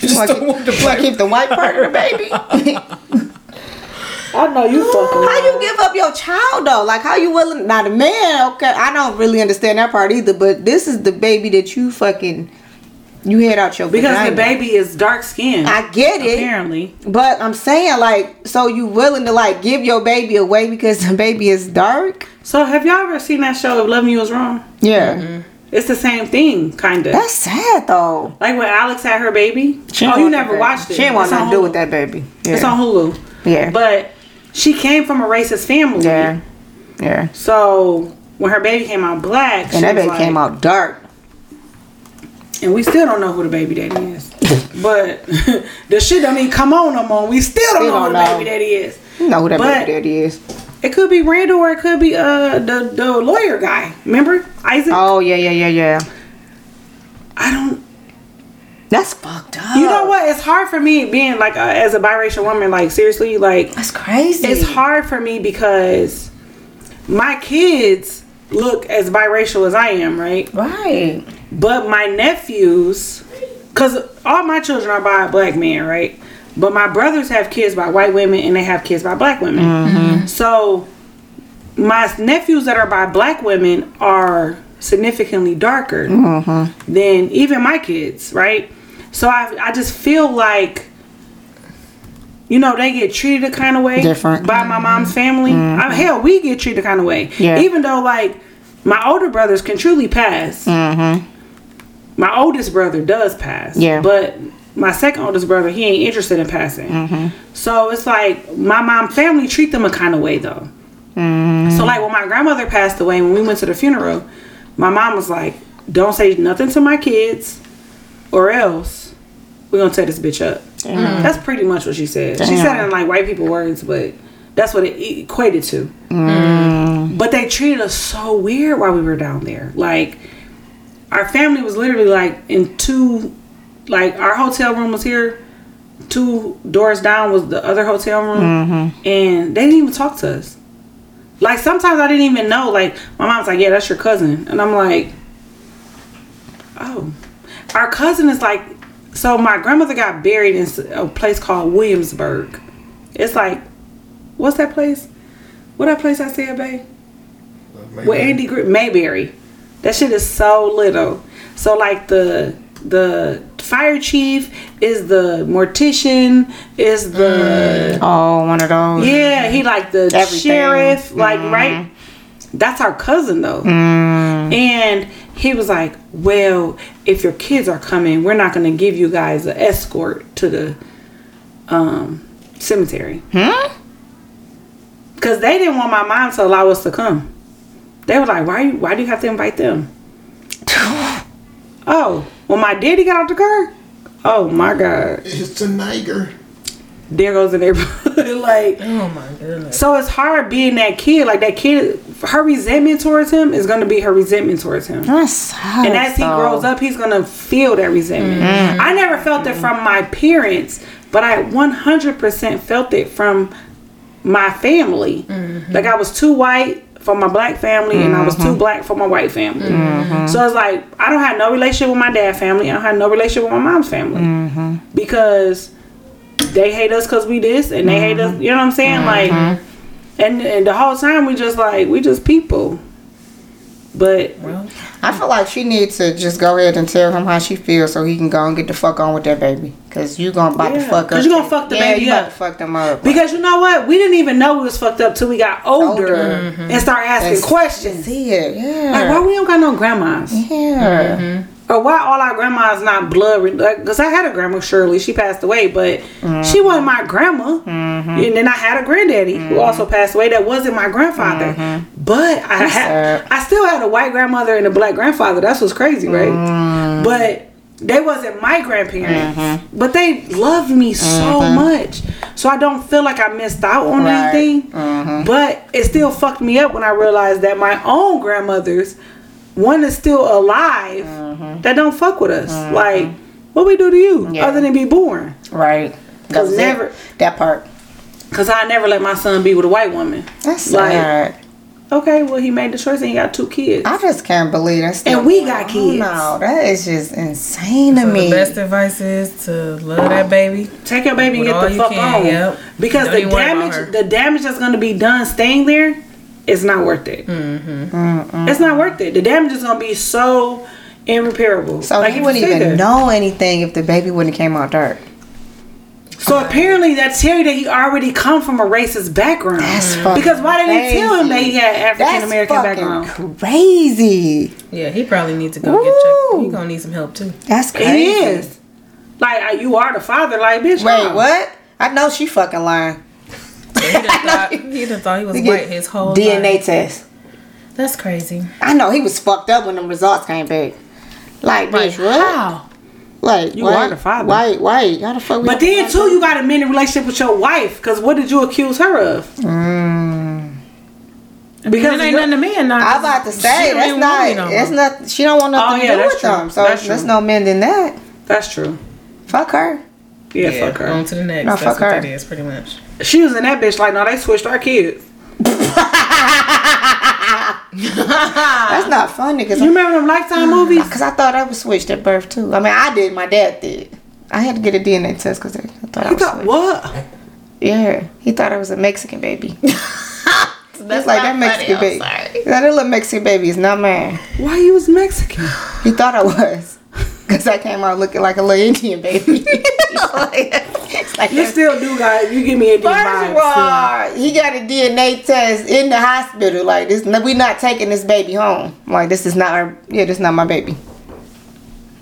Speaker 2: You just don't want the black. Keep the white part of the baby.
Speaker 1: I know you fucking.
Speaker 2: How you give up your child though? Like how you willing? Now the man, okay, I don't really understand that part either. But this is the baby that you fucking you head out your
Speaker 1: Because
Speaker 2: vagina.
Speaker 1: the baby is dark skinned.
Speaker 2: I get it,
Speaker 1: Apparently.
Speaker 2: but I'm saying like, so you willing to like give your baby away because the baby is dark?
Speaker 1: So have y'all ever seen that show If Loving You Is Wrong?
Speaker 2: Yeah,
Speaker 1: It's the same thing, kinda.
Speaker 2: that's sad though.
Speaker 1: like when Alex had her baby.
Speaker 2: didn't
Speaker 1: oh,
Speaker 2: want
Speaker 1: you
Speaker 2: that
Speaker 1: never
Speaker 2: baby.
Speaker 1: watched it.
Speaker 2: She didn't want
Speaker 1: It's on
Speaker 2: nothing to do
Speaker 1: Hulu.
Speaker 2: with that baby. Yeah,
Speaker 1: It's on Hulu.
Speaker 2: yeah,
Speaker 1: But she came from a racist family.
Speaker 2: yeah, yeah.
Speaker 1: So when her baby came out black, she
Speaker 2: And that
Speaker 1: was
Speaker 2: baby
Speaker 1: like-
Speaker 2: came out dark.
Speaker 1: and we still don't know who the baby daddy is. but the shit don't even come on no more. We still don't
Speaker 2: We
Speaker 1: know who
Speaker 2: don't
Speaker 1: the baby
Speaker 2: know.
Speaker 1: daddy is.
Speaker 2: You know who that
Speaker 1: But-
Speaker 2: baby daddy is?
Speaker 1: It could be Randall or it could be uh the the lawyer guy. Remember Isaac?
Speaker 2: Oh yeah, yeah, yeah, yeah.
Speaker 1: I don't.
Speaker 2: That's fucked up.
Speaker 1: You know what? It's hard for me being like a, as a biracial woman. Like seriously, like
Speaker 2: That's crazy.
Speaker 1: it's hard for me because my kids look as biracial as I am, right?
Speaker 2: Right.
Speaker 1: But my nephews, because all my children are by a black man, right? But my brothers have kids by white women and they have kids by black women. So my nephews that are by black women are significantly darker than even my kids, right? So I, I just feel like, you know, they get treated a kind of way
Speaker 2: Different. Mm-hmm.
Speaker 1: by my mom's family. I, hell, we get treated a kind of way.
Speaker 2: Yeah.
Speaker 1: Even though, like, my older brothers can truly pass my oldest brother does pass.
Speaker 2: Mm-hmm. Yeah.
Speaker 1: But my second oldest brother, he ain't interested in passing.
Speaker 2: Mm-hmm.
Speaker 1: So it's like my mom family treat them a kind of way though.
Speaker 2: Mm-hmm.
Speaker 1: So like when my grandmother passed away, when we went to the funeral, my mom was like, "Don't say nothing to my kids, or else we're gonna tear this bitch up." That's pretty much what she said. She said it in like white people words, but that's what it equated to. But they treated us so weird while we were down there. Like our family was literally like in two like our hotel room was here two doors down was the other hotel room and they didn't even talk to us like sometimes i didn't even know like my mom's like yeah that's your cousin and i'm like oh our cousin is like so my grandmother got buried in s- a place called williamsburg it's like what's that place what that place i said babe with Andy Gr- Mayberry. That shit is so little. So like the the fire chief is the mortician is the
Speaker 2: Oh, one of those.
Speaker 1: yeah he like the
Speaker 2: Everything. Mm-hmm.
Speaker 1: sheriff like right. That's our cousin though, and he was like, "Well, if your kids are coming, we're not gonna give you guys an escort to the um, cemetery." Cause they didn't want my mom to allow us to come. They were like, "Why? You, why do you have to invite them?" oh, when my daddy got out the car. Oh my god,
Speaker 6: It's a nigger.
Speaker 1: there goes the neighborhood. like,
Speaker 5: Oh my goodness.
Speaker 1: so it's hard being that kid. Like that kid, her resentment towards him is gonna be her resentment towards him.
Speaker 2: That sucks,
Speaker 1: And as he
Speaker 2: though. Mm-hmm.
Speaker 1: grows up, he's gonna feel that resentment. I never felt it from my parents, but I 100% felt it from my family.
Speaker 5: Mm-hmm.
Speaker 1: Like I was too white for my black family, and I was too
Speaker 2: Mm-hmm.
Speaker 1: black for my white family. So it's like I don't have no relationship with my dad family. I don't have no relationship with my mom's family
Speaker 2: Mm-hmm.
Speaker 1: because they hate us because we this, and they hate
Speaker 2: Mm-hmm.
Speaker 1: us. You know what I'm saying? Like, and and the whole time we just like we just people, but.
Speaker 2: I feel like she needs to just go ahead and tell him how she feels so he can go and get the fuck on with that baby. Cause you gonna about to
Speaker 1: Yeah,
Speaker 2: fuck up.
Speaker 1: 'cause you gonna fuck the
Speaker 2: yeah,
Speaker 1: baby
Speaker 2: you about
Speaker 1: up.
Speaker 2: to fuck them up.
Speaker 1: Because you know what? We didn't even know we was fucked up till we got older,
Speaker 2: Older.
Speaker 1: and started asking
Speaker 2: That's-
Speaker 1: questions.
Speaker 2: see it, yeah.
Speaker 1: Like why we don't got no grandmas,
Speaker 2: yeah.
Speaker 1: or Oh, why all our grandmas not blood? re- Like, Cause I had a grandma Shirley, she passed away, but
Speaker 2: Mm-hmm.
Speaker 1: she wasn't my grandma. And then I had a granddaddy who also passed away that wasn't my grandfather, but I
Speaker 2: Mm-hmm. sad.
Speaker 1: had I still had a white grandmother and a black grandfather. That's what's crazy, right?
Speaker 2: Mm.
Speaker 1: But they wasn't my grandparents,
Speaker 2: Mm-hmm.
Speaker 1: but they loved me so much. So I don't feel like I missed out on
Speaker 2: Right. Mm-hmm.
Speaker 1: anything. But it still fucked me up when I realized that my own grandmothers, one is still alive, that don't fuck with us. Like, what we do to you
Speaker 2: Mm-hmm. Yeah.
Speaker 1: other than be born?
Speaker 2: Mm-hmm. Right. That's
Speaker 1: never-
Speaker 2: never that part.
Speaker 1: Cause I never let my son be with a white woman.
Speaker 2: That's
Speaker 1: Like-
Speaker 2: sad.
Speaker 1: Okay, well he made the choice and he got two kids.
Speaker 2: I just can't believe that's still
Speaker 1: And we
Speaker 2: going
Speaker 1: got
Speaker 2: on
Speaker 1: kids.
Speaker 2: now. that is just insane to
Speaker 5: So
Speaker 2: me.
Speaker 5: the best advice is to love that baby.
Speaker 1: Take your baby and
Speaker 5: With
Speaker 1: get
Speaker 5: all
Speaker 1: the
Speaker 5: you
Speaker 1: fuck
Speaker 5: can,
Speaker 1: on.
Speaker 5: yep.
Speaker 1: Because
Speaker 5: Don't
Speaker 1: the
Speaker 5: even worry about her.
Speaker 1: damage the damage that's gonna be done staying there is not worth it.
Speaker 5: Mm-hmm.
Speaker 1: It's not worth it. The damage is gonna be so irreparable.
Speaker 2: so he
Speaker 1: it
Speaker 2: wouldn't
Speaker 1: was
Speaker 2: even
Speaker 1: bigger.
Speaker 2: know anything if the baby wouldn't have came out dark.
Speaker 1: So apparently that's telling you that he already come from a racist background.
Speaker 2: That's fucking
Speaker 1: because why didn't he tell him that he had African
Speaker 2: That's
Speaker 1: American
Speaker 2: fucking
Speaker 1: background?
Speaker 2: crazy.
Speaker 5: Yeah, he probably needs to go get checked.
Speaker 2: Woo.
Speaker 5: He gonna need some help too.
Speaker 2: That's crazy.
Speaker 1: He is. Like uh, you are the father, like bitch.
Speaker 2: Wait,
Speaker 1: no.
Speaker 2: what? I know she fucking lying.
Speaker 5: He done thought he, done thought he was
Speaker 2: To
Speaker 5: white
Speaker 2: get
Speaker 5: his whole
Speaker 2: DNA
Speaker 5: life.
Speaker 2: test.
Speaker 5: That's crazy.
Speaker 2: I know he was fucked up when them results came back. Like, bitch, what? Like,
Speaker 1: You
Speaker 2: why,
Speaker 1: are the father.
Speaker 2: Why, why? How the fuck? we-
Speaker 1: But then too, you got a minute relationship with your wife. Because what did you accuse her of? Mm.
Speaker 5: Because
Speaker 1: Because
Speaker 5: it ain't
Speaker 1: your-
Speaker 5: nothing to me and not.
Speaker 2: I was about to say
Speaker 5: She don't
Speaker 2: that's
Speaker 5: even want me no
Speaker 2: not. That's
Speaker 5: more.
Speaker 2: not. She don't want nothing
Speaker 1: Oh, yeah,
Speaker 2: to do
Speaker 1: that's
Speaker 2: with
Speaker 1: true.
Speaker 2: them. So
Speaker 1: That's
Speaker 2: that's,
Speaker 1: true.
Speaker 2: no mending that.
Speaker 1: That's true.
Speaker 2: Fuck her.
Speaker 1: Yeah,
Speaker 5: Yeah,
Speaker 1: fuck her.
Speaker 5: On to the next.
Speaker 2: No,
Speaker 5: That's
Speaker 2: fuck
Speaker 5: what
Speaker 2: her.
Speaker 5: that is, pretty much.
Speaker 1: She was in that bitch like, no, they switched our kids.
Speaker 2: That's not funny because
Speaker 1: You remember them
Speaker 2: Mm,
Speaker 1: Lifetime movies?
Speaker 2: because I thought I was switched at birth too. I mean, I did. My dad did. I had to get a DNA test because I thought I
Speaker 1: You
Speaker 2: was.
Speaker 1: thought
Speaker 2: switched.
Speaker 1: what?
Speaker 2: Yeah, he thought I was a Mexican baby. That's like that Mexican baby. That little Mexican baby is not mine.
Speaker 1: Why you was Mexican?
Speaker 2: He thought I was. Cause I came out looking like a little Indian baby. it's like
Speaker 1: You still do, guys. You give me a D
Speaker 2: First
Speaker 1: vibe.
Speaker 2: of all, he got a DNA test in the hospital. Like this, we not taking this baby home. Like this is not our. Yeah, this not my baby.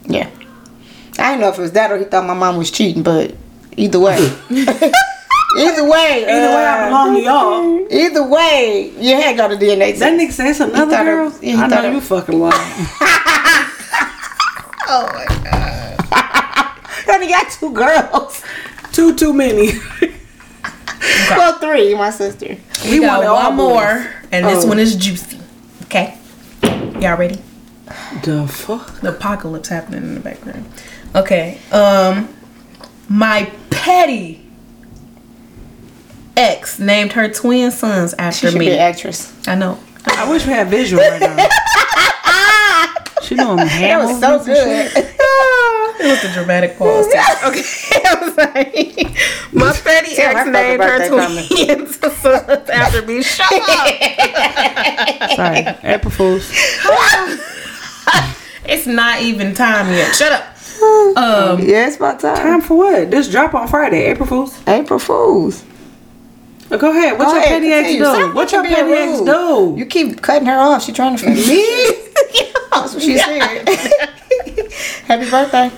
Speaker 2: Yeah, I didn't know if it was that or he thought my mom was cheating, but either way, either way,
Speaker 1: Either way, I
Speaker 2: uh,
Speaker 1: belong to y'all.
Speaker 2: Either way, your head got a DNA
Speaker 1: That
Speaker 2: test.
Speaker 1: nigga says another
Speaker 2: thought it
Speaker 1: girl.
Speaker 2: was- yeah, he
Speaker 1: I
Speaker 2: thought
Speaker 1: know
Speaker 2: it
Speaker 1: you
Speaker 2: was- Oh
Speaker 1: fucking lying.
Speaker 2: You only got two girls.
Speaker 1: too, too many.
Speaker 2: Well, three. My sister.
Speaker 5: We, got
Speaker 1: wanted all boys.
Speaker 5: one more, and this
Speaker 1: Oh.
Speaker 5: one is juicy. Okay, y'all ready?
Speaker 1: the fuck?
Speaker 5: The apocalypse happening in the background. Okay, um, my petty ex named her twin sons
Speaker 2: She
Speaker 5: after
Speaker 2: should
Speaker 5: me.
Speaker 2: be an actress.
Speaker 5: I know.
Speaker 1: I wish we had visual right now. she doing
Speaker 2: That
Speaker 1: ham.
Speaker 2: was so good.
Speaker 5: It was a dramatic pause. too. Okay, I was like, my petty
Speaker 2: Tell
Speaker 5: ex
Speaker 2: her
Speaker 5: named her
Speaker 2: fucking birthday
Speaker 5: twin sons after me. Shut up.
Speaker 1: Sorry, April Fools.
Speaker 5: It's not even time yet. Shut up. Um,
Speaker 1: Um,
Speaker 2: yeah, it's about time.
Speaker 1: Time for what? This drop on Friday, April Fools.
Speaker 2: April Fools.
Speaker 1: Uh, Go ahead. What's
Speaker 2: Go
Speaker 1: your
Speaker 2: ahead,
Speaker 1: petty ex
Speaker 2: continue.
Speaker 1: do?
Speaker 2: Stop
Speaker 1: What's your
Speaker 2: being
Speaker 1: petty ex
Speaker 2: rude.
Speaker 1: do?
Speaker 2: You keep cutting her off. She trying to finish. Me? That's what she said. Happy birthday.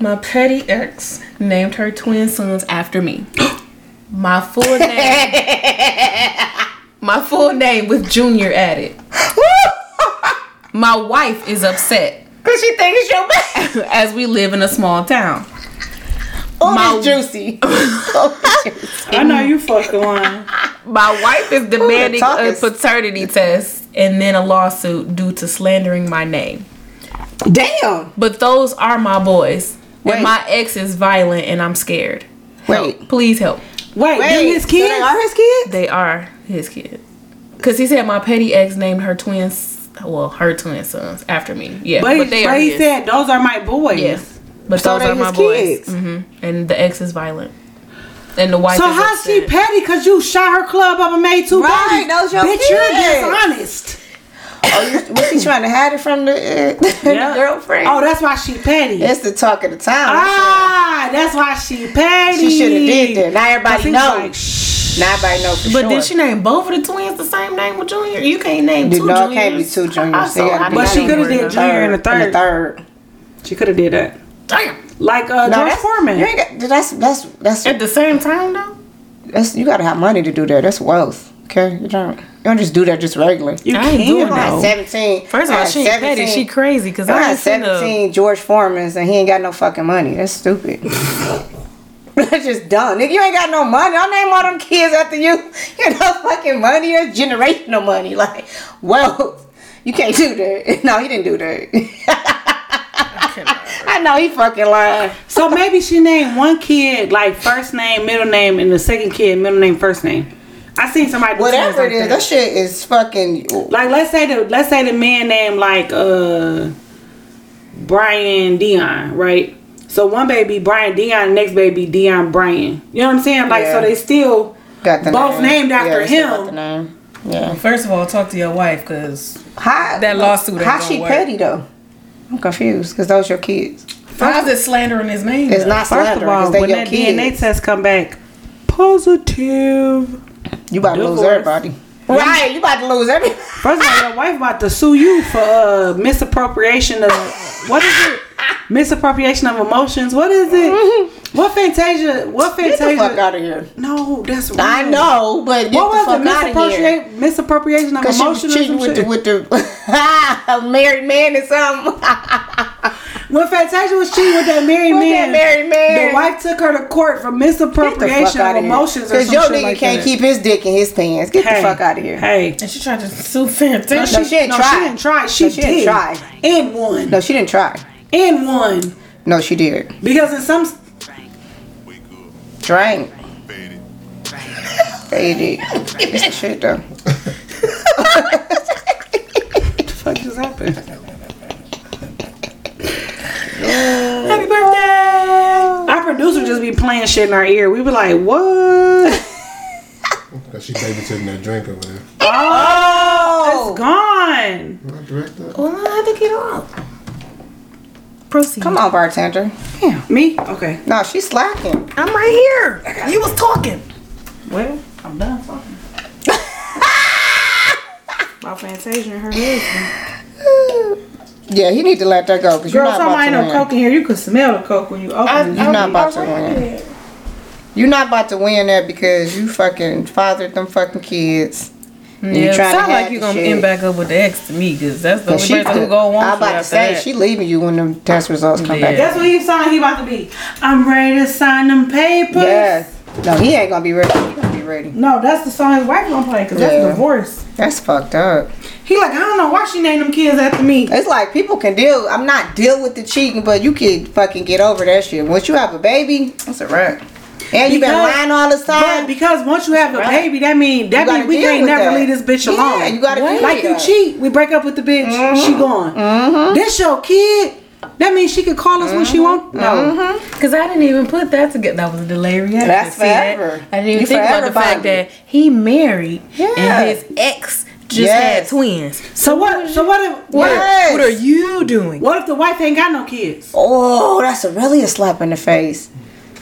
Speaker 5: My petty ex named her twin sons after me. My full name. my full name with Junior added. My wife is upset
Speaker 2: Cause she thinks it's your baby.
Speaker 5: as we live in a small town.
Speaker 2: Oh,
Speaker 5: My-
Speaker 2: that's juicy. Oh, that's juicy.
Speaker 1: I know you fucking lying.
Speaker 5: My wife is demanding
Speaker 2: talk
Speaker 5: a
Speaker 2: is-
Speaker 5: paternity test and then a lawsuit due to slandering my name.
Speaker 2: Damn.
Speaker 5: But those are my boys.
Speaker 2: Wait.
Speaker 5: And my ex is violent and I'm scared.
Speaker 2: Wait.
Speaker 5: Please help.
Speaker 1: Wait,
Speaker 2: Wait.
Speaker 1: they his
Speaker 2: so they
Speaker 1: kids?
Speaker 2: are his kids?
Speaker 5: They are his kid. Cause he said my petty ex named her twins well, her twin sons after me. Yeah.
Speaker 1: but,
Speaker 5: But,
Speaker 1: he-
Speaker 5: they
Speaker 1: but
Speaker 5: are
Speaker 1: he
Speaker 5: his.
Speaker 1: said those are my boys.
Speaker 5: Yes. But
Speaker 2: So
Speaker 5: those
Speaker 2: they
Speaker 5: are my
Speaker 2: his
Speaker 5: boys.
Speaker 2: kids.
Speaker 5: hmm And the ex is violent. And the wife
Speaker 1: So
Speaker 5: is
Speaker 1: how's she
Speaker 5: upset.
Speaker 1: petty? Cause you shot her club up and made two
Speaker 2: Right,
Speaker 1: bodies.
Speaker 2: those your
Speaker 1: Bitch,
Speaker 2: kids.
Speaker 1: you're dishonest.
Speaker 2: Oh, you was he trying to hide it from the, uh,
Speaker 1: Yeah.
Speaker 2: the girlfriend?
Speaker 1: Oh, that's why she petty.
Speaker 2: It's the talk of the town.
Speaker 1: ah, that's why she petty.
Speaker 2: She should have did that. Now
Speaker 1: Cause
Speaker 2: everybody
Speaker 1: he was
Speaker 2: knows.
Speaker 1: like, shh.
Speaker 2: now everybody knows for
Speaker 5: But
Speaker 2: sure.
Speaker 5: did she name both of the twins the same name with Junior? You can't name
Speaker 2: Dude,
Speaker 5: two
Speaker 2: no,
Speaker 5: juniors.
Speaker 2: it can't be two juniors. They
Speaker 5: Also,
Speaker 2: gotta
Speaker 5: I
Speaker 2: be
Speaker 5: did
Speaker 1: But she
Speaker 5: not
Speaker 1: coulda
Speaker 5: worry
Speaker 1: did
Speaker 5: about-
Speaker 1: Junior and a
Speaker 2: And a
Speaker 1: third.
Speaker 2: third.
Speaker 1: She could have did that.
Speaker 5: Damn.
Speaker 1: Like uh,
Speaker 2: No,
Speaker 1: George
Speaker 2: that's,
Speaker 1: Foreman.
Speaker 2: you ain't got- that's that's that's
Speaker 5: At the same time though.
Speaker 2: that's you gotta have money to do that. That's wealth. Okay, you don't you don't just do that just regular.
Speaker 1: You
Speaker 5: I ain't
Speaker 1: can,
Speaker 5: doing
Speaker 2: I had
Speaker 5: no.
Speaker 2: seventeen.
Speaker 5: First of
Speaker 2: I
Speaker 5: all,
Speaker 2: had
Speaker 5: she ain't petty. She crazy because
Speaker 2: I
Speaker 5: I
Speaker 2: had
Speaker 5: ain't seen a,
Speaker 2: seventeen George Foremans and he ain't got no fucking money. That's stupid. That's just dumb. Nigga, you ain't got no money. I'll name all them kids after you. You know, fucking money. That's generational money. Like, wealth. You can't do that. No, he didn't do that. I know he fucking lying.
Speaker 1: So maybe she named one kid like first name, middle name, and the second kid middle name, first name. I seen somebody do
Speaker 2: Whatever it
Speaker 1: things like that.
Speaker 2: is, that shit is fucking.
Speaker 1: Like let's say the let's say the man named like uh Brian Dion, right? So one baby Brian Dion, next baby Dion Brian. You know what I'm saying? Like so
Speaker 2: Yeah.
Speaker 1: they still
Speaker 2: Got the
Speaker 1: both
Speaker 2: name.
Speaker 1: named after
Speaker 2: they still
Speaker 1: him.
Speaker 2: got the name. Yeah.
Speaker 5: First of all, talk to your wife because
Speaker 2: How,
Speaker 5: That lawsuit ain't
Speaker 2: How
Speaker 5: gonna
Speaker 2: she
Speaker 5: work.
Speaker 2: petty though? I'm confused because those your kids.
Speaker 5: how's it slandering his name?
Speaker 2: It's
Speaker 5: though?
Speaker 2: not
Speaker 1: First of
Speaker 2: slander
Speaker 1: all,
Speaker 2: because they
Speaker 1: when
Speaker 2: your
Speaker 1: that
Speaker 2: kids.
Speaker 1: DNA test come back positive.
Speaker 2: you about to
Speaker 1: divorce.
Speaker 2: lose everybody. Right, you about to lose everybody.
Speaker 1: First of all, your wife about to sue you for uh, misappropriation of what is it? Misappropriation of emotions. What is it? What Fantasia? What
Speaker 2: Get the fuck
Speaker 1: Fantasia?
Speaker 2: out of here.
Speaker 1: No, that's wrong.
Speaker 2: I know, but get
Speaker 1: What
Speaker 2: the
Speaker 1: was
Speaker 2: fuck
Speaker 1: the
Speaker 2: out of here.
Speaker 1: misappropriation, misappropriation of
Speaker 2: Cause she was
Speaker 1: emotions?
Speaker 2: cheating with the, with the married man or something.
Speaker 1: when Fantasia was cheating with that married
Speaker 2: With
Speaker 1: man,
Speaker 2: that married man.
Speaker 1: the wife took her to court for
Speaker 2: Get the fuck
Speaker 1: misappropriation
Speaker 2: out
Speaker 1: of
Speaker 2: of here.
Speaker 1: emotions or
Speaker 2: Cause
Speaker 1: some
Speaker 2: your
Speaker 1: shit
Speaker 2: nigga
Speaker 1: like
Speaker 2: can't
Speaker 1: that.
Speaker 2: keep his dick in his pants. Get
Speaker 1: Hey,
Speaker 2: the fuck out of here.
Speaker 1: Hey.
Speaker 5: And she tried to sue Fantasia.
Speaker 2: No, she didn't
Speaker 1: no,
Speaker 2: try.
Speaker 1: she didn't try. She,
Speaker 2: No, she
Speaker 1: did.
Speaker 2: didn't try.
Speaker 1: And one.
Speaker 2: No, she didn't try.
Speaker 1: And one.
Speaker 2: No, she did.
Speaker 1: Because in some
Speaker 2: Drank. Faded. It's the shit though.
Speaker 1: fuck just happened.
Speaker 5: Happy birthday!
Speaker 1: Our producer just be playing shit in our ear. We be like, what?
Speaker 7: Cause she babysitting that drink over there.
Speaker 2: Oh,
Speaker 1: Gone.
Speaker 7: Can I direct that?
Speaker 5: Well, I had to get off. Proceed.
Speaker 2: come on, bartender.
Speaker 1: Me? Okay.
Speaker 2: No, she's slacking.
Speaker 5: I'm right here. You was talking.
Speaker 1: Well, I'm done talking. About Fantasia and her husband.
Speaker 2: Yeah, he need to let that go because you're
Speaker 1: Girl,
Speaker 2: not
Speaker 1: somebody
Speaker 2: about
Speaker 1: no
Speaker 2: to
Speaker 1: coke
Speaker 2: win.
Speaker 1: in here. You could smell the coke when you open it.
Speaker 2: You're not about to win. You're not about to win that because you fucking fathered them fucking kids. And
Speaker 5: Yeah,
Speaker 2: you trying to
Speaker 5: sound like
Speaker 2: have
Speaker 5: you're
Speaker 2: the
Speaker 5: gonna
Speaker 2: shit.
Speaker 5: end back up with the ex to me, because that's the
Speaker 2: But
Speaker 5: only
Speaker 2: she,
Speaker 5: person who gonna want
Speaker 2: I'm
Speaker 5: you
Speaker 2: about to
Speaker 5: after
Speaker 2: say
Speaker 5: that.
Speaker 2: she leaving you when the test results come
Speaker 5: Yeah.
Speaker 2: back.
Speaker 1: That's what he sound like he about to be. I'm ready to sign them papers.
Speaker 2: Yes. No, he ain't gonna be ready. He gonna be ready.
Speaker 1: No, that's the song his wife gonna play because
Speaker 2: Yeah.
Speaker 1: that's divorce.
Speaker 2: That's fucked up.
Speaker 1: He like, I don't know why she named them kids after me.
Speaker 2: It's like people can deal. I'm not deal with the cheating, but you can fucking get over that shit. Once you have a baby, that's a wrap. And you been
Speaker 1: Because-
Speaker 2: lying all this
Speaker 1: But
Speaker 2: time.
Speaker 1: because once you have a
Speaker 2: Right.
Speaker 1: baby, that mean
Speaker 2: You
Speaker 1: that
Speaker 2: gotta
Speaker 1: mean we
Speaker 2: deal
Speaker 1: can't
Speaker 2: with
Speaker 1: never
Speaker 2: that.
Speaker 1: leave this bitch alone.
Speaker 2: Yeah, you gotta deal Mm-hmm.
Speaker 1: like
Speaker 2: with
Speaker 1: you
Speaker 2: that.
Speaker 1: cheat, we break up with the bitch, she gone. This your kid. That means she could call us when she want. No,
Speaker 2: Mm-hmm.
Speaker 5: Cause I didn't even put that together. That was a delay reaction.
Speaker 2: That's
Speaker 5: See that?
Speaker 2: forever.
Speaker 5: I didn't even
Speaker 2: You
Speaker 5: think about the
Speaker 2: forever
Speaker 5: fact
Speaker 2: bonded.
Speaker 5: that he married
Speaker 2: Yeah.
Speaker 5: and his ex just had
Speaker 2: Yes.
Speaker 5: twins.
Speaker 1: So what? So what if what,
Speaker 2: Yes.
Speaker 5: What are you doing?
Speaker 1: what if the wife ain't got no kids?
Speaker 2: Oh, that's a really a slap in the face.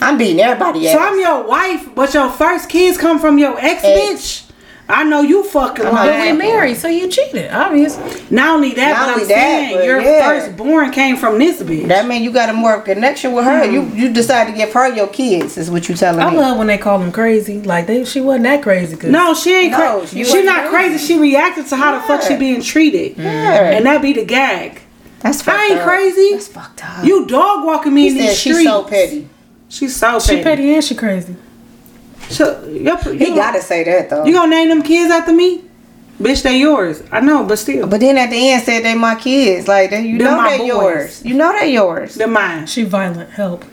Speaker 2: I'm beating everybody
Speaker 1: So
Speaker 2: ass.
Speaker 1: I'm your wife, but your first kids come from your ex,
Speaker 2: Ex.
Speaker 1: bitch. I know you fucking
Speaker 2: know
Speaker 5: But we
Speaker 1: lying.
Speaker 2: that.
Speaker 5: married, so you cheated, obviously.
Speaker 1: Not only that,
Speaker 2: Not
Speaker 1: but
Speaker 2: only
Speaker 1: I'm
Speaker 2: that,
Speaker 1: saying
Speaker 2: but
Speaker 1: your
Speaker 2: yeah.
Speaker 1: firstborn came from this bitch.
Speaker 2: that mean you got a more connection with her. You you decide to give her your kids is what you telling
Speaker 5: I
Speaker 2: me.
Speaker 5: love when they call him crazy. Like they, she wasn't that crazy. Cause
Speaker 1: no, she ain't
Speaker 2: No,
Speaker 1: crazy.
Speaker 2: you
Speaker 1: She,
Speaker 2: wasn't
Speaker 1: not crazy. She reacted to how the fuck she
Speaker 2: Yeah.
Speaker 1: being treated,
Speaker 2: Yeah.
Speaker 1: and that be the gag.
Speaker 2: that's fucked
Speaker 1: I ain't
Speaker 2: up.
Speaker 1: crazy.
Speaker 2: That's fucked up.
Speaker 1: You dog walking me
Speaker 2: He
Speaker 1: in
Speaker 2: said
Speaker 1: these
Speaker 2: she's
Speaker 1: streets.
Speaker 2: so petty.
Speaker 1: She's so petty.
Speaker 5: She petty and she crazy.
Speaker 1: So, yep,
Speaker 2: He
Speaker 1: you-
Speaker 2: gotta say that though.
Speaker 1: You gonna name them kids after me? Bitch, they yours. I know, but still,
Speaker 2: but then at the end said they my kids. Like they, you
Speaker 1: They're
Speaker 2: know
Speaker 1: my
Speaker 2: they
Speaker 1: boys.
Speaker 2: yours. You know they yours.
Speaker 1: they're mine.
Speaker 5: She violent. Help.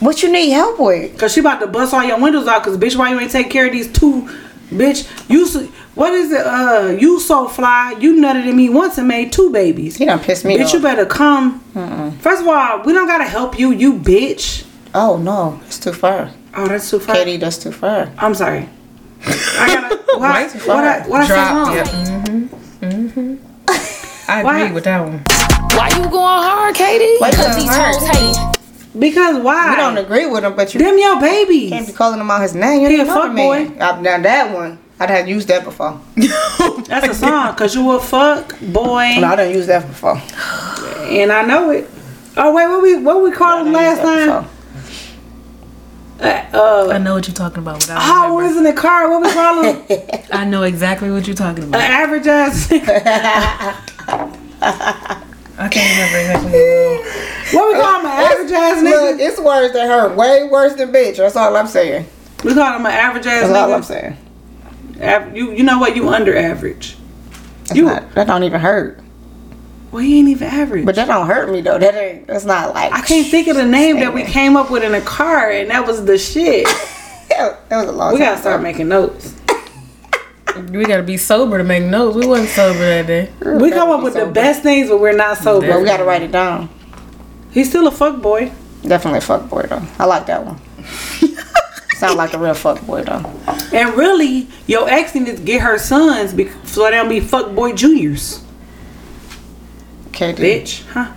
Speaker 2: What you need help with?
Speaker 1: Cause she about to bust all your windows out. Cause bitch, why you ain't take care of these two? Bitch, you so, what is it? Uh, you so fly. You nutted at me once and made two babies.
Speaker 2: He done pissed me
Speaker 1: bitch, you
Speaker 2: off.
Speaker 1: better come. First of all, we don't gotta help you, you bitch.
Speaker 2: Oh no, it's too far,
Speaker 1: Oh, that's too far.
Speaker 2: Katie. That's too far.
Speaker 1: I'm sorry. I gotta. What, I- what, I, what I said
Speaker 5: Drop.
Speaker 1: wrong?
Speaker 5: Yeah. Mm-hmm. Mm-hmm. I
Speaker 1: Why-
Speaker 5: agree with that one.
Speaker 8: Why you going hard, Katie?
Speaker 2: Why you
Speaker 8: Because
Speaker 2: going
Speaker 8: these
Speaker 2: hard?
Speaker 8: hoes hate.
Speaker 1: Because why?
Speaker 2: You don't agree with him, but you
Speaker 1: Them your
Speaker 2: can't be
Speaker 1: babies.
Speaker 2: calling him out his name. You
Speaker 1: He
Speaker 2: ain't
Speaker 1: a
Speaker 2: another
Speaker 1: fuck
Speaker 2: man. I've done that one. I'd have used that before.
Speaker 1: That's a song. Cause you a fuck boy.
Speaker 2: No, I done used that before.
Speaker 1: and I know it. Oh wait, what we what we called him last time? Uh,
Speaker 5: I know what you're talking about. Without
Speaker 1: how old is in the car? What we call him? An
Speaker 5: I know exactly what you're talking about.
Speaker 1: average ass.
Speaker 5: I can't remember exactly.
Speaker 1: what we call him? An average ass
Speaker 2: Look,
Speaker 1: nigga.
Speaker 2: it's worse than her. Way worse than bitch. That's all I'm saying.
Speaker 1: We call him an average ass
Speaker 2: That's all I'm
Speaker 1: nigga.
Speaker 2: saying.
Speaker 1: Av- you you know what? You under average. You
Speaker 2: Not- that don't even hurt.
Speaker 1: well, he ain't even average.
Speaker 2: But that don't hurt me though. That ain't. That's not like.
Speaker 1: I can't think of the name that we came up with in the car, and that was the shit.
Speaker 2: That was a long
Speaker 1: We
Speaker 2: time
Speaker 1: gotta start
Speaker 2: ago.
Speaker 1: making notes.
Speaker 5: We gotta be sober to make notes. We wasn't sober that day.
Speaker 1: We come up with the best things, but we're not
Speaker 2: But we
Speaker 1: sober.
Speaker 2: gotta write it down.
Speaker 1: He's still a fuck boy.
Speaker 2: Definitely a fuck boy though. I like that one. Sound like a real fuck boy though.
Speaker 1: And really, your ex needs to get her sons be- so they don't be fuckboy juniors.
Speaker 2: KD.
Speaker 1: Bitch, huh?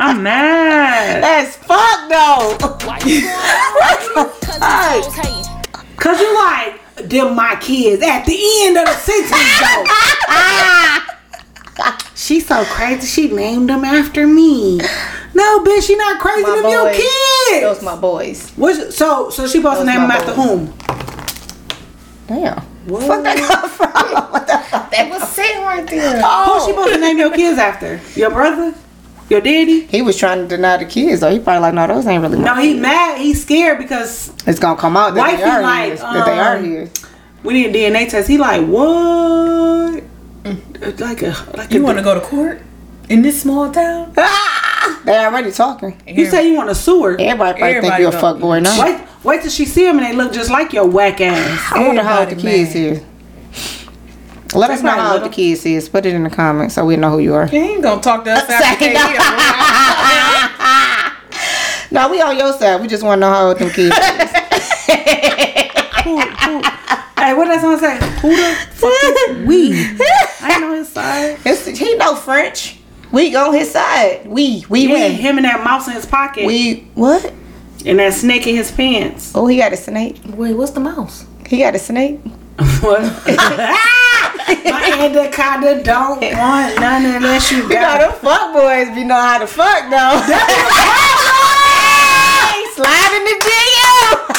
Speaker 1: I'm mad.
Speaker 2: That's fuck though.
Speaker 8: Why you going hard, Katie? Because these hoes hate.
Speaker 1: Cause you like them my kids at the end of the sentence though. She's so crazy she named them after me. No, bitch, she not crazy.
Speaker 2: My
Speaker 1: Them your
Speaker 2: boys.
Speaker 1: kids.
Speaker 2: Those my boys.
Speaker 1: What's, so, so she supposed to
Speaker 2: Those
Speaker 1: name them
Speaker 2: my
Speaker 1: after
Speaker 2: boys.
Speaker 1: whom?
Speaker 2: Damn.
Speaker 1: What?
Speaker 2: Fuck that come from? What the fuck? Oh.
Speaker 8: That was sitting right there.
Speaker 1: Who she supposed to name your kids after? Your brother? Your daddy?
Speaker 2: He was trying to deny the kids though. He probably like, no, those ain't really.
Speaker 1: No,
Speaker 2: No,
Speaker 1: he mad. He's scared because
Speaker 2: it's gonna come out that
Speaker 1: Wife
Speaker 2: they
Speaker 1: is
Speaker 2: are
Speaker 1: like,
Speaker 2: here. that they are
Speaker 1: um,
Speaker 2: here.
Speaker 1: we need a DNA test. He like what? Like a like
Speaker 5: You
Speaker 1: a,
Speaker 5: want to go to court in this small town?
Speaker 2: They already talking.
Speaker 1: You say you want to sue her.
Speaker 2: Everybody probably think
Speaker 5: Everybody
Speaker 2: you a
Speaker 5: go-
Speaker 2: fuck boy now.
Speaker 1: Wait, wait till she see him and they look just like your whack ass.
Speaker 2: I wonder how old the
Speaker 5: Everybody
Speaker 2: kids is. Let us know
Speaker 1: Everybody
Speaker 2: how old the
Speaker 1: little.
Speaker 2: kids is. Put it in the comments so we know who you are.
Speaker 5: He ain't gonna talk to us after
Speaker 2: Say
Speaker 5: that.
Speaker 2: No, we on your side. We just want to know how old them kids is.
Speaker 1: Who, who, hey, what that song say? Who the fuck is we? I ain't on his side.
Speaker 2: It's, he know French. We on his side. We we
Speaker 1: Yeah,
Speaker 2: win.
Speaker 1: him and that mouse in his pocket
Speaker 2: We what?
Speaker 1: and that snake in his pants.
Speaker 2: Oh, he got a snake.
Speaker 5: Wait, what's the mouse?
Speaker 2: He got a snake.
Speaker 1: What? My anaconda don't want none unless you
Speaker 2: You know
Speaker 1: got it.
Speaker 2: them fuck boys be know how to fuck though. Hey, Slide in the DM.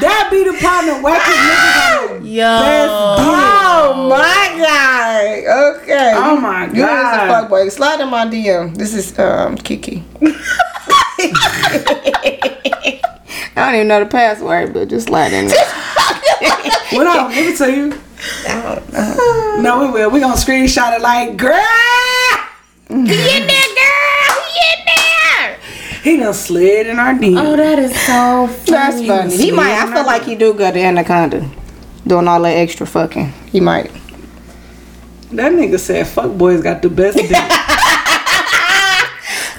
Speaker 1: That be the problem. Whackest niggas on the
Speaker 5: Yo.
Speaker 2: Oh my god. Okay.
Speaker 1: Oh my
Speaker 2: You is a
Speaker 1: God.
Speaker 2: fuck boy. Slide in my DM. This is um Kiki. I don't even know the password, but just slide in there.
Speaker 1: What up? Give it to you. No, we will. We gonna screenshot it like, girl.
Speaker 8: He in there, girl. He in there.
Speaker 1: He done slid in our DM.
Speaker 2: Uh-huh.
Speaker 5: Oh, that is so
Speaker 2: That's
Speaker 5: funny.
Speaker 2: funny. He might. I feel like he do go to Anaconda, doing all that extra fucking. He might.
Speaker 1: That nigga said, "Fuck boys got the best dick,"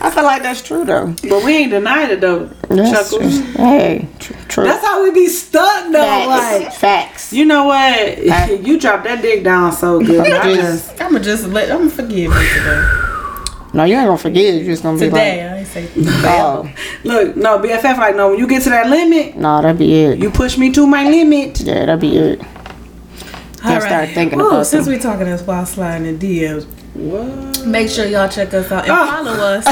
Speaker 2: I feel like that's true though.
Speaker 1: but we ain't denied it though.
Speaker 2: That's
Speaker 1: Chuckles.
Speaker 2: true. Hey, tr- true.
Speaker 1: That's how we be stuck though.
Speaker 2: facts.
Speaker 1: Like,
Speaker 2: facts.
Speaker 1: you know what? you dropped that dick down so good. I just,
Speaker 5: I'ma just let. I'ma forgive you today.
Speaker 2: No, you ain't gonna forget. You're just gonna be
Speaker 5: Today, I ain't say.
Speaker 2: like, oh,
Speaker 1: look, no BFF. Like, no, when you get to that limit,
Speaker 2: no, that'd be it.
Speaker 1: you push me to my limit.
Speaker 2: yeah, that'd be it.
Speaker 5: All right.
Speaker 2: start thinking
Speaker 5: Ooh,
Speaker 2: about
Speaker 5: since we talking this while sliding in DMs,
Speaker 1: What? Oh.
Speaker 5: make sure y'all check us out and follow us.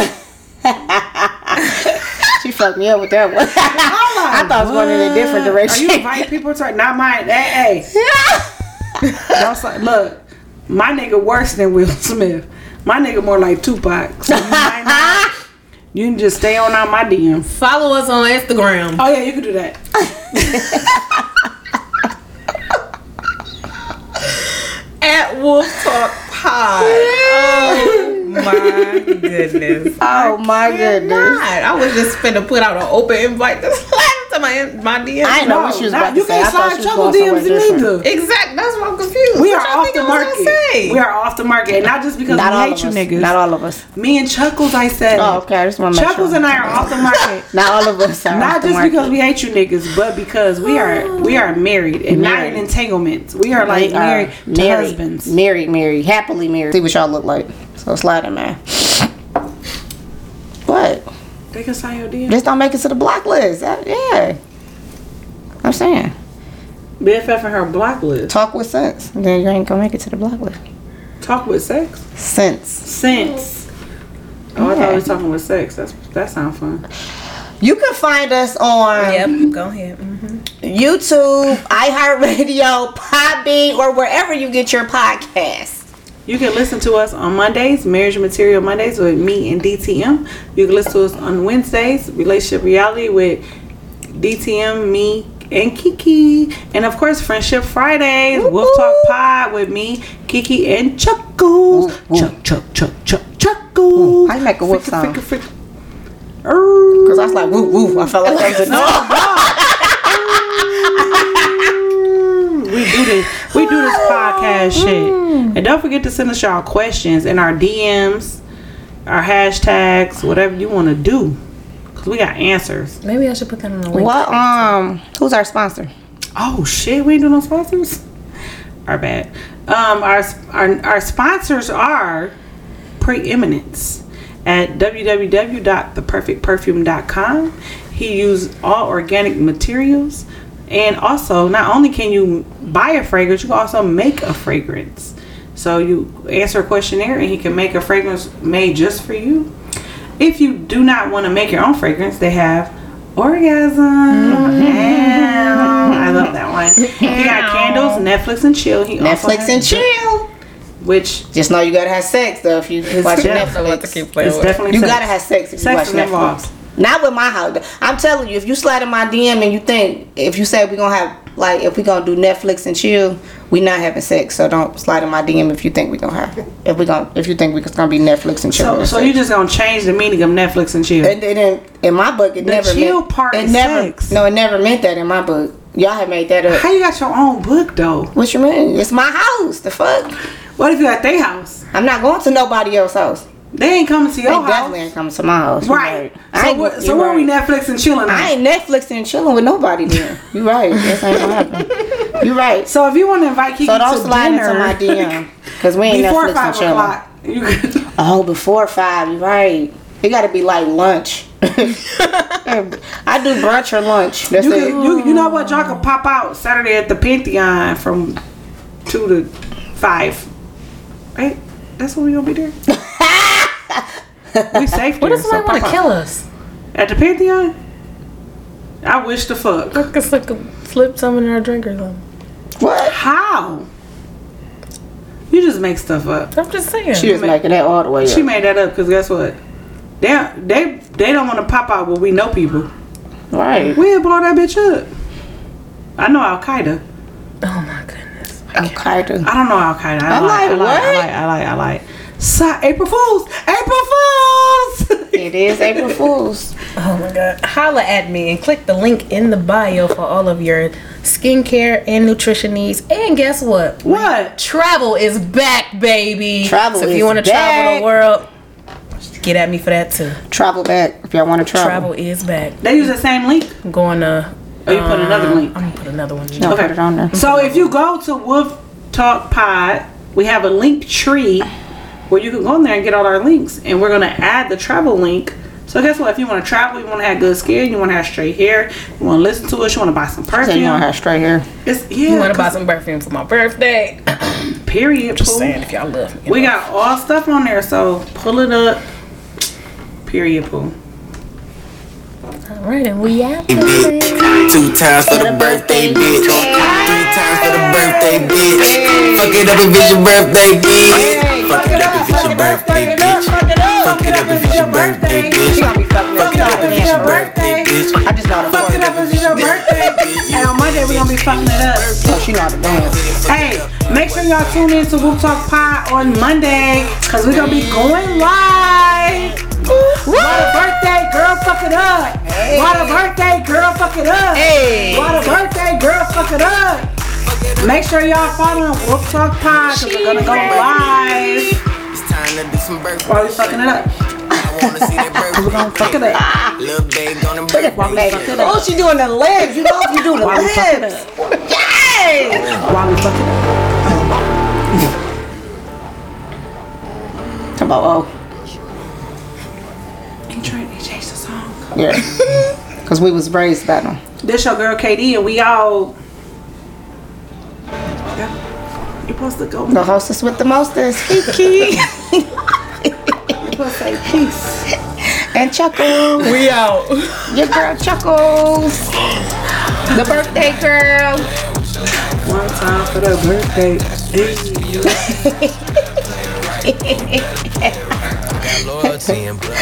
Speaker 2: She fucked me up with that one. I thought it was going in a different
Speaker 1: Are you
Speaker 2: direction.
Speaker 1: inviting people to? Not mine. Hey, hey. Don't say- look. My nigga worse than Will Smith. My nigga more like Tupac. So you, might not- you can just stay on out my DM.
Speaker 5: Follow us on Instagram.
Speaker 1: Oh yeah, you can do that.
Speaker 5: At Wolf Talk Pod. Oh my goodness.
Speaker 2: Oh my goodness.
Speaker 5: God, I was just finna put out an open invite this last to my my DM.
Speaker 2: I didn't know what she was about
Speaker 1: you
Speaker 2: to say. I
Speaker 1: can't
Speaker 2: thought
Speaker 1: slide
Speaker 2: she
Speaker 1: trouble
Speaker 2: was going
Speaker 1: DMs
Speaker 2: somewhere
Speaker 1: in
Speaker 2: different.
Speaker 1: either.
Speaker 5: Exact. That's why I'm confused.
Speaker 1: We
Speaker 5: What
Speaker 1: are
Speaker 5: y'all
Speaker 1: off
Speaker 5: think
Speaker 1: the
Speaker 5: I was gonna
Speaker 1: market.
Speaker 5: say?
Speaker 1: We are off the market, and not just because
Speaker 2: Not
Speaker 1: we
Speaker 2: all
Speaker 1: hate
Speaker 2: of
Speaker 1: you
Speaker 2: us.
Speaker 1: niggas.
Speaker 2: Not all of us.
Speaker 1: Me and Chuckles, I said.
Speaker 2: Oh, okay. I just want to make
Speaker 1: Chuckles
Speaker 2: sure.
Speaker 1: and I are off the market.
Speaker 2: Not all of us are
Speaker 1: Not
Speaker 2: off the
Speaker 1: just
Speaker 2: market. Oh.
Speaker 1: because we hate you niggas, but because we are we are married and not in
Speaker 2: Married.
Speaker 1: entanglement. We are like
Speaker 2: They are
Speaker 1: married, to
Speaker 2: uh, married,
Speaker 1: husbands.
Speaker 2: Married, married, happily married. See what y'all look like. So slide in there. What?
Speaker 1: They can sign your DM.
Speaker 2: Just don't make it to the block list. Uh, yeah. I'm saying,
Speaker 1: BFF and her block list.
Speaker 2: talk with sense. Then you ain't gonna make it to the block list.
Speaker 1: Talk with sex.
Speaker 2: Sense.
Speaker 1: Sense. Oh, I thought we was
Speaker 2: Yeah.
Speaker 1: talking with sex. That's that sounds fun.
Speaker 2: You can find us on
Speaker 5: Yep. Go ahead. Mhm.
Speaker 2: YouTube, iHeartRadio, Podbean, or wherever you get your podcast.
Speaker 1: You can listen to us on Mondays, Marriage Material Mondays with me and DTM. You can listen to us on Wednesdays, Relationship Reality with DTM, me, and Kiki. And of course, Friendship Fridays, Wolf Talk Pod with me, Kiki, and Chuckles.
Speaker 2: Ooh, ooh.
Speaker 1: Chuck, Chuck, Chuck, Chuck, Chuckles.
Speaker 2: Ooh, I make a wolf
Speaker 1: Fricka,
Speaker 2: sound.
Speaker 1: fricka, fricka.
Speaker 2: Cause I was like, woo woo. I felt like that was a no.
Speaker 1: Mm. we do this we do this podcast
Speaker 5: Mm.
Speaker 1: shit and don't forget to send us y'all questions in our dms our hashtags whatever you want to do because we got answers
Speaker 5: Maybe I should put that on the link.
Speaker 2: What? Um, who's our sponsor?
Speaker 1: oh shit we ain't doing no sponsors our bad um our our, our sponsors are preeminence at www.theperfectperfume.com he used all organic materials and also not only can you buy a fragrance you can also make a fragrance so you answer a questionnaire and he can make a fragrance made just for you if you do not want to make your own fragrance they have orgasm Ow. i love that one he got candles netflix and chill he also
Speaker 2: Netflix
Speaker 1: has
Speaker 2: and
Speaker 1: the-
Speaker 2: chill.
Speaker 1: which
Speaker 2: Just know you gotta have sex though if you watch Netflix.
Speaker 5: playing
Speaker 1: It's definitely
Speaker 2: You
Speaker 1: sex.
Speaker 2: gotta have sex if
Speaker 1: Sex is
Speaker 2: you watch
Speaker 1: involved.
Speaker 2: Netflix. Not with my house. I'm telling you, if you slide in my DM and you think if you say we're gonna have like if we gonna do Netflix and chill, we not having sex. So don't slide in my DM if you think we gonna have if we gonna if you think we- it's gonna be Netflix and chill.
Speaker 1: So, so you just gonna change the meaning of Netflix and chill?
Speaker 2: and then in my book it
Speaker 1: The
Speaker 2: never
Speaker 1: chill
Speaker 2: meant,
Speaker 1: part
Speaker 2: it
Speaker 1: is
Speaker 2: never
Speaker 1: sex.
Speaker 2: no it never meant that in my book. Y'all have made that
Speaker 1: How
Speaker 2: up.
Speaker 1: you got your own book though?
Speaker 2: What you mean? It's my house. The fuck?
Speaker 1: What if you at their house?
Speaker 2: I'm not going to nobody else's house.
Speaker 1: They ain't coming to
Speaker 2: They
Speaker 1: your
Speaker 2: definitely
Speaker 1: house,
Speaker 2: ain't coming to my house. You
Speaker 1: right?
Speaker 2: I
Speaker 1: So,
Speaker 2: ain't,
Speaker 1: what,
Speaker 2: you
Speaker 1: so where we
Speaker 2: right.
Speaker 1: Netflix and chilling?
Speaker 2: I
Speaker 1: At?
Speaker 2: ain't Netflixing and chilling with nobody then. You right. This ain't gonna happen. You right. So,
Speaker 1: So if you want to invite Kiki
Speaker 2: don't
Speaker 1: to
Speaker 2: slide
Speaker 1: dinner
Speaker 2: into my DM. Because we ain't
Speaker 1: before
Speaker 2: Netflix
Speaker 1: five
Speaker 2: and chilling.
Speaker 1: o'clock, you could-
Speaker 2: Oh, before five, you right. It gotta be like lunch. I do brunch or lunch. That's
Speaker 1: you,
Speaker 2: it.
Speaker 1: could- you you know what? Y'all could pop out Saturday at the Pantheon from two to five. Right? That's when we gonna be there. we safe. What
Speaker 5: Does somebody want to kill us?
Speaker 1: at the Pantheon? I wish the fuck.
Speaker 5: It's like a flip something in our drink or something.
Speaker 2: what?
Speaker 1: How? You just make stuff up.
Speaker 5: I'm just saying.
Speaker 2: She was making that all the way up.
Speaker 1: She made that up because guess what? They they they don't want to pop out where we know people.
Speaker 2: right.
Speaker 1: We'll blow that bitch up. I know Al Qaeda.
Speaker 5: oh my goodness.
Speaker 2: Al-Qaeda.
Speaker 1: I don't know Al Qaeda. I,
Speaker 2: I'm
Speaker 1: like,
Speaker 2: like,
Speaker 1: I like, I like, I like, I like. So, April Fools! April Fools!
Speaker 2: It is April Fool's.
Speaker 5: Oh my god. Holla at me and click the link in the bio for all of your skincare and nutrition needs. And guess what?
Speaker 1: what?
Speaker 5: Travel is back, baby.
Speaker 2: Travel
Speaker 5: So if
Speaker 2: is
Speaker 5: you want to travel
Speaker 2: back.
Speaker 5: the world, get at me for that too.
Speaker 2: Travel back if y'all want to travel.
Speaker 5: Travel is back.
Speaker 1: They use the same link.
Speaker 5: I'm going to.
Speaker 1: Oh, you put another link.
Speaker 5: I'm gonna put another one. in.
Speaker 2: Don't put it on there.
Speaker 1: So if you go to Wolf Talk Pod, we have a link tree where you can go in there and get all our links, and we're gonna add the travel link. So guess what? If you want to travel, you want to have good skin, you want to have straight hair, you want to listen to us, you want to buy some
Speaker 2: So you want to
Speaker 1: perfume.
Speaker 2: have straight hair.
Speaker 1: It's yeah.
Speaker 5: You want to buy some perfume for my birthday?
Speaker 1: period.
Speaker 5: Just
Speaker 1: poo.
Speaker 5: saying, if y'all love me.
Speaker 1: We got all stuff on there, so pull it up. Period. Pool.
Speaker 9: Alright, and we out.
Speaker 10: Two times for the birthday bitch. Three times for the birthday bitch. Fuck it up if it's your birthday bitch. Fuck it up if it's your birthday bitch. Fuck it up if it's your birthday bitch. Fuck it up if it's your birthday bitch.
Speaker 1: I just know how to fuck it up. It's your birthday. and on Monday, we're going to be fucking it up.
Speaker 2: Oh,
Speaker 1: So she know how to dance. Hey, make sure y'all tune in to Whoop Talk Pie on Monday because we're going to be going live. What a birthday, girl, fuck it up. What a birthday, girl, fuck it up.
Speaker 8: Hey.
Speaker 1: What a birthday, girl, fuck it up. Make sure y'all follow Whoop Talk Pie because we're going to go live.
Speaker 10: It's time to do some birthday.
Speaker 1: Why we fucking it up? Cause we're gonna fuck it up.
Speaker 10: Lil' babe on the
Speaker 1: Why we fuck it up?
Speaker 2: Oh, she doing the legs. You know she doing the
Speaker 1: Why we fuck it up? Why we fuck it up?
Speaker 2: Come on, oh.
Speaker 1: He tried to change the song.
Speaker 2: Yeah. Because we was raised by them.
Speaker 1: This your girl KD and we all. You supposed to go.
Speaker 2: The hostess with the mostest. Kiki. and Chuckles.
Speaker 5: We out.
Speaker 2: Your girl Chuckles. The birthday girl.
Speaker 1: One time for the birthday.
Speaker 4: Got loyalty and blood.